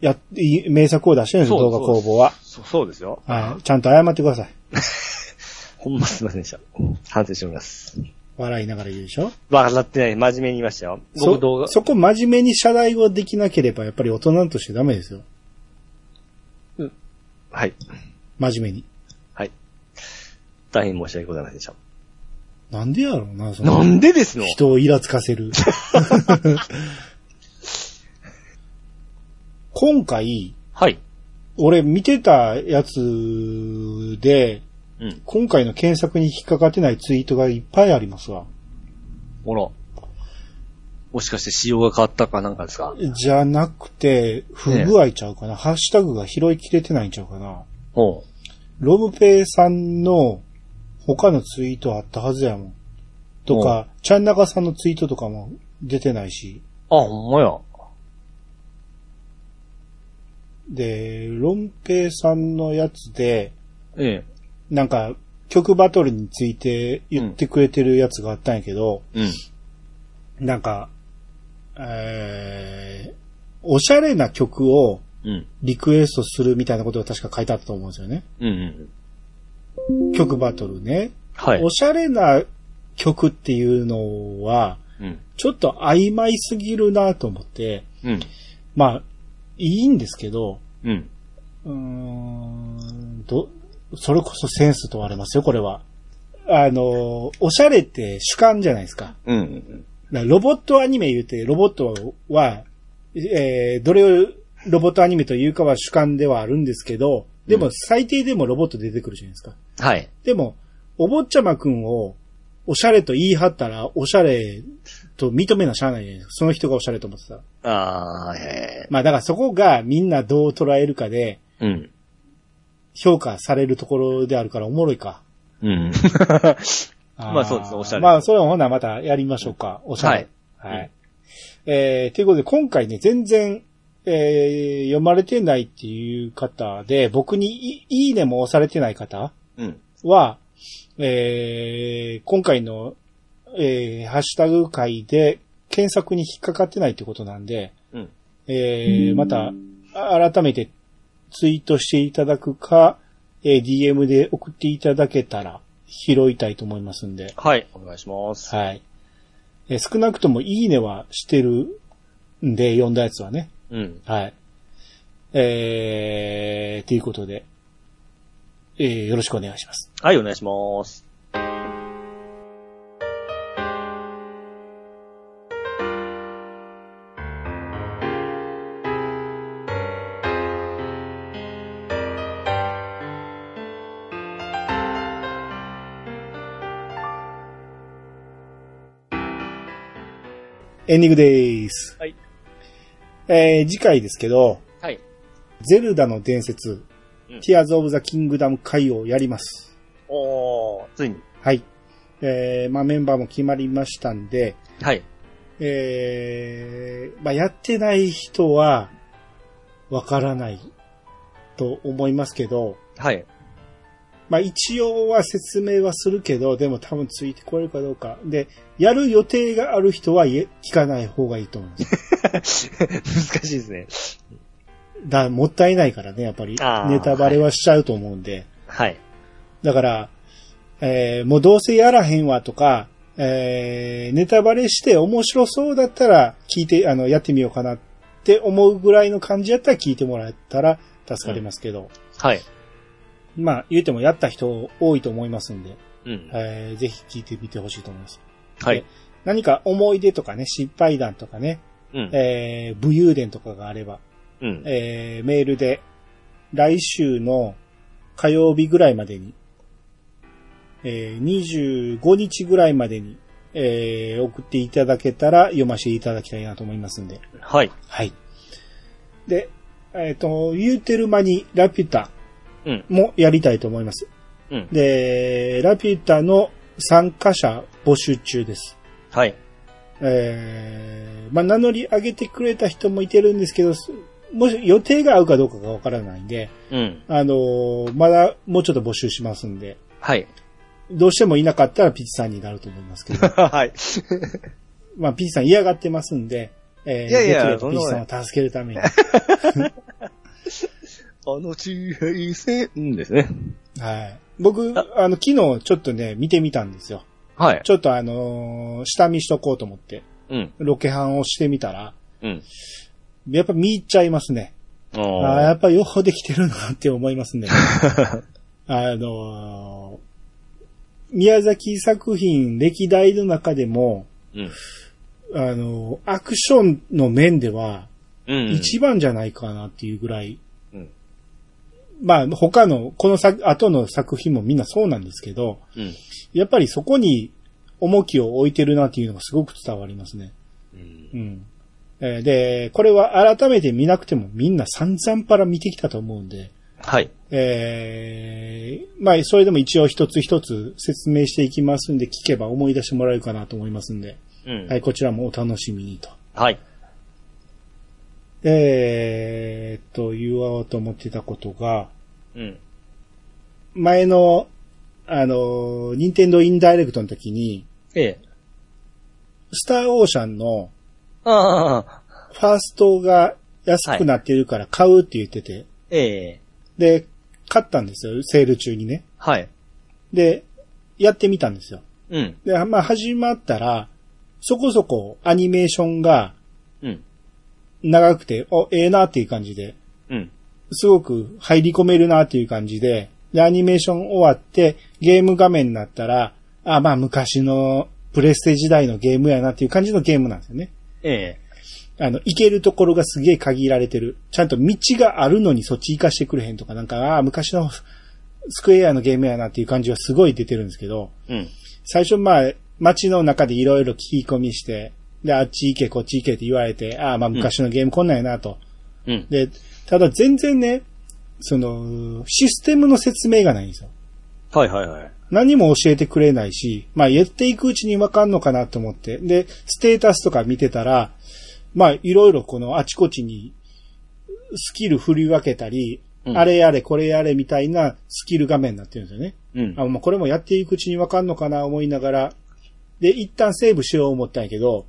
[SPEAKER 2] や、い名作を出してるんですよ、
[SPEAKER 3] そう
[SPEAKER 2] 動画工房は。
[SPEAKER 3] そ、そうですよ。
[SPEAKER 2] はい。ちゃんと謝ってください。
[SPEAKER 3] ほんますみませんでした。反省しております。
[SPEAKER 2] 笑いながら言うでしょ
[SPEAKER 3] 笑ってない。真面目に言いましたよ。
[SPEAKER 2] そ
[SPEAKER 3] 僕動画、
[SPEAKER 2] そこ真面目に謝罪をできなければ、やっぱり大人としてダメですよ。
[SPEAKER 3] はい。
[SPEAKER 2] 真面目に。
[SPEAKER 3] 大変申し訳ございませんでした。
[SPEAKER 2] なんでやろうな、そ
[SPEAKER 3] な
[SPEAKER 2] の、
[SPEAKER 3] んでですの
[SPEAKER 2] 人をイラつかせ る。今回、
[SPEAKER 3] はい。
[SPEAKER 2] 俺見てたやつで、
[SPEAKER 3] うん。
[SPEAKER 2] 今回の検索に引っかかってないツイートがいっぱいありますわ。
[SPEAKER 3] ほら。もしかして仕様が変わったかなんかですか
[SPEAKER 2] じゃなくて、不具合ちゃうかな、ハッシュタグが拾いきれてないんちゃうかな
[SPEAKER 3] ほう。
[SPEAKER 2] ロブペイさんの他のツイートあったはずやもん。とか、チャンナカさんのツイートとかも出てないし。
[SPEAKER 3] あ、ほんまや。
[SPEAKER 2] で、ロンペイさんのやつで、
[SPEAKER 3] え
[SPEAKER 2] なんか、曲バトルについて言ってくれてるやつがあったんやけど、
[SPEAKER 3] え。うん。
[SPEAKER 2] なんか、えー、おしゃれな曲を
[SPEAKER 3] うん。
[SPEAKER 2] リクエストするみたいなことが確か書いてあったと思うんですよね。
[SPEAKER 3] うんうん。
[SPEAKER 2] 曲バトルね。
[SPEAKER 3] はい
[SPEAKER 2] お。しゃれな曲っていうのは、
[SPEAKER 3] うん。
[SPEAKER 2] ちょっと曖昧すぎるなと思って、
[SPEAKER 3] うん。
[SPEAKER 2] まあ、いいんですけど、
[SPEAKER 3] うん。
[SPEAKER 2] うーん、ど、それこそセンス問われますよ、これは。あの、おしゃれって主観じゃないですか。
[SPEAKER 3] うんうん。
[SPEAKER 2] だからロボットアニメ言うて、ロボットは、えー、どれをロボットアニメというかは主観ではあるんですけど、で
[SPEAKER 3] う
[SPEAKER 2] も
[SPEAKER 3] ん
[SPEAKER 2] 最低でもロボット出てくるじゃないですか。
[SPEAKER 3] はい。
[SPEAKER 2] でも、お坊ちゃまくんを、おしゃれと言い張ったら、おしゃれと認めなしゃあないじゃないですか。その人がおしゃれと思ってたら。
[SPEAKER 3] ああ、え
[SPEAKER 2] まあだからそこがみんなどう捉えるかで、
[SPEAKER 3] え。うん。
[SPEAKER 2] 評価されるところであるからおもろいか。
[SPEAKER 3] うん。
[SPEAKER 2] ー
[SPEAKER 3] まあそうですねおしゃれ
[SPEAKER 2] まあそれはほなまたやりましょうか。おしゃれ。
[SPEAKER 3] は
[SPEAKER 2] はいい。えー、ということで今回ね、全然、えー、読まれてないっていう方で、僕にいいいねも押されてない方
[SPEAKER 3] うん。
[SPEAKER 2] は、えー、今回の、えー、ハッシュタグ会で検索に引っかかってないってことなんで、
[SPEAKER 3] うん。
[SPEAKER 2] えー、また、あ改めてツイートしていただくか、えー DM で送っていただけたら拾いたいと思いますんで、
[SPEAKER 3] はい。お願いします。
[SPEAKER 2] はい。えー少なくともいいねはしてるんで、読んだやつはね。
[SPEAKER 3] うん。
[SPEAKER 2] はい。えー、ということで、えー、よろしくお願いします。
[SPEAKER 3] はい、お願いします。
[SPEAKER 2] エンディングです。
[SPEAKER 3] はい。
[SPEAKER 2] えー、次回ですけど、
[SPEAKER 3] はい。
[SPEAKER 2] ゼルダの伝説、
[SPEAKER 3] うん
[SPEAKER 2] ティアーズ・オブ・ザ・キングダム会をやります。
[SPEAKER 3] おー、ついに。
[SPEAKER 2] はい。えー、まあメンバーも決まりましたんで、
[SPEAKER 3] はい。
[SPEAKER 2] えー、まあやってない人は、わからないと思いますけど、
[SPEAKER 3] はい。
[SPEAKER 2] まあ一応は説明はするけど、でも多分ついてこれるかどうか。で、やる予定がある人はいえ聞かない方がいいと思います。
[SPEAKER 3] 難しいですね。
[SPEAKER 2] だもったいないからね、やっぱり
[SPEAKER 3] あー。
[SPEAKER 2] ネタバレはしちゃうと思うんで。
[SPEAKER 3] はい。
[SPEAKER 2] だから、えーもうどうせやらへんわとか、えーネタバレして面白そうだったら聞いて、あの、やってみようかなって思うぐらいの感じやったら聞いてもらえたら助かりますけど、
[SPEAKER 3] はい。
[SPEAKER 2] まあ言うてもやった人多いと思いますんで、
[SPEAKER 3] うん。
[SPEAKER 2] えーぜひ聞いてみてほしいと思います。
[SPEAKER 3] はい。
[SPEAKER 2] 何か思い出とかね、失敗談とかね、
[SPEAKER 3] うん。
[SPEAKER 2] えー武勇伝とかがあれば、
[SPEAKER 3] うん。
[SPEAKER 2] えーメールで、来週の火曜日ぐらいまでに、えー25日ぐらいまでに、えー送っていただけたら読ませていただきたいなと思いますんで。
[SPEAKER 3] はい。
[SPEAKER 2] はい。で、えっ、と、言うてる間にラピュタ
[SPEAKER 3] うん。
[SPEAKER 2] もやりたいと思います。
[SPEAKER 3] うん。
[SPEAKER 2] で、ラピュタの参加者募集中です。
[SPEAKER 3] はい。
[SPEAKER 2] えー、まあ、名乗り上げてくれた人もいてるんですけど、すもし予定が合うかどうかがわからないんで、
[SPEAKER 3] うん。
[SPEAKER 2] あのーまだもうちょっと募集しますんで、
[SPEAKER 3] はい。
[SPEAKER 2] どうしてもいなかったらピチさんになると思いますけど、
[SPEAKER 3] はい。
[SPEAKER 2] まあ、ピチさん嫌がってますんで、えー、
[SPEAKER 3] いやいや
[SPEAKER 2] できればピチさんを助けるために、
[SPEAKER 3] あの地平線ですね。
[SPEAKER 2] はい。僕、あの、昨日ちょっとね、見てみたんですよ。
[SPEAKER 3] はい。
[SPEAKER 2] ちょっとあのー下見しとこうと思って、
[SPEAKER 3] うん。
[SPEAKER 2] ロケハンをしてみたら、
[SPEAKER 3] うん。
[SPEAKER 2] やっぱ見入っちゃいますね。ああー、や
[SPEAKER 3] あ
[SPEAKER 2] っぱようできてるなって思います ね。あのー宮崎作品歴代の中でも、
[SPEAKER 3] うん。
[SPEAKER 2] あのーアクションの面では、
[SPEAKER 3] うん。
[SPEAKER 2] 一番じゃないかなっていうぐらい、
[SPEAKER 3] うん
[SPEAKER 2] まあ他の、この作、後の作品もみんなそうなんですけど、
[SPEAKER 3] うん。
[SPEAKER 2] やっぱりそこに重きを置いてるなっていうのがすごく伝わりますね。
[SPEAKER 3] うん
[SPEAKER 2] うん。えーで、これは改めて見なくてもみんな散々パラ見てきたと思うんで、
[SPEAKER 3] はい。
[SPEAKER 2] えーまあ、それでも一応一つ一つ説明していきますんで、聞けば思い出してもらえるかなと思いますんで、
[SPEAKER 3] うん
[SPEAKER 2] はい、こちらもお楽しみにと。
[SPEAKER 3] はい。
[SPEAKER 2] えーっと、言おうと思ってたことが、
[SPEAKER 3] うん。
[SPEAKER 2] 前の、あの、任天堂インダイレクトの時に、
[SPEAKER 3] ええ。
[SPEAKER 2] スターオーシャンの
[SPEAKER 3] ああ、
[SPEAKER 2] ファーストが安くなってるから買うって言ってて、
[SPEAKER 3] ええ。
[SPEAKER 2] で、買ったんですよ、セール中にね。
[SPEAKER 3] はい。
[SPEAKER 2] で、やってみたんですよ。
[SPEAKER 3] うん。
[SPEAKER 2] で、まあ始まったら、そこそこアニメーションが
[SPEAKER 3] うん。
[SPEAKER 2] 長くて、お、ええなっていう感じで、
[SPEAKER 3] うん。
[SPEAKER 2] すごく入り込めるなっていう感じで、で、アニメーション終わって、ゲーム画面になったら、あ、まあ昔のプレステ時代のゲームやなっていう感じのゲームなんですよね。
[SPEAKER 3] ええ。
[SPEAKER 2] あの、行けるところがすげえ限られてる。ちゃんと道があるのにそっち行かしてくれへんとか、なんか、ああ、昔のスクエアのゲームやなっていう感じはすごい出てるんですけど、
[SPEAKER 3] うん。
[SPEAKER 2] 最初まあ、街の中でいろいろ聞き込みして、で、あっち行け、こっち行けって言われて、ああ、まあ昔のゲームこんなんやなと。
[SPEAKER 3] うん。
[SPEAKER 2] で、ただ全然ね、その、システムの説明がないんですよ。
[SPEAKER 3] はいはいはい。
[SPEAKER 2] 何も教えてくれないし、まあ言っていくうちにわかんのかなと思って、で、ステータスとか見てたら、まあいろいろこのあちこちにスキル振り分けたり、
[SPEAKER 3] うん
[SPEAKER 2] あれやれこれやれみたいなスキル画面になってるんですよね。
[SPEAKER 3] うん。
[SPEAKER 2] あ、まあ、これもやっていくうちにわかんのかな思いながら、で、一旦セーブしよう思ったんやけど、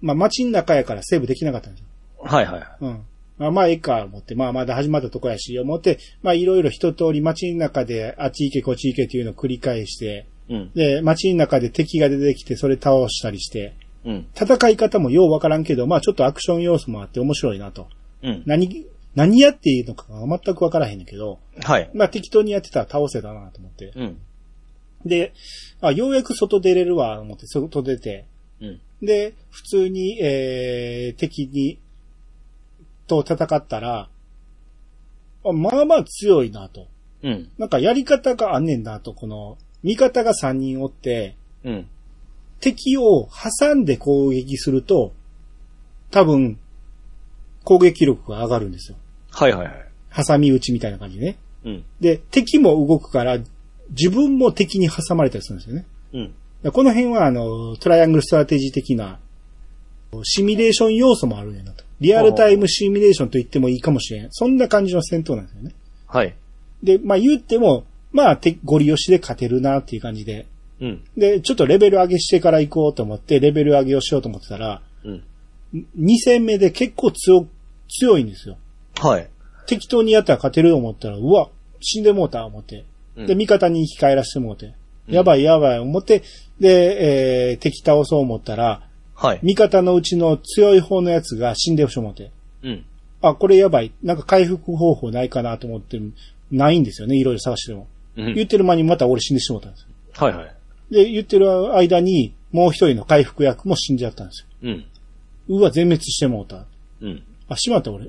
[SPEAKER 2] まあ、街の中やからセーブできなかったんですよ。
[SPEAKER 3] はいはいはい。
[SPEAKER 2] うん。まあ、まあ、ええか、思って。まあ、まだ始まったとこやし、思って、まあ、いろいろ一通り街の中で、あっち行け、こっち行けっていうのを繰り返して、
[SPEAKER 3] うん。
[SPEAKER 2] で、街の中で敵が出てきて、それ倒したりして、
[SPEAKER 3] うん。
[SPEAKER 2] 戦い方もようわからんけど、まあ、ちょっとアクション要素もあって面白いなと。
[SPEAKER 3] うん。
[SPEAKER 2] 何、何やっていいのかが全くわからへんねんけど、
[SPEAKER 3] はい。
[SPEAKER 2] まあ、適当にやってたら倒せたなと思って。
[SPEAKER 3] うん。
[SPEAKER 2] で、あ、ようやく外出れるわ、思って、外出て。
[SPEAKER 3] うん。
[SPEAKER 2] で、普通に、えー、敵に、と戦ったら、あまあまあ強いなと。
[SPEAKER 3] うん。
[SPEAKER 2] なんかやり方があんねんなと、この、味方が3人おって、
[SPEAKER 3] うん。
[SPEAKER 2] 敵を挟んで攻撃すると、多分、攻撃力が上がるんですよ。
[SPEAKER 3] はいはいはい。
[SPEAKER 2] 挟み撃ちみたいな感じでね。
[SPEAKER 3] うん。
[SPEAKER 2] で、敵も動くから、自分も敵に挟まれたりするんですよね。
[SPEAKER 3] うん。
[SPEAKER 2] この辺は、あの、トライアングルストラテジー的な、シミュレーション要素もあるんやなと。リアルタイムシミュレーションと言ってもいいかもしれん。そんな感じの戦闘なんですよね。
[SPEAKER 3] はい。で
[SPEAKER 2] で、まあ言っても、まあ、てゴリ押しで勝てるなっていう感じで。
[SPEAKER 3] うん。
[SPEAKER 2] で、ちょっとレベル上げしてから行こうと思って、レベル上げをしようと思ってたら、
[SPEAKER 3] うん。
[SPEAKER 2] 2戦目で結構強、強いんですよ。
[SPEAKER 3] はい。
[SPEAKER 2] 適当にやったら勝てると思ったら、うわ、死んでもうた、思って。
[SPEAKER 3] うん
[SPEAKER 2] で、味方に生き返らしてもうて。
[SPEAKER 3] うん
[SPEAKER 2] やばいやばい、思って、で、えー敵倒そう思ったら、
[SPEAKER 3] はい。
[SPEAKER 2] 味方のうちの強い方のやつが死んでほしい思って。
[SPEAKER 3] うん。
[SPEAKER 2] あ、これやばい。なんか回復方法ないかなと思って、ないんですよね。いろいろ探しても。
[SPEAKER 3] うん
[SPEAKER 2] 言ってる間にまた俺死んでしまったんですよ。
[SPEAKER 3] はいはい。
[SPEAKER 2] で、言ってる間に、もう一人の回復役も死んじゃったんです
[SPEAKER 3] うん。
[SPEAKER 2] よ。うわ、全滅してもうた。
[SPEAKER 3] うん。
[SPEAKER 2] あ、しまった俺。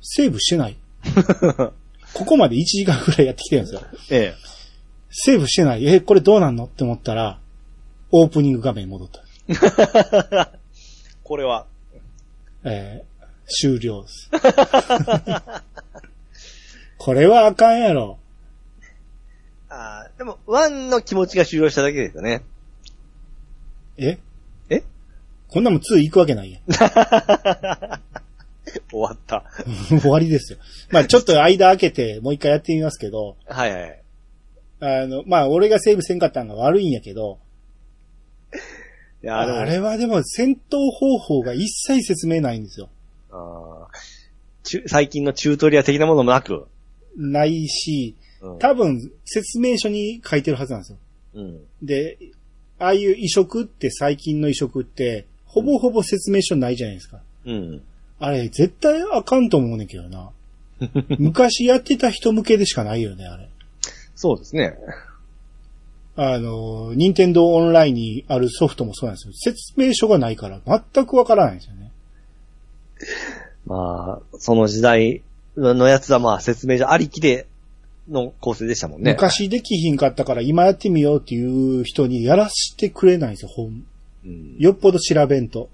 [SPEAKER 2] セーブしてない。ここまで1時間くらいやってきてるんですよ。
[SPEAKER 3] え え。
[SPEAKER 2] セーブしてない。え、これどうなんのって思ったら、オープニング画面に戻った。
[SPEAKER 3] これは。
[SPEAKER 2] えー終了 です。これはあかんやろ。
[SPEAKER 3] あーでも、ワンの気持ちが終了しただけですよね。
[SPEAKER 2] え
[SPEAKER 3] え
[SPEAKER 2] こんなもん2行くわけないやん。
[SPEAKER 3] 終わった。
[SPEAKER 2] 終わりですよ。まあちょっと間開けてもう一回やってみますけど、
[SPEAKER 3] はいはいはい。
[SPEAKER 2] あの、まあ俺がセーブせんかったんが悪いんやけど、
[SPEAKER 3] いや
[SPEAKER 2] あ
[SPEAKER 3] ーでも
[SPEAKER 2] れはでも戦闘方法が一切説明ないんですよ。
[SPEAKER 3] あーちゅ最近のチュートリア的なものもなく。
[SPEAKER 2] ないし、
[SPEAKER 3] うん。
[SPEAKER 2] 多分説明書に書いてるはずなんですよ。
[SPEAKER 3] うん。
[SPEAKER 2] で、ああいう移植って最近の移植って、ほぼほぼ説明書ないじゃないですか。
[SPEAKER 3] うん。
[SPEAKER 2] あれ、絶対あかんと思うねんけどな。昔やってた人向けでしかないよね、あれ。
[SPEAKER 3] そうですね。
[SPEAKER 2] あの、任天堂オンラインにあるソフトもそうなんですよ。説明書がないから全くわからないんですよね。
[SPEAKER 3] まあ、その時代のやつはまあ説明書ありきでの構成でしたもんね。
[SPEAKER 2] 昔できひんかったから今やってみようっていう人にやらしてくれないんですよ、本。
[SPEAKER 3] うん
[SPEAKER 2] よっぽど調べんと。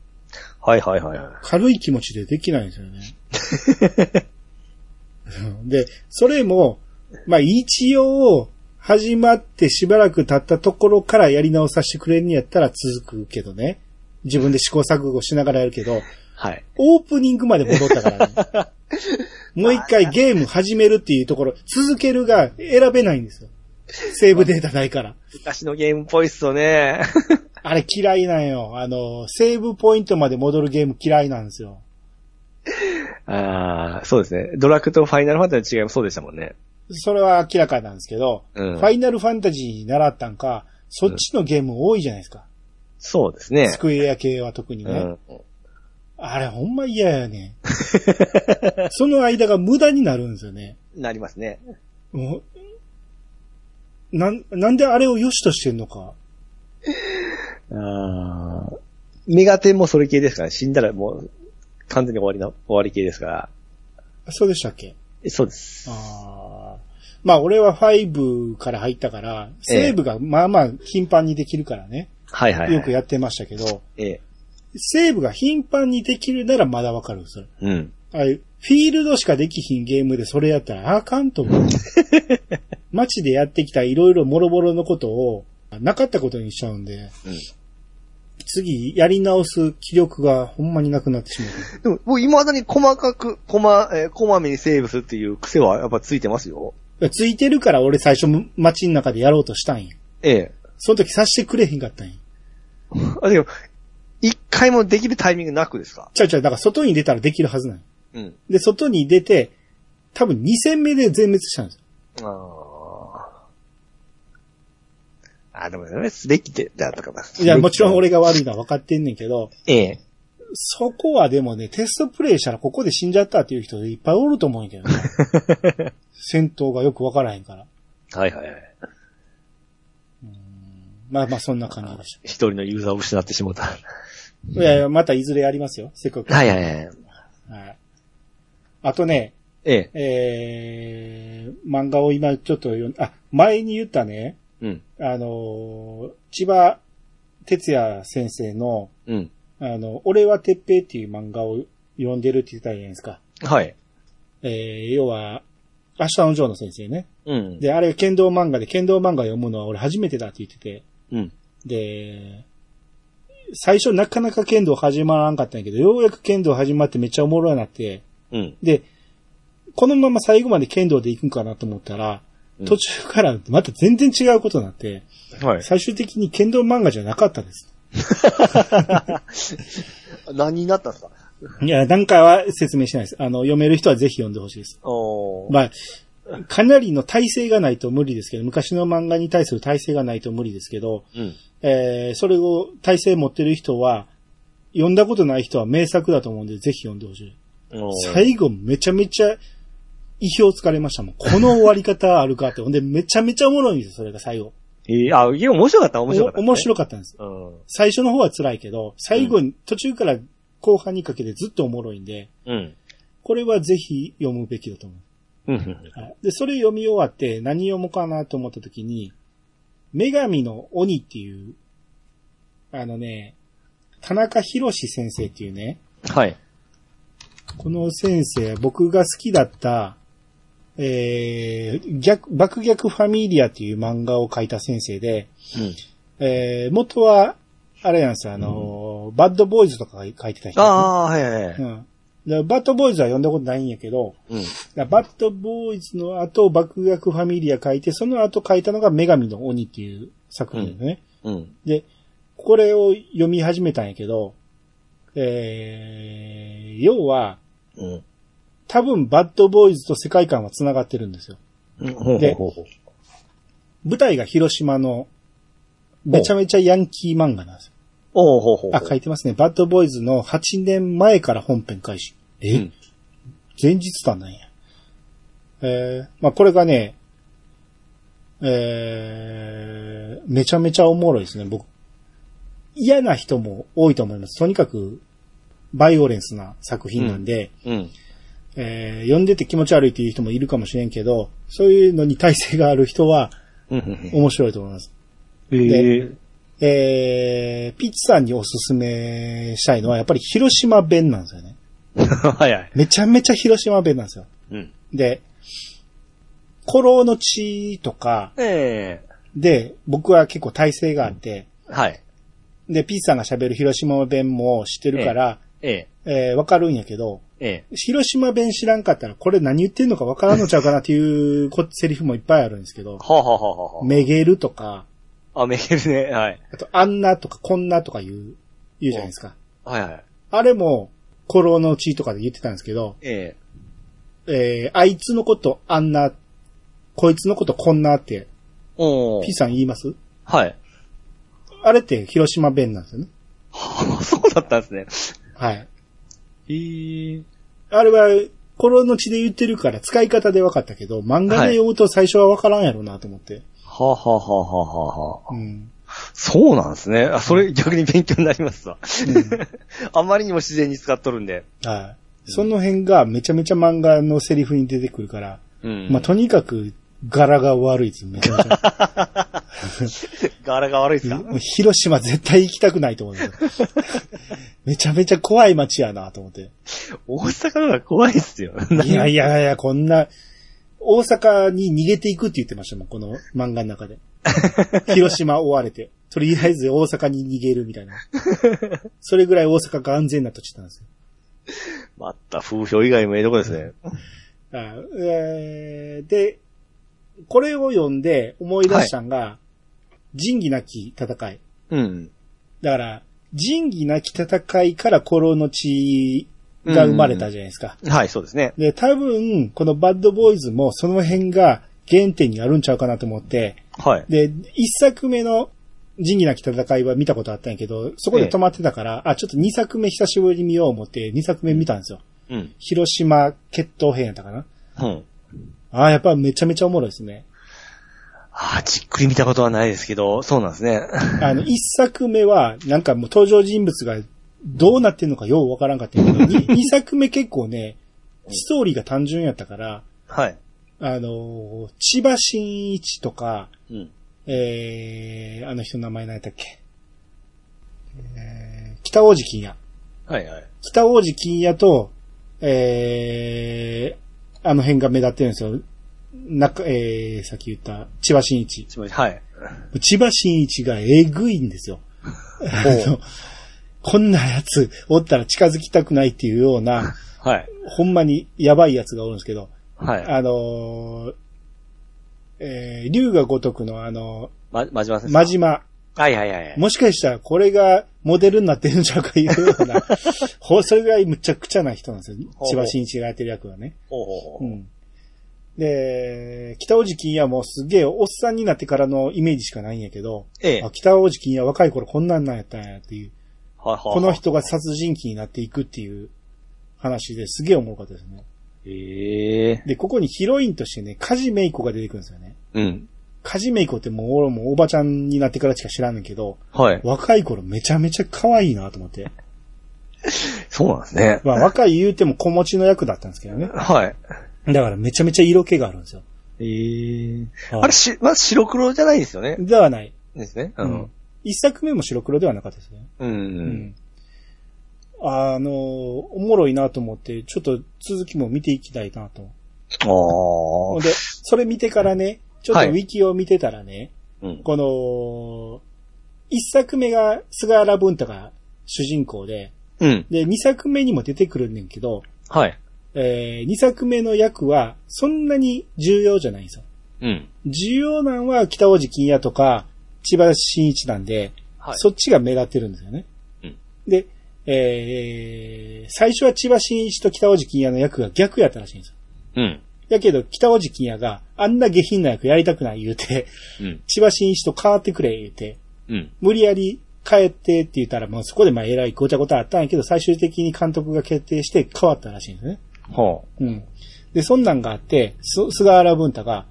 [SPEAKER 3] はいはいはいはい。
[SPEAKER 2] 軽い気持ちでできないんですよね。うんで、それも、まあ一応、始まってしばらく経ったところからやり直させてくれるんやったら続くけどね。自分で試行錯誤しながらやるけど、
[SPEAKER 3] はい。
[SPEAKER 2] オープニングまで戻ったから ね。もう一回ゲーム始めるっていうところ、続けるが選べないんですよ。セーブデータないから。
[SPEAKER 3] 昔のゲームっぽいっすよね。
[SPEAKER 2] あれ嫌いなんよ。あの、セーブポイントまで戻るゲーム嫌いなんですよ。
[SPEAKER 3] ああ、そうですね。ドラクとファイナルファンタジーの違いもそうでしたもんね。
[SPEAKER 2] それは明らかなんですけど、
[SPEAKER 3] うん
[SPEAKER 2] ファイナルファンタジーに習ったんか、そっちのゲーム多いじゃないですか。
[SPEAKER 3] そうですね
[SPEAKER 2] ス。クエア系は特に
[SPEAKER 3] う
[SPEAKER 2] ね。
[SPEAKER 3] ん。
[SPEAKER 2] あれほんま嫌や ね。その間が無駄になるんですよね。
[SPEAKER 3] なりますね。
[SPEAKER 2] もうなん、なんであれを良しとしてんのか。
[SPEAKER 3] ああ。メガテンもそれ系ですから、ね、死んだらもう完全に終わりの、終わり系ですから。
[SPEAKER 2] そうでしたっけ
[SPEAKER 3] そうです。
[SPEAKER 2] あーまあ俺は5から入ったから、セーブがまあまあ頻繁にできるからね。
[SPEAKER 3] はいはい、はい。
[SPEAKER 2] よくやってましたけど、
[SPEAKER 3] ええ。
[SPEAKER 2] セーブが頻繁にできるならまだわかるんですよ。
[SPEAKER 3] うん。
[SPEAKER 2] あれ、フィールドしかできひんゲームでそれやったらあかんと 思う。街でやってきたいろいろもろもろのことを、なかったことにしちゃうんで、
[SPEAKER 3] うん
[SPEAKER 2] 次やり直す気力がほんまになくなってしまう。
[SPEAKER 3] でも、僕、未だに細かく、こま、えーこまめにセーブするっていう癖はやっぱついてますよ。
[SPEAKER 2] いやついてるから俺最初街の中でやろうとしたんや。
[SPEAKER 3] ええ。
[SPEAKER 2] その時さしてくれへんかったんや。
[SPEAKER 3] あ、でも、一回もできるタイミングなくですか
[SPEAKER 2] ちゃうちゃう、だから外に出たらできるはずなんや。
[SPEAKER 3] うん。
[SPEAKER 2] で、外に出て、多分2戦目で全滅したんですよ。
[SPEAKER 3] ああ。あ、でもね、すべきで、だとかます。
[SPEAKER 2] いや、もちろん。俺が悪いのは分かってんねんけど、
[SPEAKER 3] ええ。
[SPEAKER 2] そこはでもね、テストプレイしたらここで死んじゃったっていう人いっぱいおると思うんやけどね。戦闘がよくわからへんから。
[SPEAKER 3] はいはいはい。
[SPEAKER 2] まあまあそんな感じでし
[SPEAKER 3] 一人のユーザーを失ってしまった。は
[SPEAKER 2] た。いやいや、またいずれやりますよ。せっかく。
[SPEAKER 3] いはいはい。
[SPEAKER 2] はい。あとね、
[SPEAKER 3] ええ。
[SPEAKER 2] えー、漫画を今ちょっと読ん、あ、前に言ったね、
[SPEAKER 3] うん。
[SPEAKER 2] あのー千葉哲也先生の、
[SPEAKER 3] うん。
[SPEAKER 2] あの、俺はてっぺいっていう漫画を読んでるって言ってたじゃないですか。
[SPEAKER 3] はい。
[SPEAKER 2] えー、要は、明日のジョーの先生ね。
[SPEAKER 3] うん。
[SPEAKER 2] で、あれ、剣道漫画で、剣道漫画読むのは俺初めてだって言ってて、
[SPEAKER 3] うん。
[SPEAKER 2] で、最初なかなか剣道始まらんかったんやけど、ようやく剣道始まってめっちゃおもろいなって、
[SPEAKER 3] うん。
[SPEAKER 2] で、このまま最後まで剣道で行くんかなと思ったら
[SPEAKER 3] う、ん
[SPEAKER 2] 途中からまた全然違うことになって、
[SPEAKER 3] はい。
[SPEAKER 2] 最終的に剣道漫画じゃなかったです。
[SPEAKER 3] 何になったんですか
[SPEAKER 2] いや、段階は説明しないです。あの、読める人はぜひ読んでほしいです。
[SPEAKER 3] おー。
[SPEAKER 2] まあ、かなりの体制がないと無理ですけど、昔の漫画に対する体制がないと無理ですけど、
[SPEAKER 3] うん。
[SPEAKER 2] えーそれを体制持ってる人は、読んだことない人は名作だと思うんで、ぜひ読んでほしい。
[SPEAKER 3] おー
[SPEAKER 2] 最後めちゃめちゃ、意表をつかれましたもん。この終わり方あるかって。ほんで、めちゃめちゃおもろいんですよ、それが最後。
[SPEAKER 3] えー、あ、いや、面白かった、面白かった、
[SPEAKER 2] お面白かったんです。
[SPEAKER 3] うん。
[SPEAKER 2] 最初の方は辛いけど、最後に、途中から後半にかけてずっとおもろいんで、
[SPEAKER 3] うん。
[SPEAKER 2] これはぜひ読むべきだと思う。
[SPEAKER 3] うん。
[SPEAKER 2] はいで、それ読み終わって何読もうかなと思った時に、女神の鬼っていう、あのね、田中博士先生っていうね、
[SPEAKER 3] はい。
[SPEAKER 2] この先生、僕が好きだった、えー、逆、爆逆ファミリアっていう漫画を書いた先生で、
[SPEAKER 3] うん。
[SPEAKER 2] えー、元は、あれなんですよ、あのー、バッドボーイズとかが書いてた人。
[SPEAKER 3] ああ、はいはいは
[SPEAKER 2] う
[SPEAKER 3] い。
[SPEAKER 2] ん。でバッドボーイズは読んだことないんやけど、
[SPEAKER 3] うん。
[SPEAKER 2] だからバッドボーイズの後、爆薬ファミリア書いて、その後書いたのが女神の鬼っていう作品ですね。
[SPEAKER 3] うん。
[SPEAKER 2] で、これを読み始めたんやけど、えー、要は、
[SPEAKER 3] うん。
[SPEAKER 2] 多分バッドボーイズと世界観は繋がってるんですよ。
[SPEAKER 3] うんほうほう
[SPEAKER 2] で
[SPEAKER 3] ほうほう。
[SPEAKER 2] 舞台が広島の、めちゃめちゃヤンキー漫画なんですよ。
[SPEAKER 3] おうほうほうほう。
[SPEAKER 2] あ、書いてますね。バッドボーイズの8年前から本編開始。え、
[SPEAKER 3] うん
[SPEAKER 2] 前日談なんや。えー、まあ、これがね、えー、めちゃめちゃおもろいですね、僕。嫌な人も多いと思います。とにかく、バイオレンスな作品なんで、
[SPEAKER 3] うん。
[SPEAKER 2] えー読んでて気持ち悪いっていう人もいるかもしれんけど、そういうのに耐性がある人は
[SPEAKER 3] うんうん
[SPEAKER 2] 面白いと思います。
[SPEAKER 3] うん。ええ。
[SPEAKER 2] えー、ピッチさんにおすすめしたいのは、やっぱり広島弁なんですよね。
[SPEAKER 3] はいはい。
[SPEAKER 2] めちゃめちゃ広島弁なんですよ。
[SPEAKER 3] うん。
[SPEAKER 2] で、古老の地とか
[SPEAKER 3] ええ。
[SPEAKER 2] で、僕は結構体制があって、
[SPEAKER 3] はい。
[SPEAKER 2] で、ピッチさんが喋る広島弁も知ってるから、
[SPEAKER 3] ええ。
[SPEAKER 2] えーわかるんやけど、
[SPEAKER 3] ええ。
[SPEAKER 2] 広島弁知らんかったら、これ何言ってんのかわからんのちゃうかなっていうこセリフもいっぱいあるんですけど、
[SPEAKER 3] はあ、はあはあは
[SPEAKER 2] めげるとか、
[SPEAKER 3] あ、あ、めげるね。はい。
[SPEAKER 2] あと、あんなとかこんなとか言う、言うじゃないですか。
[SPEAKER 3] はいはい。
[SPEAKER 2] あれも、古老の地とかで言ってたんですけど、
[SPEAKER 3] え
[SPEAKER 2] えー、あいつのことあんな、こいつのことこんなって、
[SPEAKER 3] え。おー
[SPEAKER 2] P さん言います
[SPEAKER 3] はい。
[SPEAKER 2] あれって広島弁なんですよね。
[SPEAKER 3] はあ、そうだったんです
[SPEAKER 2] はい。
[SPEAKER 3] ね。ええ。
[SPEAKER 2] あれは、頃の地で言ってるから使い方で分かったけど、漫画で読むと最初は分からんやろうなと思って。
[SPEAKER 3] はあ、はあはあはあはあはあ。
[SPEAKER 2] うん。
[SPEAKER 3] そうなんですね。あ、それ逆に勉強になりますわ。あまりにも自然に使っとるんで。
[SPEAKER 2] はい。その辺がめちゃめちゃ漫画のセリフに出てくるから、
[SPEAKER 3] うん。
[SPEAKER 2] まあ、とにかく柄が悪いです、めちゃめちゃ。
[SPEAKER 3] 柄が悪いです か、
[SPEAKER 2] もう広島絶対行きたくないと思うんですよめちゃめちゃ怖い街やなと思って。
[SPEAKER 3] 大阪のが怖いっすよ。
[SPEAKER 2] いやいやいや、こんな、大阪に逃げていくって言ってましたもん、この漫画の中で。広島追われて。とりあえず大阪に逃げるみたいな。それぐらい大阪が安全な土地なんですよ。
[SPEAKER 3] また風評以外もええとこですね。
[SPEAKER 2] あえーで、これを読んで思い出したんが、仁義なき戦い。
[SPEAKER 3] うん。
[SPEAKER 2] だから、仁義なき戦いから古老の地が生まれたじゃないですか。
[SPEAKER 3] はい、そうですね。
[SPEAKER 2] で、多分、このバッドボーイズもその辺が原点にあるんちゃうかなと思って、
[SPEAKER 3] はい。
[SPEAKER 2] で、一作目の仁義なき戦いは見たことあったんやけど、そこで止まってたから、あ、ちょっと二作目久しぶりに見よう思って、二作目見たんですよ。
[SPEAKER 3] うん。
[SPEAKER 2] 広島決闘編やったかな。
[SPEAKER 3] うん。
[SPEAKER 2] あーやっぱめちゃめちゃおもろいですね。
[SPEAKER 3] ああ、じっくり見たことはないですけど、そうなんですね。
[SPEAKER 2] あの、一作目は、なんかもう登場人物がどうなってんのかようわからんかったんやけど、に二作目結構ね、ストーリーが単純やったから、
[SPEAKER 3] はい。
[SPEAKER 2] あのー千葉真一とか、
[SPEAKER 3] うん。
[SPEAKER 2] えー、あの人の名前何やったっけ。えー、北王子金也。
[SPEAKER 3] はいはい。
[SPEAKER 2] 北王子金也と、えー、あの辺が目立ってるんですよ。なか、えー、さっき言った、千葉真一。
[SPEAKER 3] すみませ ん。はい。
[SPEAKER 2] 千葉真一がえぐいんですよ。あのこんなやつおったら近づきたくないっていうような、
[SPEAKER 3] はい。
[SPEAKER 2] ほんまにやばいやつがおるんですけど、
[SPEAKER 3] はい。
[SPEAKER 2] あのー、えー、竜が如くのあの
[SPEAKER 3] ま、まじま
[SPEAKER 2] ー、
[SPEAKER 3] せん。
[SPEAKER 2] 真。島、
[SPEAKER 3] はいはいはいはい。
[SPEAKER 2] もしかしたらこれがモデルになってるんちゃうかいうよう な、ほそれぐらいむちゃくちゃな人なんですよ。
[SPEAKER 3] ほう
[SPEAKER 2] 千葉真一がやってる役はね。
[SPEAKER 3] ほうほう
[SPEAKER 2] う
[SPEAKER 3] ほう。
[SPEAKER 2] ん。で、北王子金也もすげえおっさんになってからのイメージしかないんやけど、
[SPEAKER 3] ええ。
[SPEAKER 2] あ
[SPEAKER 3] はい
[SPEAKER 2] 北王子金也若い頃こんなんなんやったんやっていう、
[SPEAKER 3] はいはい。
[SPEAKER 2] この。人が殺人鬼になっていくっていう話ですげえ面白かったですね。
[SPEAKER 3] ええ。
[SPEAKER 2] で、ここにヒロインとしてね、カジメイコが出てくるんですよね。
[SPEAKER 3] うん。
[SPEAKER 2] カジメイコってもう俺もおばちゃんになってからしか知らんねんけど、
[SPEAKER 3] はい。
[SPEAKER 2] 若い頃めちゃめちゃ可愛いなと思って。
[SPEAKER 3] そうなんですね。
[SPEAKER 2] まあ若い言うても子持ちの役だったんですけどね。
[SPEAKER 3] はい。
[SPEAKER 2] だからめちゃめちゃ色気があるんですよ。
[SPEAKER 3] ええ。
[SPEAKER 2] はい
[SPEAKER 3] あれ、し、まあ、白黒じゃないですよね。
[SPEAKER 2] ではない。
[SPEAKER 3] ですね。
[SPEAKER 2] う
[SPEAKER 3] うん
[SPEAKER 2] ん。一作目も白黒ではなかったですね。
[SPEAKER 3] うん。
[SPEAKER 2] うん。あの、おもろいなと思って、ちょっと続きも見ていきたいなと。
[SPEAKER 3] お
[SPEAKER 2] で、それ見てからね、ちょっ
[SPEAKER 3] はい
[SPEAKER 2] とウィキを見てたらね、
[SPEAKER 3] うん。
[SPEAKER 2] この、一作目が菅原文太が主人公で、
[SPEAKER 3] うん。
[SPEAKER 2] で、二作目にも出てくるんねんけど、
[SPEAKER 3] はい。
[SPEAKER 2] えー二作目の役はそんなに重要じゃないんですよ。
[SPEAKER 3] うん。
[SPEAKER 2] 重要なんは北王子金也とか千葉真一なんで、
[SPEAKER 3] はい。
[SPEAKER 2] そっちが目立ってるんですよね。
[SPEAKER 3] うん
[SPEAKER 2] で、えー最初は千葉真一と北王子金也の役が逆やったらしいんですよ。
[SPEAKER 3] うん。
[SPEAKER 2] やけど、北王子金也があんな下品な役やりたくない言うて、
[SPEAKER 3] うん。
[SPEAKER 2] 千葉真一と変わってくれ言うて、
[SPEAKER 3] うん。
[SPEAKER 2] 無理やり変えてって言ったら、まあそこでまあえらいごちゃごちゃあったんやけど、最終的に監督が決定して変わったらしいんですね。
[SPEAKER 3] ほ
[SPEAKER 2] うん。で、そんなんがあって、す菅原文太が、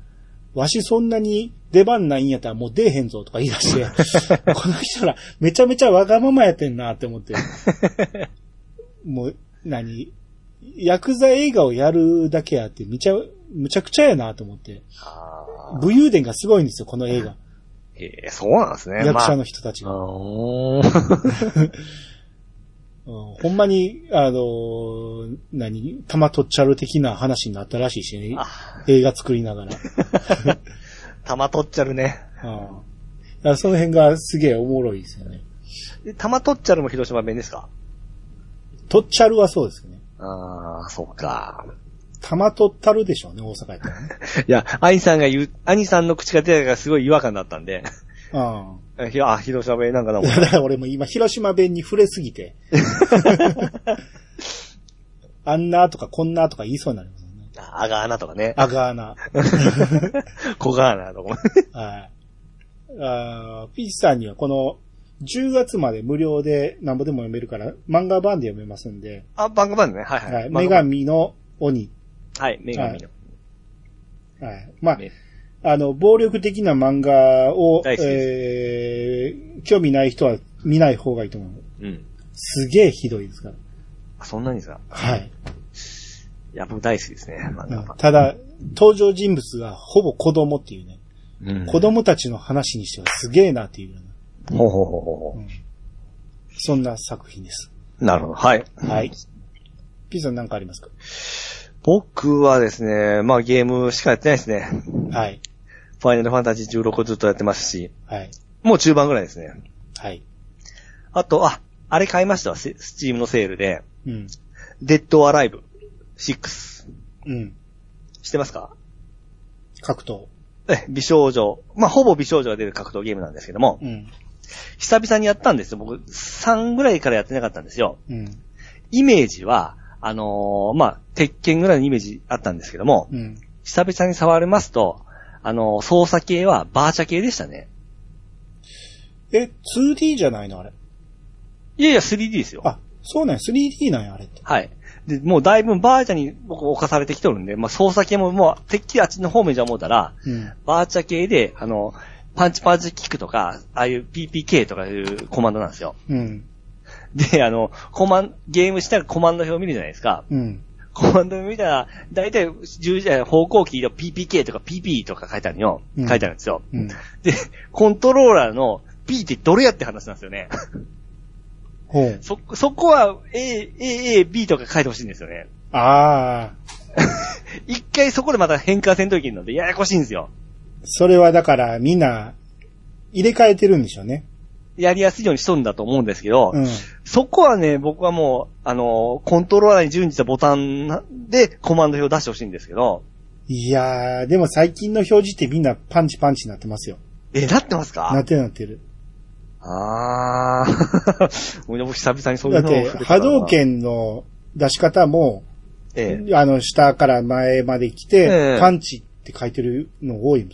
[SPEAKER 2] わしそんなに出番ないんやったらもう出えへんぞとか言い出 して、この人らめちゃめちゃわがままやってんなって思って。もう、何ヤクザ映画をやるだけやって、むちゃ、むちゃくちゃやなと思って。
[SPEAKER 3] う。ああ。
[SPEAKER 2] 武勇伝がすごいんですよ、この映画。
[SPEAKER 3] ええ、そうなんですね。
[SPEAKER 2] 役者の
[SPEAKER 3] 人。
[SPEAKER 2] 人たち
[SPEAKER 3] ま
[SPEAKER 2] が。
[SPEAKER 3] あ、おー
[SPEAKER 2] うんほんまに、あのー何玉取っちゃる的な話になったらしいしね。
[SPEAKER 3] あ
[SPEAKER 2] 映画作りながら。
[SPEAKER 3] 玉取っちゃるね。
[SPEAKER 2] ああ。だからその辺がすげえおもろいですよね。
[SPEAKER 3] で玉取っちゃるも広島弁ですか
[SPEAKER 2] とっちゃるはそうですね。
[SPEAKER 3] ああ、そうか。
[SPEAKER 2] 玉とったるでしょうね、大阪やった らね。
[SPEAKER 3] いや、兄さんが言う、兄さんの口が出たからすごい違和感だったんで。
[SPEAKER 2] あ
[SPEAKER 3] あ、ひあ広島弁なんかな
[SPEAKER 2] あ。 だから俺も今、広島弁に触れすぎて。あんなとかこんなとか言いそうになりますよね。
[SPEAKER 3] あがーなとかね。
[SPEAKER 2] あがーな。
[SPEAKER 3] 小がーなとかも。
[SPEAKER 2] はい。ああ、ピーチさんにはこの、10月まで無料で何ぼでも読めるから、漫画版で読めますんで、
[SPEAKER 3] あ、バンクバンドね。はい
[SPEAKER 2] は。
[SPEAKER 3] はいい。
[SPEAKER 2] 女
[SPEAKER 3] バンク
[SPEAKER 2] 神の鬼。
[SPEAKER 3] バンドはい、女神の。
[SPEAKER 2] はい。まあ、
[SPEAKER 3] ね
[SPEAKER 2] あの、暴力的な漫画を、
[SPEAKER 3] 大好き
[SPEAKER 2] えー、興味ない人は見ない方がいいと思う。
[SPEAKER 3] うん。
[SPEAKER 2] すげえひどいですから。
[SPEAKER 3] あそんなにさ。
[SPEAKER 2] はい。
[SPEAKER 3] いや、僕大好きですね。漫画版
[SPEAKER 2] ただ、登場人物がほぼ子供っていうね。
[SPEAKER 3] うん
[SPEAKER 2] 子供たちの話にしてはすげえなっていうような、
[SPEAKER 3] ほうほうほうほ
[SPEAKER 2] うんそんな作品です。
[SPEAKER 3] う。なるほど。はい。
[SPEAKER 2] はい。ピーさんなんかありますか
[SPEAKER 3] 僕はですね、まあゲームしかやってないですね。
[SPEAKER 2] はい。
[SPEAKER 3] ファイナルファンタジー16ずっとやってますし、
[SPEAKER 2] はい。
[SPEAKER 3] もう中盤ぐらいですね。
[SPEAKER 2] はい。
[SPEAKER 3] あと、あ、あれ買いましたわ。ススチームのセールで。
[SPEAKER 2] うん。
[SPEAKER 3] デッドアライブ6。
[SPEAKER 2] うん。
[SPEAKER 3] 知ってますか
[SPEAKER 2] 格闘。
[SPEAKER 3] え、美少女。まあ、ほぼ美少女が出る格闘ゲームなんですけども
[SPEAKER 2] う、ん。
[SPEAKER 3] 久々にやったんですよ。僕、3ぐらいからやってなかったんですよ。
[SPEAKER 2] うん。
[SPEAKER 3] イメージは、あのーまあ、鉄拳ぐらいのイメージあったんですけども、
[SPEAKER 2] うん。
[SPEAKER 3] 久々に触れますと、あのー操作系はバーチャ系でしたね。
[SPEAKER 2] え、2D じゃないのあれ。
[SPEAKER 3] いやいや、3D ですよ。
[SPEAKER 2] あ、そうなんや。3D なんや、あれって。
[SPEAKER 3] はい。で、もうだいぶバーチャに僕侵されてきとるんで、まあ、操作系ももう、てっきりあっちの方面じゃ思うたら、
[SPEAKER 2] うん。
[SPEAKER 3] バーチャ系で、あの、パンチパンチキックとか、ああいう PPK とかいうコマンドなんですよ。
[SPEAKER 2] うん。
[SPEAKER 3] で、あの、コマン、ゲームしたらコマンド表見るじゃないですか。
[SPEAKER 2] うん。
[SPEAKER 3] コマンド表見たら、だいたい十字、方向キーの PPK とか PP とか書いてあるのよ。
[SPEAKER 2] うん
[SPEAKER 3] 書いてあるんですよ。
[SPEAKER 2] うん。
[SPEAKER 3] で、コントローラーの P ってどれやって話なんですよね。
[SPEAKER 2] ほう。
[SPEAKER 3] そ、そこは A、A、A、B とか書いてほしいんですよね。
[SPEAKER 2] ああ、
[SPEAKER 3] 一回そこでまた変換せんといけんので、ややこしいんですよ。
[SPEAKER 2] それはだからみんな入れ替えてるんでしょうね。
[SPEAKER 3] やりやすいようにしとるんだと思うんですけど、
[SPEAKER 2] うん。
[SPEAKER 3] そこはね、僕はもう、あの、コントローラーに準じたボタンでコマンド表を出してほしいんですけど、
[SPEAKER 2] いやー、でも最近の表示ってみんなパンチパンチになってますよ。
[SPEAKER 3] え、なってますか
[SPEAKER 2] なってるなってる。
[SPEAKER 3] あー。 もう僕久々にそうい
[SPEAKER 2] だ
[SPEAKER 3] う
[SPEAKER 2] っ
[SPEAKER 3] の
[SPEAKER 2] て、
[SPEAKER 3] 触れた
[SPEAKER 2] 波
[SPEAKER 3] な
[SPEAKER 2] 動。拳の出し方も、
[SPEAKER 3] ええ。
[SPEAKER 2] あの、下から前まで来て
[SPEAKER 3] え、え
[SPEAKER 2] パンチって書いてるの多いもん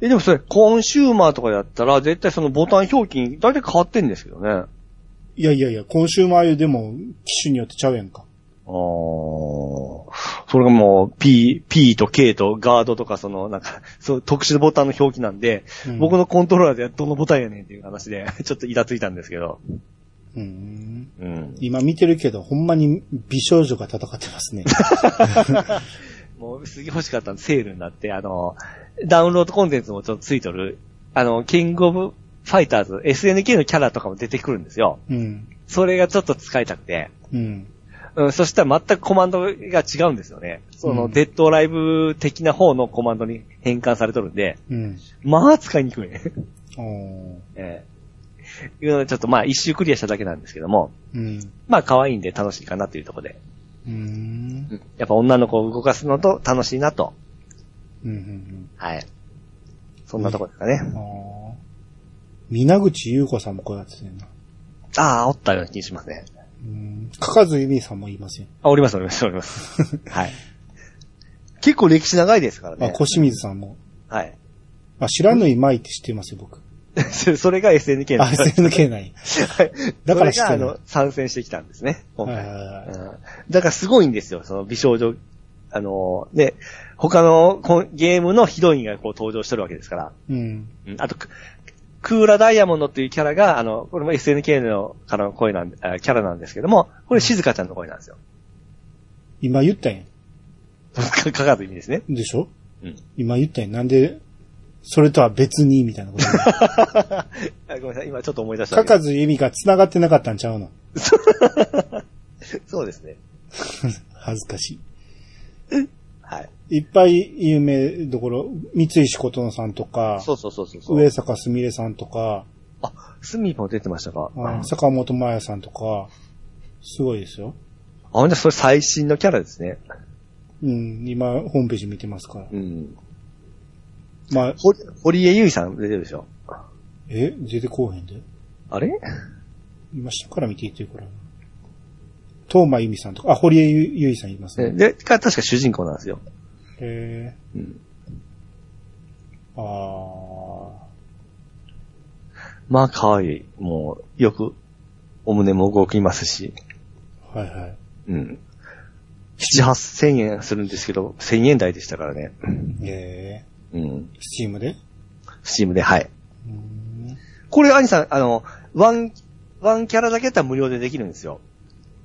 [SPEAKER 3] え、でもそれ、コンシューマーとかやったら、絶対そのボタン表記に大体変わってんですけどね。あ
[SPEAKER 2] いやいやいや、コンシューマー用でも機種によってちゃうやんか。
[SPEAKER 3] ー。それがもう、P、P と K とガードとか、その、なんか、そう、特殊なボタンの表記なんで、
[SPEAKER 2] うん
[SPEAKER 3] 僕のコントローラーでどのボタンやねんっていう話で、ちょっとイラついたんですけど。
[SPEAKER 2] うん。
[SPEAKER 3] うん。
[SPEAKER 2] 今見てるけど、ほんまに美少女が戦ってます ね。
[SPEAKER 3] もう、すげえ欲しかったの、セールになって、あの、ダウンロードコンテンツもちょっとついとる、あの、キングオブフファイターズ、SNK のキャラとかも出てくるんですよ。
[SPEAKER 2] うん。
[SPEAKER 3] それがちょっと使いたくて。
[SPEAKER 2] うん。
[SPEAKER 3] うん、そしたら全くコマンドが違うんですよね。その、
[SPEAKER 2] うん
[SPEAKER 3] デッドライブ的な方のコマンドに変換されとるんで、
[SPEAKER 2] うん。
[SPEAKER 3] まあ使いにくい。
[SPEAKER 2] おー
[SPEAKER 3] ええいうのでちょっとまあ一周クリアしただけなんですけども、
[SPEAKER 2] うん。
[SPEAKER 3] まあ可愛いんで楽しいかなというところで。
[SPEAKER 2] うーん。
[SPEAKER 3] うんやっぱ女の子を動かすのと楽しいなと。
[SPEAKER 2] うんうんうん。
[SPEAKER 3] はい。そんなとこですかね。
[SPEAKER 2] ああ。皆口優子さんもこうやっててんな。
[SPEAKER 3] ああ、おったような気がしますね。
[SPEAKER 2] うん。かかずゆみさんも言いますよ。
[SPEAKER 3] あ、おります、おります、おります。 はい。結構歴史長いですから
[SPEAKER 2] あ、
[SPEAKER 3] ね。
[SPEAKER 2] 小清水さんも。
[SPEAKER 3] はい。
[SPEAKER 2] あ、知らぬいまいって知ってますよ、僕。
[SPEAKER 3] それが SNK
[SPEAKER 2] あ、
[SPEAKER 3] です。
[SPEAKER 2] SNK ない。
[SPEAKER 3] はい
[SPEAKER 2] だから知
[SPEAKER 3] それ
[SPEAKER 2] って
[SPEAKER 3] が、あ
[SPEAKER 2] る
[SPEAKER 3] の、参戦してきたんですね、今回。
[SPEAKER 2] はいはいはい
[SPEAKER 3] うんだからすごいんですよ、その美少女、あのー、ね、他のこんゲームのヒロインがこう登場してるわけですから。
[SPEAKER 2] うん。
[SPEAKER 3] うんあと、ククーラダイヤモンドっていうキャラが、あの、これも SNK のからの声なんで、あキャラなんですけども、これ静香ちゃんの声な んですよ。
[SPEAKER 2] 今言ったんや。
[SPEAKER 3] かかかず意味ですね。
[SPEAKER 2] でしょ
[SPEAKER 3] うん。
[SPEAKER 2] 今言ったんや。なんで、それとは別に、みたい なこと。
[SPEAKER 3] あごめんなさい、今ちょっと思い出した
[SPEAKER 2] か
[SPEAKER 3] んだ
[SPEAKER 2] か
[SPEAKER 3] け
[SPEAKER 2] ずゆみが繋がってなかったんちゃうの。
[SPEAKER 3] ど。そうですね。
[SPEAKER 2] 恥ずかし
[SPEAKER 3] はい。
[SPEAKER 2] い。いっぱい有名どころ、三石琴乃さんとか、
[SPEAKER 3] そうそうそうそうそう。
[SPEAKER 2] 上坂すみれさんとか、
[SPEAKER 3] あ、スミも出てましたか。
[SPEAKER 2] あ坂本真綾さんとか、すごいですよ。
[SPEAKER 3] あ、ほんじゃ、それ最新のキャラですね。
[SPEAKER 2] うん、今、ホームページ見てますから。
[SPEAKER 3] うん。
[SPEAKER 2] まあ、
[SPEAKER 3] ほ堀江優衣さん出てるでしょ。
[SPEAKER 2] え、出てこうへんで。
[SPEAKER 3] あれ
[SPEAKER 2] 今下から見ていってるから。東間由美さんとか、あ、堀江ゆゆいさんいます
[SPEAKER 3] で
[SPEAKER 2] ね。
[SPEAKER 3] で、か確か主人公なんですよ。
[SPEAKER 2] へ
[SPEAKER 3] うん。
[SPEAKER 2] ーあ
[SPEAKER 3] まあ、可愛い。もう、よく、お胸も動きますし。
[SPEAKER 2] ー、はいはい。
[SPEAKER 3] うん。七八千円するんですけど、千円台でしたからね。
[SPEAKER 2] え
[SPEAKER 3] うん。
[SPEAKER 2] ー、スチームで
[SPEAKER 3] スチームで、はい。
[SPEAKER 2] うーん
[SPEAKER 3] これ、アニさん、あの、ワン、ワンキャラだけだったら無料でできるんですよ。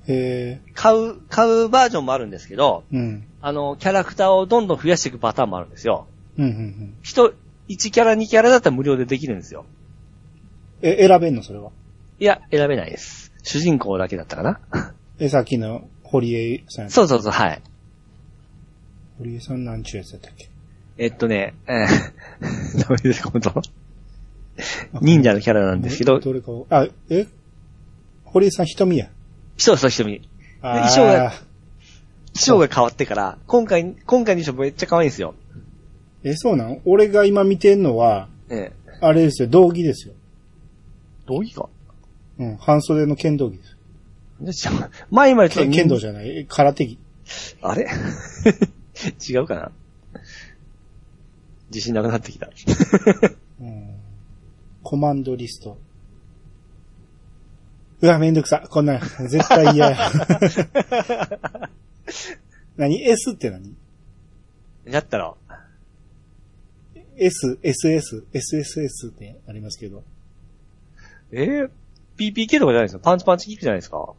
[SPEAKER 2] え
[SPEAKER 3] 買う、買うバージョンもあるんですけど、
[SPEAKER 2] ー、うん。
[SPEAKER 3] あの、キャラクターをどんどん増やしていくパターンもあるんですよ。
[SPEAKER 2] うん、うん、うん。
[SPEAKER 3] 人、1キャラ、2キャラだったら無料でできるんですよ。
[SPEAKER 2] え、選べんのそれは。
[SPEAKER 3] いや、選べないです。主人公だけだったかな
[SPEAKER 2] え、さっきの堀江さんや
[SPEAKER 3] そうそうそう、はい。
[SPEAKER 2] 堀江さんなんちゅうやつやったっけ
[SPEAKER 3] えっとね、えー、 ダメです、本当忍者のキャラなんですけど、
[SPEAKER 2] どれかを、あ、え堀江さん瞳や。
[SPEAKER 3] そうそう、瞳。
[SPEAKER 2] あー
[SPEAKER 3] 衣装が衣装が変わってから、今回、今回の衣装めっちゃ可愛いんですよ。
[SPEAKER 2] え、そうなん俺が今見てんのは、
[SPEAKER 3] ええ。
[SPEAKER 2] あれですよ、道着ですよ。
[SPEAKER 3] どういいか
[SPEAKER 2] うん、半袖の剣道着です。
[SPEAKER 3] 前までちょっ
[SPEAKER 2] 剣
[SPEAKER 3] と
[SPEAKER 2] 剣道じゃない、え空手着。
[SPEAKER 3] あれ 違うかな自信なくなってきた。
[SPEAKER 2] うんコマンドリスト。うわ、めんどくさ。こんなん、絶対 嫌や。何 ?S って何
[SPEAKER 3] だったら、
[SPEAKER 2] ?S、SS、SSS ってありますけど。
[SPEAKER 3] えー、PPK とかじゃないですかパンチパンチキックじゃないですか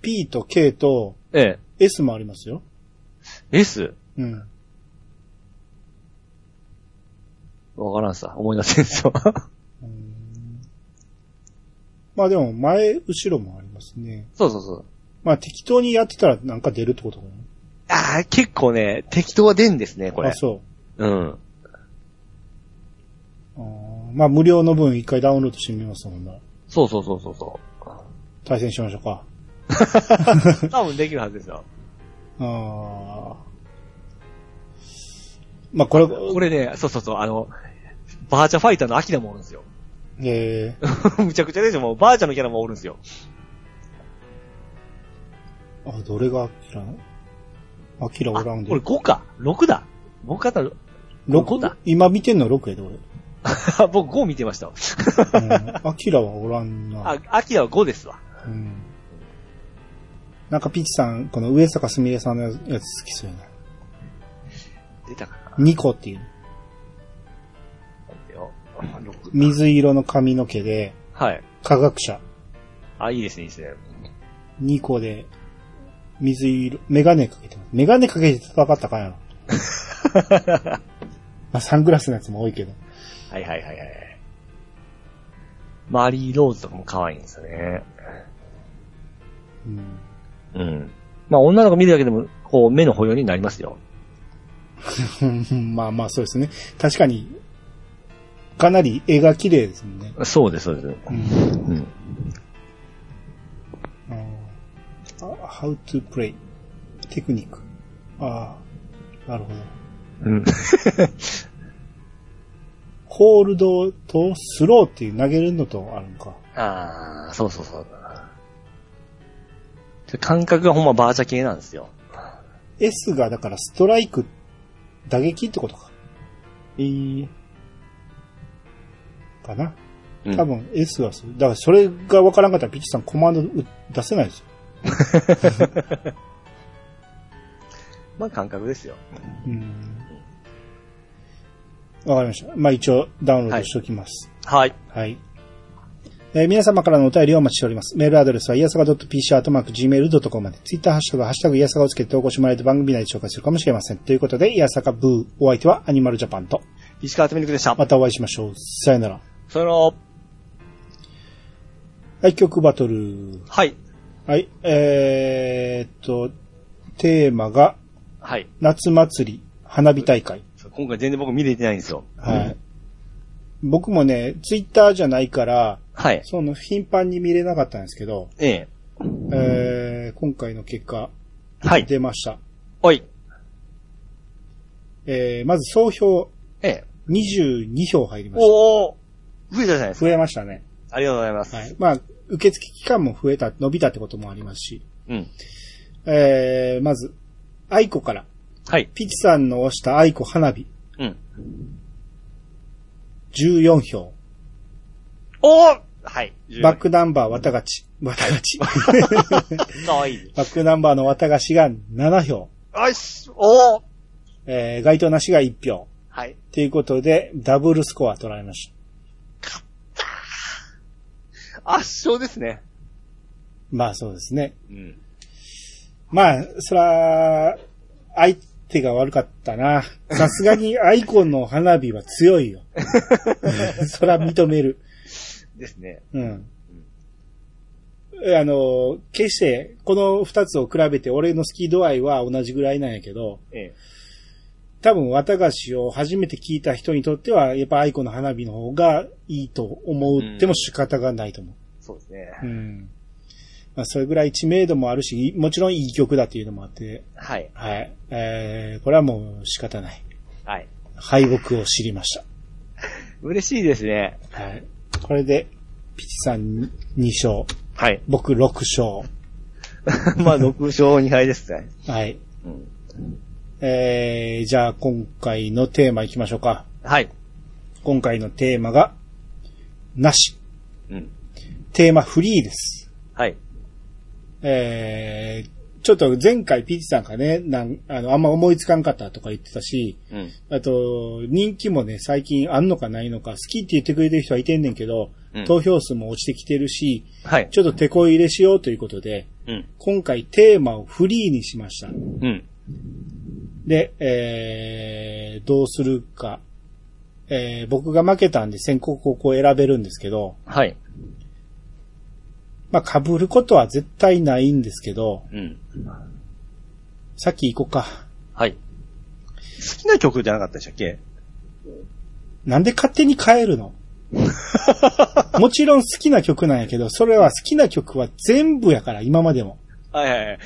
[SPEAKER 2] P と K と
[SPEAKER 3] え
[SPEAKER 2] S もありますよ。
[SPEAKER 3] え。S?
[SPEAKER 2] うん。
[SPEAKER 3] わからんさ。思い出せんすよ。
[SPEAKER 2] うんまあでも、前、後ろもありますね。
[SPEAKER 3] そうそうそう。
[SPEAKER 2] まあ適当にやってたらなんか出るってことか
[SPEAKER 3] ああ、結構ね、適当は出んですね、こ
[SPEAKER 2] な。
[SPEAKER 3] れ
[SPEAKER 2] あ、。そう。
[SPEAKER 3] うん。
[SPEAKER 2] あーまあ無料の分一回ダウンロードしてみますもんな。
[SPEAKER 3] そうそうそうそうそう。
[SPEAKER 2] 対戦しましょう か。
[SPEAKER 3] 多分できるはずですよ。
[SPEAKER 2] ああ。まあ、これ、
[SPEAKER 3] これね、そうそうそう、あの、バーチャファイターのアキラもおるんですよ。
[SPEAKER 2] えー
[SPEAKER 3] むちゃくちゃでしょ、もうバーチャのキャラもおるんですよ。
[SPEAKER 2] あ、どれがアキラアキラ
[SPEAKER 3] あ
[SPEAKER 2] おらんで
[SPEAKER 3] これ。5か ?6 だ。僕かだ。
[SPEAKER 2] 六
[SPEAKER 3] 五だ。
[SPEAKER 2] 今見てんの6やで、俺。
[SPEAKER 3] 僕5見てましたわ。
[SPEAKER 2] うん。アキラはおらんな。
[SPEAKER 3] あ、アキラは5ですわ。
[SPEAKER 2] うん。なんかピチさん、この上坂すみれさんのやつ好きそうやな。
[SPEAKER 3] 出たかな
[SPEAKER 2] ニコっていう。
[SPEAKER 3] 待ってよ六
[SPEAKER 2] 水色の髪の毛で、
[SPEAKER 3] はい。
[SPEAKER 2] 科学者。
[SPEAKER 3] あ、いいですね、いいですね。
[SPEAKER 2] ニコで、水色、メガネかけてます。メガネかけて戦ったかな。まあ、サングラスのやつも多いけど。
[SPEAKER 3] はいはいはいはい。マリー・ローズとかも可愛いんですよね。
[SPEAKER 2] うん。
[SPEAKER 3] うん。まあ女の子見るだけでも、こう、目の保養になりますよ。
[SPEAKER 2] うん まあまあそうですね。確かに、かなり絵が綺麗ですもんね。
[SPEAKER 3] そうです、そうです。
[SPEAKER 2] うん。
[SPEAKER 3] うん。
[SPEAKER 2] あ How to play. テクニック。ああ、なるほど。
[SPEAKER 3] うん。
[SPEAKER 2] ホールドとスローっていう投げるのとあるのか。
[SPEAKER 3] ああ、そうそうそう。で感覚がほんまバーチャ系なんですよ。
[SPEAKER 2] S がだからストライク、打撃ってことか。
[SPEAKER 3] えー、
[SPEAKER 2] かな。
[SPEAKER 3] うん
[SPEAKER 2] 多分 S はそう。だからそれがわからんかったらピッチさんコマンドう出せないですよ。
[SPEAKER 3] まあ感覚ですよ。
[SPEAKER 2] うん。わかりました。まあ一応ダウンロードしておきます。
[SPEAKER 3] はい。
[SPEAKER 2] はい。えー皆様からのお便りをお待ちしております。メールアドレスは、いやさが .pc.gmail.com まで、ツイッターハッシュタグ、ハッシュタグ、いやさがをつけて投稿してもらえると番組内で紹介するかもしれません。ということで、いやさかブー、お相手はアニマルジャパンと、
[SPEAKER 3] 石川つみにくでした。
[SPEAKER 2] またお会いしましょう。さよなら。
[SPEAKER 3] それの、
[SPEAKER 2] はい、曲バトル。
[SPEAKER 3] はい。
[SPEAKER 2] はい、えーっと、テーマが、
[SPEAKER 3] はい。
[SPEAKER 2] 夏祭り、花火大会。
[SPEAKER 3] そう今回全然僕見れてないんですよ。
[SPEAKER 2] はい。僕もね、ツイッターじゃないから、
[SPEAKER 3] はい。
[SPEAKER 2] その、頻繁に見れなかったんですけど、
[SPEAKER 3] ええ。
[SPEAKER 2] えー、今回の結果、
[SPEAKER 3] はい。
[SPEAKER 2] 出ました。
[SPEAKER 3] おい。
[SPEAKER 2] えー、まず総票
[SPEAKER 3] ええ。
[SPEAKER 2] 22票入りまし
[SPEAKER 3] おお増えたじゃないで
[SPEAKER 2] た。
[SPEAKER 3] すか。
[SPEAKER 2] 増えましたね。
[SPEAKER 3] ありがとうございます。
[SPEAKER 2] はい。まあ、受付期間も増えた、伸びたってこともありますし。
[SPEAKER 3] うん。
[SPEAKER 2] えー、まず、愛子から。
[SPEAKER 3] はい。
[SPEAKER 2] ピチさんの押した愛子花火、
[SPEAKER 3] うん。
[SPEAKER 2] 14票。
[SPEAKER 3] おおはい。
[SPEAKER 2] バックナンバー綿がち。綿が ち。
[SPEAKER 3] かわいい。
[SPEAKER 2] バックナンバーの綿菓子が7票。
[SPEAKER 3] よしおお
[SPEAKER 2] えー、該当なしが1票。
[SPEAKER 3] はい。
[SPEAKER 2] ということで、ダブルスコア取られました。
[SPEAKER 3] 圧勝ですね。
[SPEAKER 2] まあそうですね。
[SPEAKER 3] うん。
[SPEAKER 2] まあ、そら、相手が悪かったな。さすがにアイコンの花火は強 いよ。そら認める。
[SPEAKER 3] ですね。
[SPEAKER 2] うん。えあの、決して、この二つを比べて俺の好き度合いは同じぐらいなんやけど、
[SPEAKER 3] ええ。
[SPEAKER 2] 多分綿菓子を初めて聞いた人にとっては、やっぱアイコンの花火の方がいいと思っても仕方がないと思
[SPEAKER 3] そうですね。
[SPEAKER 2] う。うん。まあ、それぐらい知名度もあるし、もちろんいい曲だっていうのもあって、
[SPEAKER 3] はい。
[SPEAKER 2] はい。えー、これはもう仕方ない。
[SPEAKER 3] はい。
[SPEAKER 2] 敗北を知りまし
[SPEAKER 3] 嬉しいですね。
[SPEAKER 2] た。はい。これで、ピチさん2勝、
[SPEAKER 3] はい。
[SPEAKER 2] 僕6勝。
[SPEAKER 3] まあ、6勝2敗ですね。
[SPEAKER 2] はい。
[SPEAKER 3] うん。
[SPEAKER 2] えー、じゃあ今回のテーマいきましょうか。
[SPEAKER 3] はい。
[SPEAKER 2] 今回のテーマが、なし。
[SPEAKER 3] うん。
[SPEAKER 2] テーマフリーです。
[SPEAKER 3] はい。
[SPEAKER 2] えー、ちょっと前回ピチさんがね、なん、あの、あんま思いつかんかったとか言ってたし、
[SPEAKER 3] うん。
[SPEAKER 2] あと、人気もね、最近あんのかないのか、好きって言ってくれてる人はいてんねんけど、
[SPEAKER 3] うん
[SPEAKER 2] 投票数も落ちてきてるし、
[SPEAKER 3] はい。
[SPEAKER 2] ちょっと手こ入れしようということで、
[SPEAKER 3] うん。
[SPEAKER 2] 今回テーマをフリーにしました。
[SPEAKER 3] うん。
[SPEAKER 2] で、えー、どうするか。えー、僕が負けたんで先行後攻選べるんですけど、
[SPEAKER 3] はい。
[SPEAKER 2] まあ、被ることは絶対ないんですけど、
[SPEAKER 3] うん。
[SPEAKER 2] さっき行こうか。
[SPEAKER 3] はい。好きな曲じゃなかったでしたっけ
[SPEAKER 2] なんで勝手に変えるのもちろん好きな曲なんやけど、それは好きな曲は全部やから、今までも。
[SPEAKER 3] はいはい はい。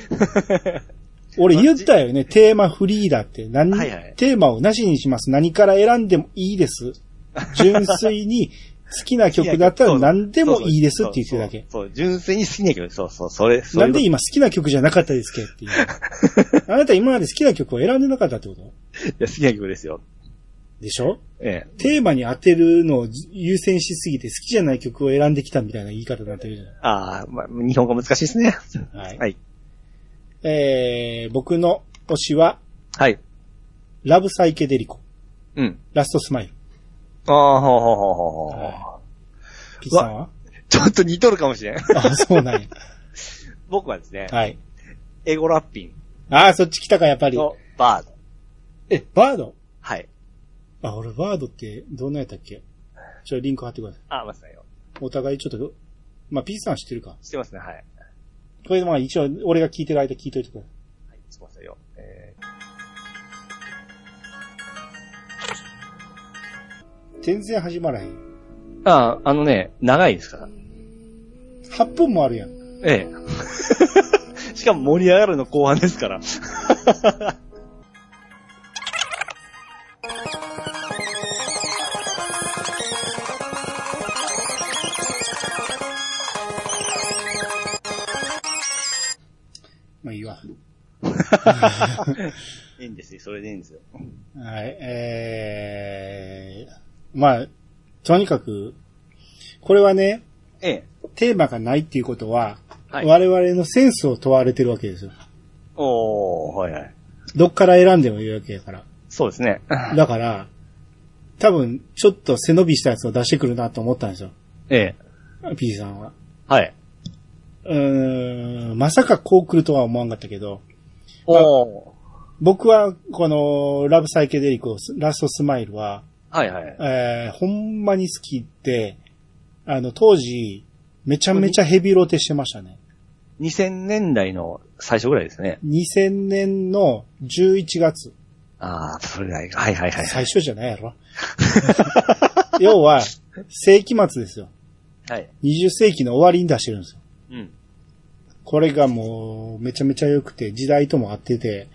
[SPEAKER 2] 俺言ったよね、テーマフリーだって。何、
[SPEAKER 3] はいはい
[SPEAKER 2] テーマをなしにします。何から選んでもいいです。純粋に好きな曲だったら何でもいいですって言ってるだけ。
[SPEAKER 3] そうそうそう、純粋に好きな曲。そうそう、それ、それ。
[SPEAKER 2] なんで今好きな曲じゃなかったですけっていう。 あなた今まで好きな曲を選んでなかったってこと
[SPEAKER 3] いや、好きな曲ですよ。
[SPEAKER 2] でしょ
[SPEAKER 3] ええ。
[SPEAKER 2] テーマに当てるのを優先しすぎて好きじゃない曲を選んできたみたいな言い方になってるじゃない。
[SPEAKER 3] ああ、まあ、日本語難しいですね。
[SPEAKER 2] はい
[SPEAKER 3] はい。
[SPEAKER 2] えー、僕の推しは、
[SPEAKER 3] はい。
[SPEAKER 2] ラブサイケデリコ、
[SPEAKER 3] うん。
[SPEAKER 2] ラストスマイル。
[SPEAKER 3] ああ、ほうほうほうほうほう。
[SPEAKER 2] はピッチさんは
[SPEAKER 3] ちょっと似とるかもしれん。
[SPEAKER 2] あ、そうなんや。
[SPEAKER 3] 僕 はですね、
[SPEAKER 2] はい。
[SPEAKER 3] エゴラッピ
[SPEAKER 2] ああ、そっち来たか、やっぱ
[SPEAKER 3] ン
[SPEAKER 2] り。
[SPEAKER 3] のバード。
[SPEAKER 2] え、バード
[SPEAKER 3] はい。
[SPEAKER 2] あ、俺バードってどんなやったっけちょ、リンク貼ってください。
[SPEAKER 3] あ、まさよ。
[SPEAKER 2] お互いちょっと、まあ、ピースさん知ってるか。
[SPEAKER 3] してますね、はい。
[SPEAKER 2] これまあ一応、俺が聞いてる間聞いといてくれ。
[SPEAKER 3] はい、すいませんよ。え
[SPEAKER 2] 全然始まらへん。
[SPEAKER 3] ー、ああ、あのね、長いですから。
[SPEAKER 2] 8本もあるやん。
[SPEAKER 3] え え。しかも盛り上がるの後半ですから。
[SPEAKER 2] まあいいわ。
[SPEAKER 3] いいんですよ、それでいいんですよ。
[SPEAKER 2] はい、えー、まあ、とにかく、これはね、
[SPEAKER 3] ええ。
[SPEAKER 2] テーマがないっていうことは、
[SPEAKER 3] はい
[SPEAKER 2] 我々のセンスを問われてるわけですよ。
[SPEAKER 3] おー、はいはい。
[SPEAKER 2] どっから選んでもいいわけやから。
[SPEAKER 3] そうですね。
[SPEAKER 2] だから、多分、ちょっと背伸びしたやつを出してくるなと思ったんですよ。
[SPEAKER 3] ええ。
[SPEAKER 2] P さんは。
[SPEAKER 3] はい。
[SPEAKER 2] うーん、まさかこう来るとは思わんかったけど、
[SPEAKER 3] おー。
[SPEAKER 2] 僕は、この、ラブサイケデリコ、ラストスマイルは、
[SPEAKER 3] はいはい。
[SPEAKER 2] えー、ほんまに好きで、あの、当時、めちゃめちゃヘビロテしてましたね。
[SPEAKER 3] 2000年代の最初ぐらいですね。
[SPEAKER 2] 2000年の11月、
[SPEAKER 3] ああ、それぐらいか。はいはいはい。
[SPEAKER 2] 最初じゃないや ろ。要は、世紀末ですよ。
[SPEAKER 3] はい。
[SPEAKER 2] 20世紀の終わりに出してるんですよ。
[SPEAKER 3] うん。
[SPEAKER 2] これがもう、めちゃめちゃ良くて、時代とも合ってて、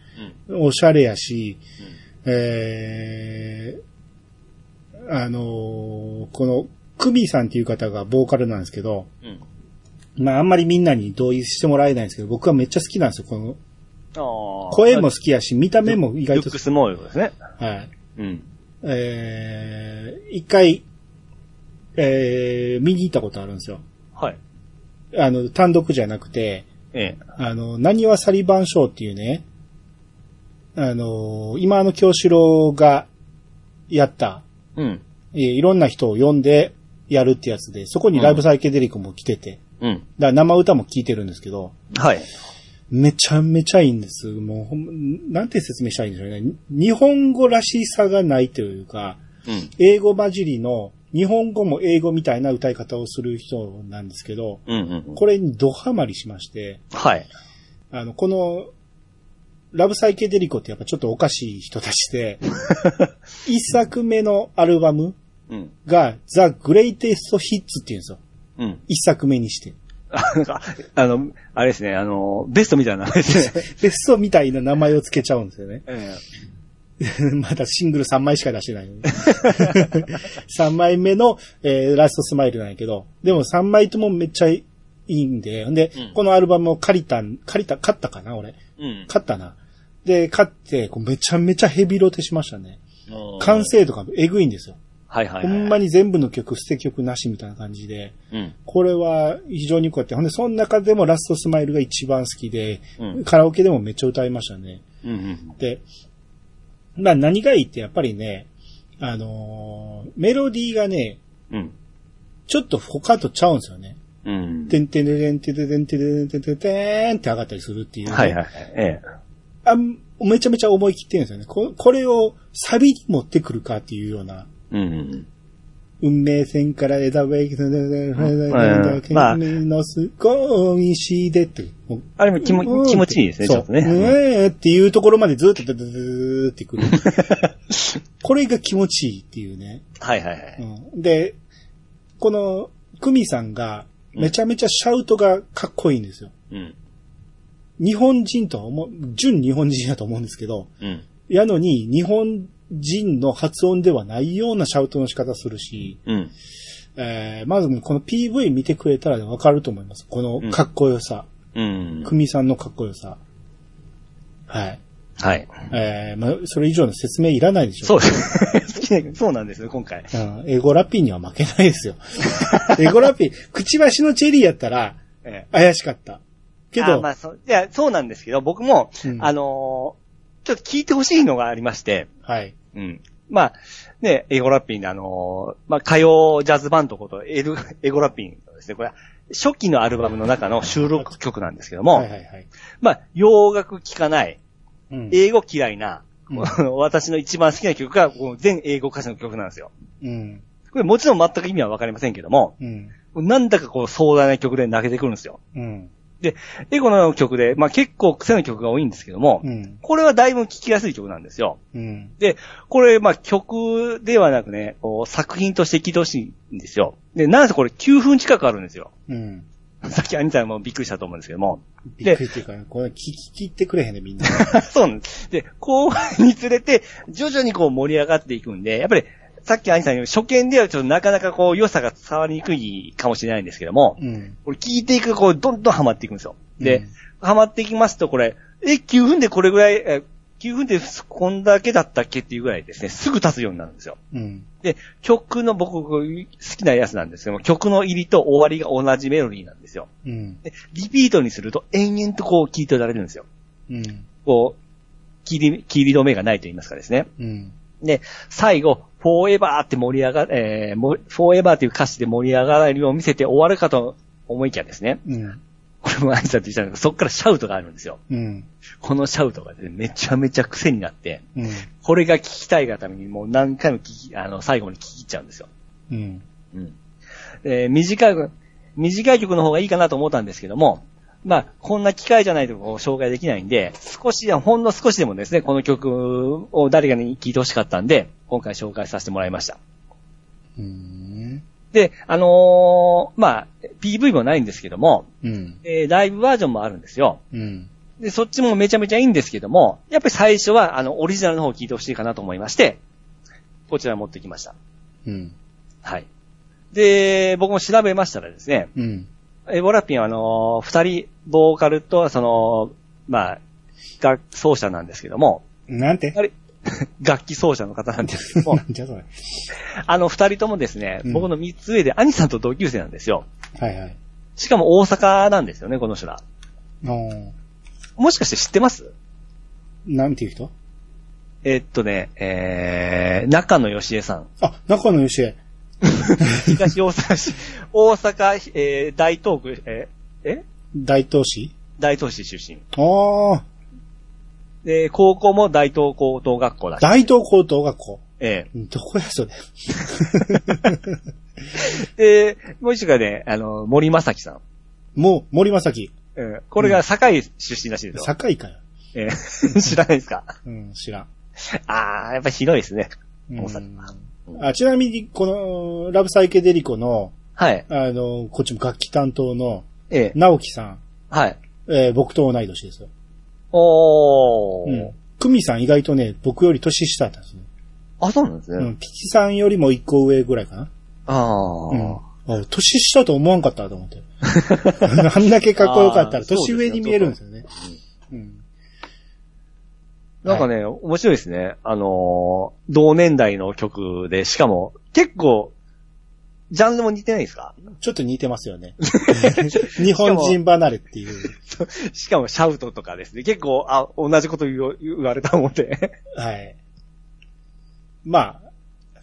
[SPEAKER 3] うん。
[SPEAKER 2] おしゃれやし、えー、あのーこの、クビーさんっていう方がボーカルなんですけど、
[SPEAKER 3] うん。
[SPEAKER 2] まああんまりみんなに同意してもらえないんですけど、僕はめっちゃ好きなんですよ。この、
[SPEAKER 3] ああ。
[SPEAKER 2] 声も好きやし、見た目も意
[SPEAKER 3] ル
[SPEAKER 2] 外
[SPEAKER 3] ッ
[SPEAKER 2] と
[SPEAKER 3] ク、スもですね。
[SPEAKER 2] はい。
[SPEAKER 3] うん。
[SPEAKER 2] えー、一回、えー、見に行ったことあるんですよ。
[SPEAKER 3] はい。
[SPEAKER 2] あの、単独じゃなくて、
[SPEAKER 3] ええ。
[SPEAKER 2] あの、何はサリバン賞っていうね、あの、今の京志郎がやった、
[SPEAKER 3] うん。
[SPEAKER 2] えーいろんな人を呼んでやるってやつで、そこにライブサイケデリックも来てて、
[SPEAKER 3] うん。
[SPEAKER 2] だから生歌も聴いてるんですけど、
[SPEAKER 3] はい。
[SPEAKER 2] めちゃめちゃいいんです。もうほんま、なんて説明したらいいんでしょうね。に日本語らしさがないというか、
[SPEAKER 3] うん。
[SPEAKER 2] 英語混じりの、日本語も英語みたいな歌い方をする人なんですけど、
[SPEAKER 3] うんうん。
[SPEAKER 2] これにドハマりしまして、
[SPEAKER 3] はい。
[SPEAKER 2] あの、この、ラブサイケデリコってやっぱちょっとおかしい人たちで、一作目のアルバム
[SPEAKER 3] うん。
[SPEAKER 2] がザ・グレイテスト・ヒッツって言うんですよ。
[SPEAKER 3] うん。
[SPEAKER 2] 一作目にして。
[SPEAKER 3] あ あの、あれですね、あの、ベストみたいなですね。
[SPEAKER 2] ベストみたいな名前を付けちゃうんですよね。
[SPEAKER 3] え
[SPEAKER 2] まだシングル3枚しか出してないのに。3枚目の、えーラストスマイルなんやけど、でも3枚ともめっちゃいいんで、で、
[SPEAKER 3] うん
[SPEAKER 2] このアルバムを借りたん、借りた、買ったかな俺。
[SPEAKER 3] えうん。
[SPEAKER 2] 買ったな。で、買って、こうめちゃめちゃヘビロテしましたね。完。成度がえぐいんですよ。
[SPEAKER 3] はいはいはい。
[SPEAKER 2] ほんまに全部の曲、捨て曲なしみたいな感じで、
[SPEAKER 3] うん。
[SPEAKER 2] これは非常にこうやって、ほんで、その中でもラストスマイルが一番好きで、
[SPEAKER 3] うん
[SPEAKER 2] カラオケでもめっちゃ歌いましたね。
[SPEAKER 3] うんうん。
[SPEAKER 2] で、まあ何がいいってやっぱりね、あのーメロディーがね、
[SPEAKER 3] うん。
[SPEAKER 2] ちょっと他とちゃうんですよね。
[SPEAKER 3] うん。
[SPEAKER 2] てんてんてんてんてんてんてんてんてんてんって上がったりするっていう、
[SPEAKER 3] はいはいはい。え
[SPEAKER 2] あん。めちゃめちゃ思い切ってるんですよね。ここれをサビに持ってくるかっていうような。
[SPEAKER 3] え。うん。
[SPEAKER 2] 運命線から枝を行くの
[SPEAKER 3] んまあ
[SPEAKER 2] のすごい石でって。もう
[SPEAKER 3] あれも気持
[SPEAKER 2] うん
[SPEAKER 3] ち、気持ちいいですね、
[SPEAKER 2] そ
[SPEAKER 3] ち
[SPEAKER 2] う
[SPEAKER 3] ょっとね。
[SPEAKER 2] うえーっていうところまでずっとドドドドドって くる。これが気持ちいいっていうね。
[SPEAKER 3] はいはいはい。
[SPEAKER 2] うんで、この、クミさんが、めちゃめちゃシャウトがかっこいいんですよ。
[SPEAKER 3] うん。
[SPEAKER 2] 日本人とは思う、純日本人だと思うんですけど、
[SPEAKER 3] うん。
[SPEAKER 2] やのに日本人の発音ではないようなシャウトの仕方するし、
[SPEAKER 3] うん。
[SPEAKER 2] えーまずこの PV 見てくれたらわかると思います。このかっこよさ。
[SPEAKER 3] うん
[SPEAKER 2] ク。ミさんのかっこよさ。はい。
[SPEAKER 3] はい。
[SPEAKER 2] えーまあ、それ以上の説明いらないでしょ
[SPEAKER 3] そうです。好きな、 そうなんですよ、今回。
[SPEAKER 2] うん、エゴラピーには負けないです よ。エゴラピー、くちばしのチェリーやったら
[SPEAKER 3] ええ。
[SPEAKER 2] 怪しかった。け
[SPEAKER 3] あ
[SPEAKER 2] ど、
[SPEAKER 3] まあ、そう、いや、そうなんですけど、僕も、
[SPEAKER 2] うん
[SPEAKER 3] あのーちょっと聞いてほしいのがありまして、
[SPEAKER 2] はい。
[SPEAKER 3] うん。まあ、ね、エゴラッピンのあのーまあ、歌謡ジャズバンドこと、エル、 エゴラッピンですね、これ、初期のアルバムの中の収録曲なんですけども、
[SPEAKER 2] はいはいはい。
[SPEAKER 3] まあ、洋楽聴かない、
[SPEAKER 2] うん
[SPEAKER 3] 英語嫌いな、
[SPEAKER 2] うん
[SPEAKER 3] 私の 一番好きな曲が、こう全英語歌詞の曲なんですよ。
[SPEAKER 2] うん。
[SPEAKER 3] これもちろん全く意味はわかりませんけども、
[SPEAKER 2] うん。
[SPEAKER 3] なんだかこう壮大な曲で泣けてくるんですよ。
[SPEAKER 2] うん。
[SPEAKER 3] エゴの曲で、まあ結構癖の曲が多いんですけども、
[SPEAKER 2] うん。
[SPEAKER 3] これはだいぶ聴きやすい曲なんですよ。
[SPEAKER 2] うん。
[SPEAKER 3] これ、まあ曲ではなくね、こう作品として聴いてほしいんですよ。で、なんせこれ9分近くあるんですよ。
[SPEAKER 2] うん。
[SPEAKER 3] さっきアニさんもびっくりしたと思うんですけども。
[SPEAKER 2] びっくりっていうか、これ聞き切ってくれへんね、みんな。
[SPEAKER 3] そうなんです。で、後半につれて、徐々にこう盛り上がっていくんで、やっぱり、さっきアニさんより初見ではちょっとなかなかこう良さが伝わりにくいかもしれないんですけども、
[SPEAKER 2] うん。
[SPEAKER 3] これ聞いていくとこうどんどんハマっていくんですよ。で、
[SPEAKER 2] うん
[SPEAKER 3] ハマっていきますとこれ、え、9分でこれぐらい、え9分でこんだけだったっけっていうぐらいですね、すぐ経つようになるんですよ。
[SPEAKER 2] うん。
[SPEAKER 3] で、曲の僕好きなやつなんですけども、曲の入りと終わりが同じメロディーなんですよ。
[SPEAKER 2] うん。
[SPEAKER 3] で、リピートにすると延々とこう聞いておられるんですよ。
[SPEAKER 2] うん。
[SPEAKER 3] こう、切り、切り止めがないと言いますかですね。
[SPEAKER 2] うん。
[SPEAKER 3] で、最後、フォーエバーって盛り上が、えーも、フォーエバーっていう歌詞で盛り上がるよう見せて終わるかと思いきやですね。
[SPEAKER 2] うん。
[SPEAKER 3] これもアニさんと言ったんですけど、そっからシャウトがあるんですよ。
[SPEAKER 2] うん。
[SPEAKER 3] このシャウトが、ね、めちゃめちゃ癖になって、
[SPEAKER 2] うん。
[SPEAKER 3] これが聞きたいがためにもう何回も聞き、あの、最後に聞き入っちゃうんですよ。
[SPEAKER 2] うん。
[SPEAKER 3] うん。えー短い、短い曲の方がいいかなと思ったんですけども、まあ、こんな機会じゃないとこう紹介できないんで、少し、ほんの少しでもですね、この曲を誰かに聴いてほしかったんで、今回紹介させてもらいました。
[SPEAKER 2] うん。
[SPEAKER 3] で、あのーまあ、PV もないんですけども、
[SPEAKER 2] うん。
[SPEAKER 3] えーライブバージョンもあるんですよ。
[SPEAKER 2] うん。
[SPEAKER 3] で、そっちもめちゃめちゃいいんですけども、やっぱり最初は、あの、オリジナルの方を聴いてほしいかなと思いまして、こちら持ってきました。
[SPEAKER 2] うん。
[SPEAKER 3] はい。で、僕も調べましたらですね、
[SPEAKER 2] うん。
[SPEAKER 3] え、ボラピンはあのー二人、ボーカルと、その、まあ、楽奏者なんですけども、
[SPEAKER 2] なんて
[SPEAKER 3] あれ 楽器奏者の方なんですけど
[SPEAKER 2] な
[SPEAKER 3] も、
[SPEAKER 2] んじゃそれ。
[SPEAKER 3] あの二人ともですね、
[SPEAKER 2] うん
[SPEAKER 3] 僕の三つ上で兄さんと同級生なんですよ。
[SPEAKER 2] はいはい。
[SPEAKER 3] しかも大阪なんですよね、この人ら。
[SPEAKER 2] おー
[SPEAKER 3] もしかして知ってます
[SPEAKER 2] なんていう人
[SPEAKER 3] えっとね、えー、中野義恵さん。
[SPEAKER 2] あ、中野義恵。
[SPEAKER 3] 東大阪市、大阪、えー、大東区、えーえ
[SPEAKER 2] 大東市
[SPEAKER 3] 大東市出身。
[SPEAKER 2] ああ、
[SPEAKER 3] で、高校も大東高等学校だし。
[SPEAKER 2] 大東高等学校。
[SPEAKER 3] えー
[SPEAKER 2] どこやそれ。
[SPEAKER 3] で、もう一人がね、あの、森正樹さん。
[SPEAKER 2] もう、森正樹。
[SPEAKER 3] うん。これが堺出身らしいですよ。
[SPEAKER 2] 堺かよ。
[SPEAKER 3] え ー知らないですか
[SPEAKER 2] うん、知らん。
[SPEAKER 3] あー、やっぱ広いですね。
[SPEAKER 2] う
[SPEAKER 3] 大阪
[SPEAKER 2] んあちなみに、この、ラブサイケデリコの、
[SPEAKER 3] はい。
[SPEAKER 2] あの、こっちも楽器担当の、
[SPEAKER 3] えー、
[SPEAKER 2] 直樹さん、
[SPEAKER 3] はい。
[SPEAKER 2] えー僕と同い年ですよ。
[SPEAKER 3] おー。
[SPEAKER 2] うん。久美さん意外とね、僕より年下だったんですね。
[SPEAKER 3] あ、そうなんですね。
[SPEAKER 2] うん。吉さんよりも一個上ぐらいかな。
[SPEAKER 3] あ
[SPEAKER 2] う
[SPEAKER 3] ー。
[SPEAKER 2] ん。あ年下と思わんかったと思 って。あんだけかっこよかった
[SPEAKER 3] あー
[SPEAKER 2] ら、年上に見えるんですよね。うん。
[SPEAKER 3] なんかね、面白いですね。あのー、同年代の曲で、しかも、結構、ジャンルも似てないですか
[SPEAKER 2] ちょっと似てますよ ね。日本人離れっていう。
[SPEAKER 3] しかも、シャウトとかですね。結構、あ、同じこと言う言われた思って。
[SPEAKER 2] はい。まあ、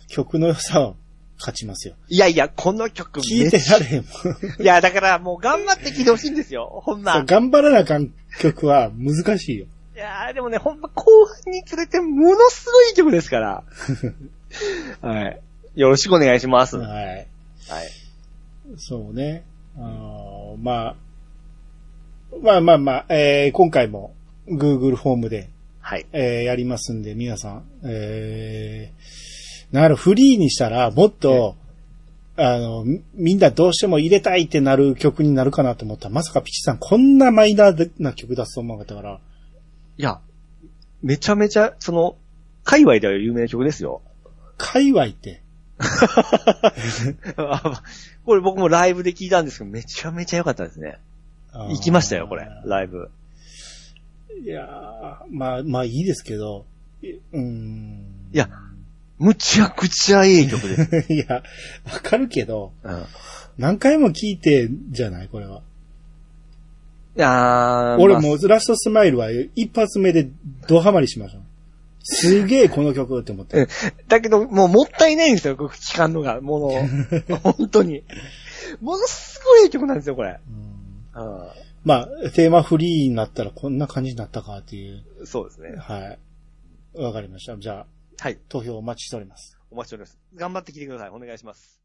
[SPEAKER 2] 曲の良さは勝ちますよ。
[SPEAKER 3] いやいや、この曲めっ
[SPEAKER 2] 聴いてられへんもん。
[SPEAKER 3] いや、だからもう頑張って聴いてほしいんですよ。ほんま。
[SPEAKER 2] 頑張らなあかん曲は難しいよ。
[SPEAKER 3] いやーでもね、ほんま後半につれてものすごい曲で すから。はい。よろしくお願いします。はい。
[SPEAKER 2] はい。そうね。あーまあ、まあまあまあ、えー今回も Google フォームで、
[SPEAKER 3] はい。
[SPEAKER 2] えーやりますんで、皆さん。えー、なるフリーにしたら、もっと、あの、みみんなどうしても入れたいってなる曲になるかなと思ったら、まさかピチさんこんなマイナーな曲出すと思わなかったから、
[SPEAKER 3] いや、めちゃめちゃ、その、界隈では有名な曲ですよ。
[SPEAKER 2] 界隈って、
[SPEAKER 3] あ これ僕もライブで聴いたんですけど、めちゃめちゃ良かったですね。
[SPEAKER 2] あー
[SPEAKER 3] 行きましたよ、これ。ライブ。
[SPEAKER 2] いやーまあ、まあいいですけど、いうーん。
[SPEAKER 3] いや、むちゃくちゃいい曲で す。
[SPEAKER 2] いや、わかるけど、
[SPEAKER 3] うん。い
[SPEAKER 2] 何回も聞いてじゃないこれは。
[SPEAKER 3] やー
[SPEAKER 2] 俺
[SPEAKER 3] まあ
[SPEAKER 2] もうラストスマイルは一発目でドハマりしました。すげえこの曲って思 って。
[SPEAKER 3] だけど、もうもったいないんですよ、僕聞かんの が。もの、本当に。ものすごい曲なんですよ、これ。
[SPEAKER 2] うん
[SPEAKER 3] あ
[SPEAKER 2] まあ、テーマフリーになったらこんな感じになったかっていう。
[SPEAKER 3] あそうですね。
[SPEAKER 2] はい。わかりました。じゃあ、
[SPEAKER 3] はい。
[SPEAKER 2] 投票お待ちしております。
[SPEAKER 3] お待ちしております。頑張って聞いてください。お願いします。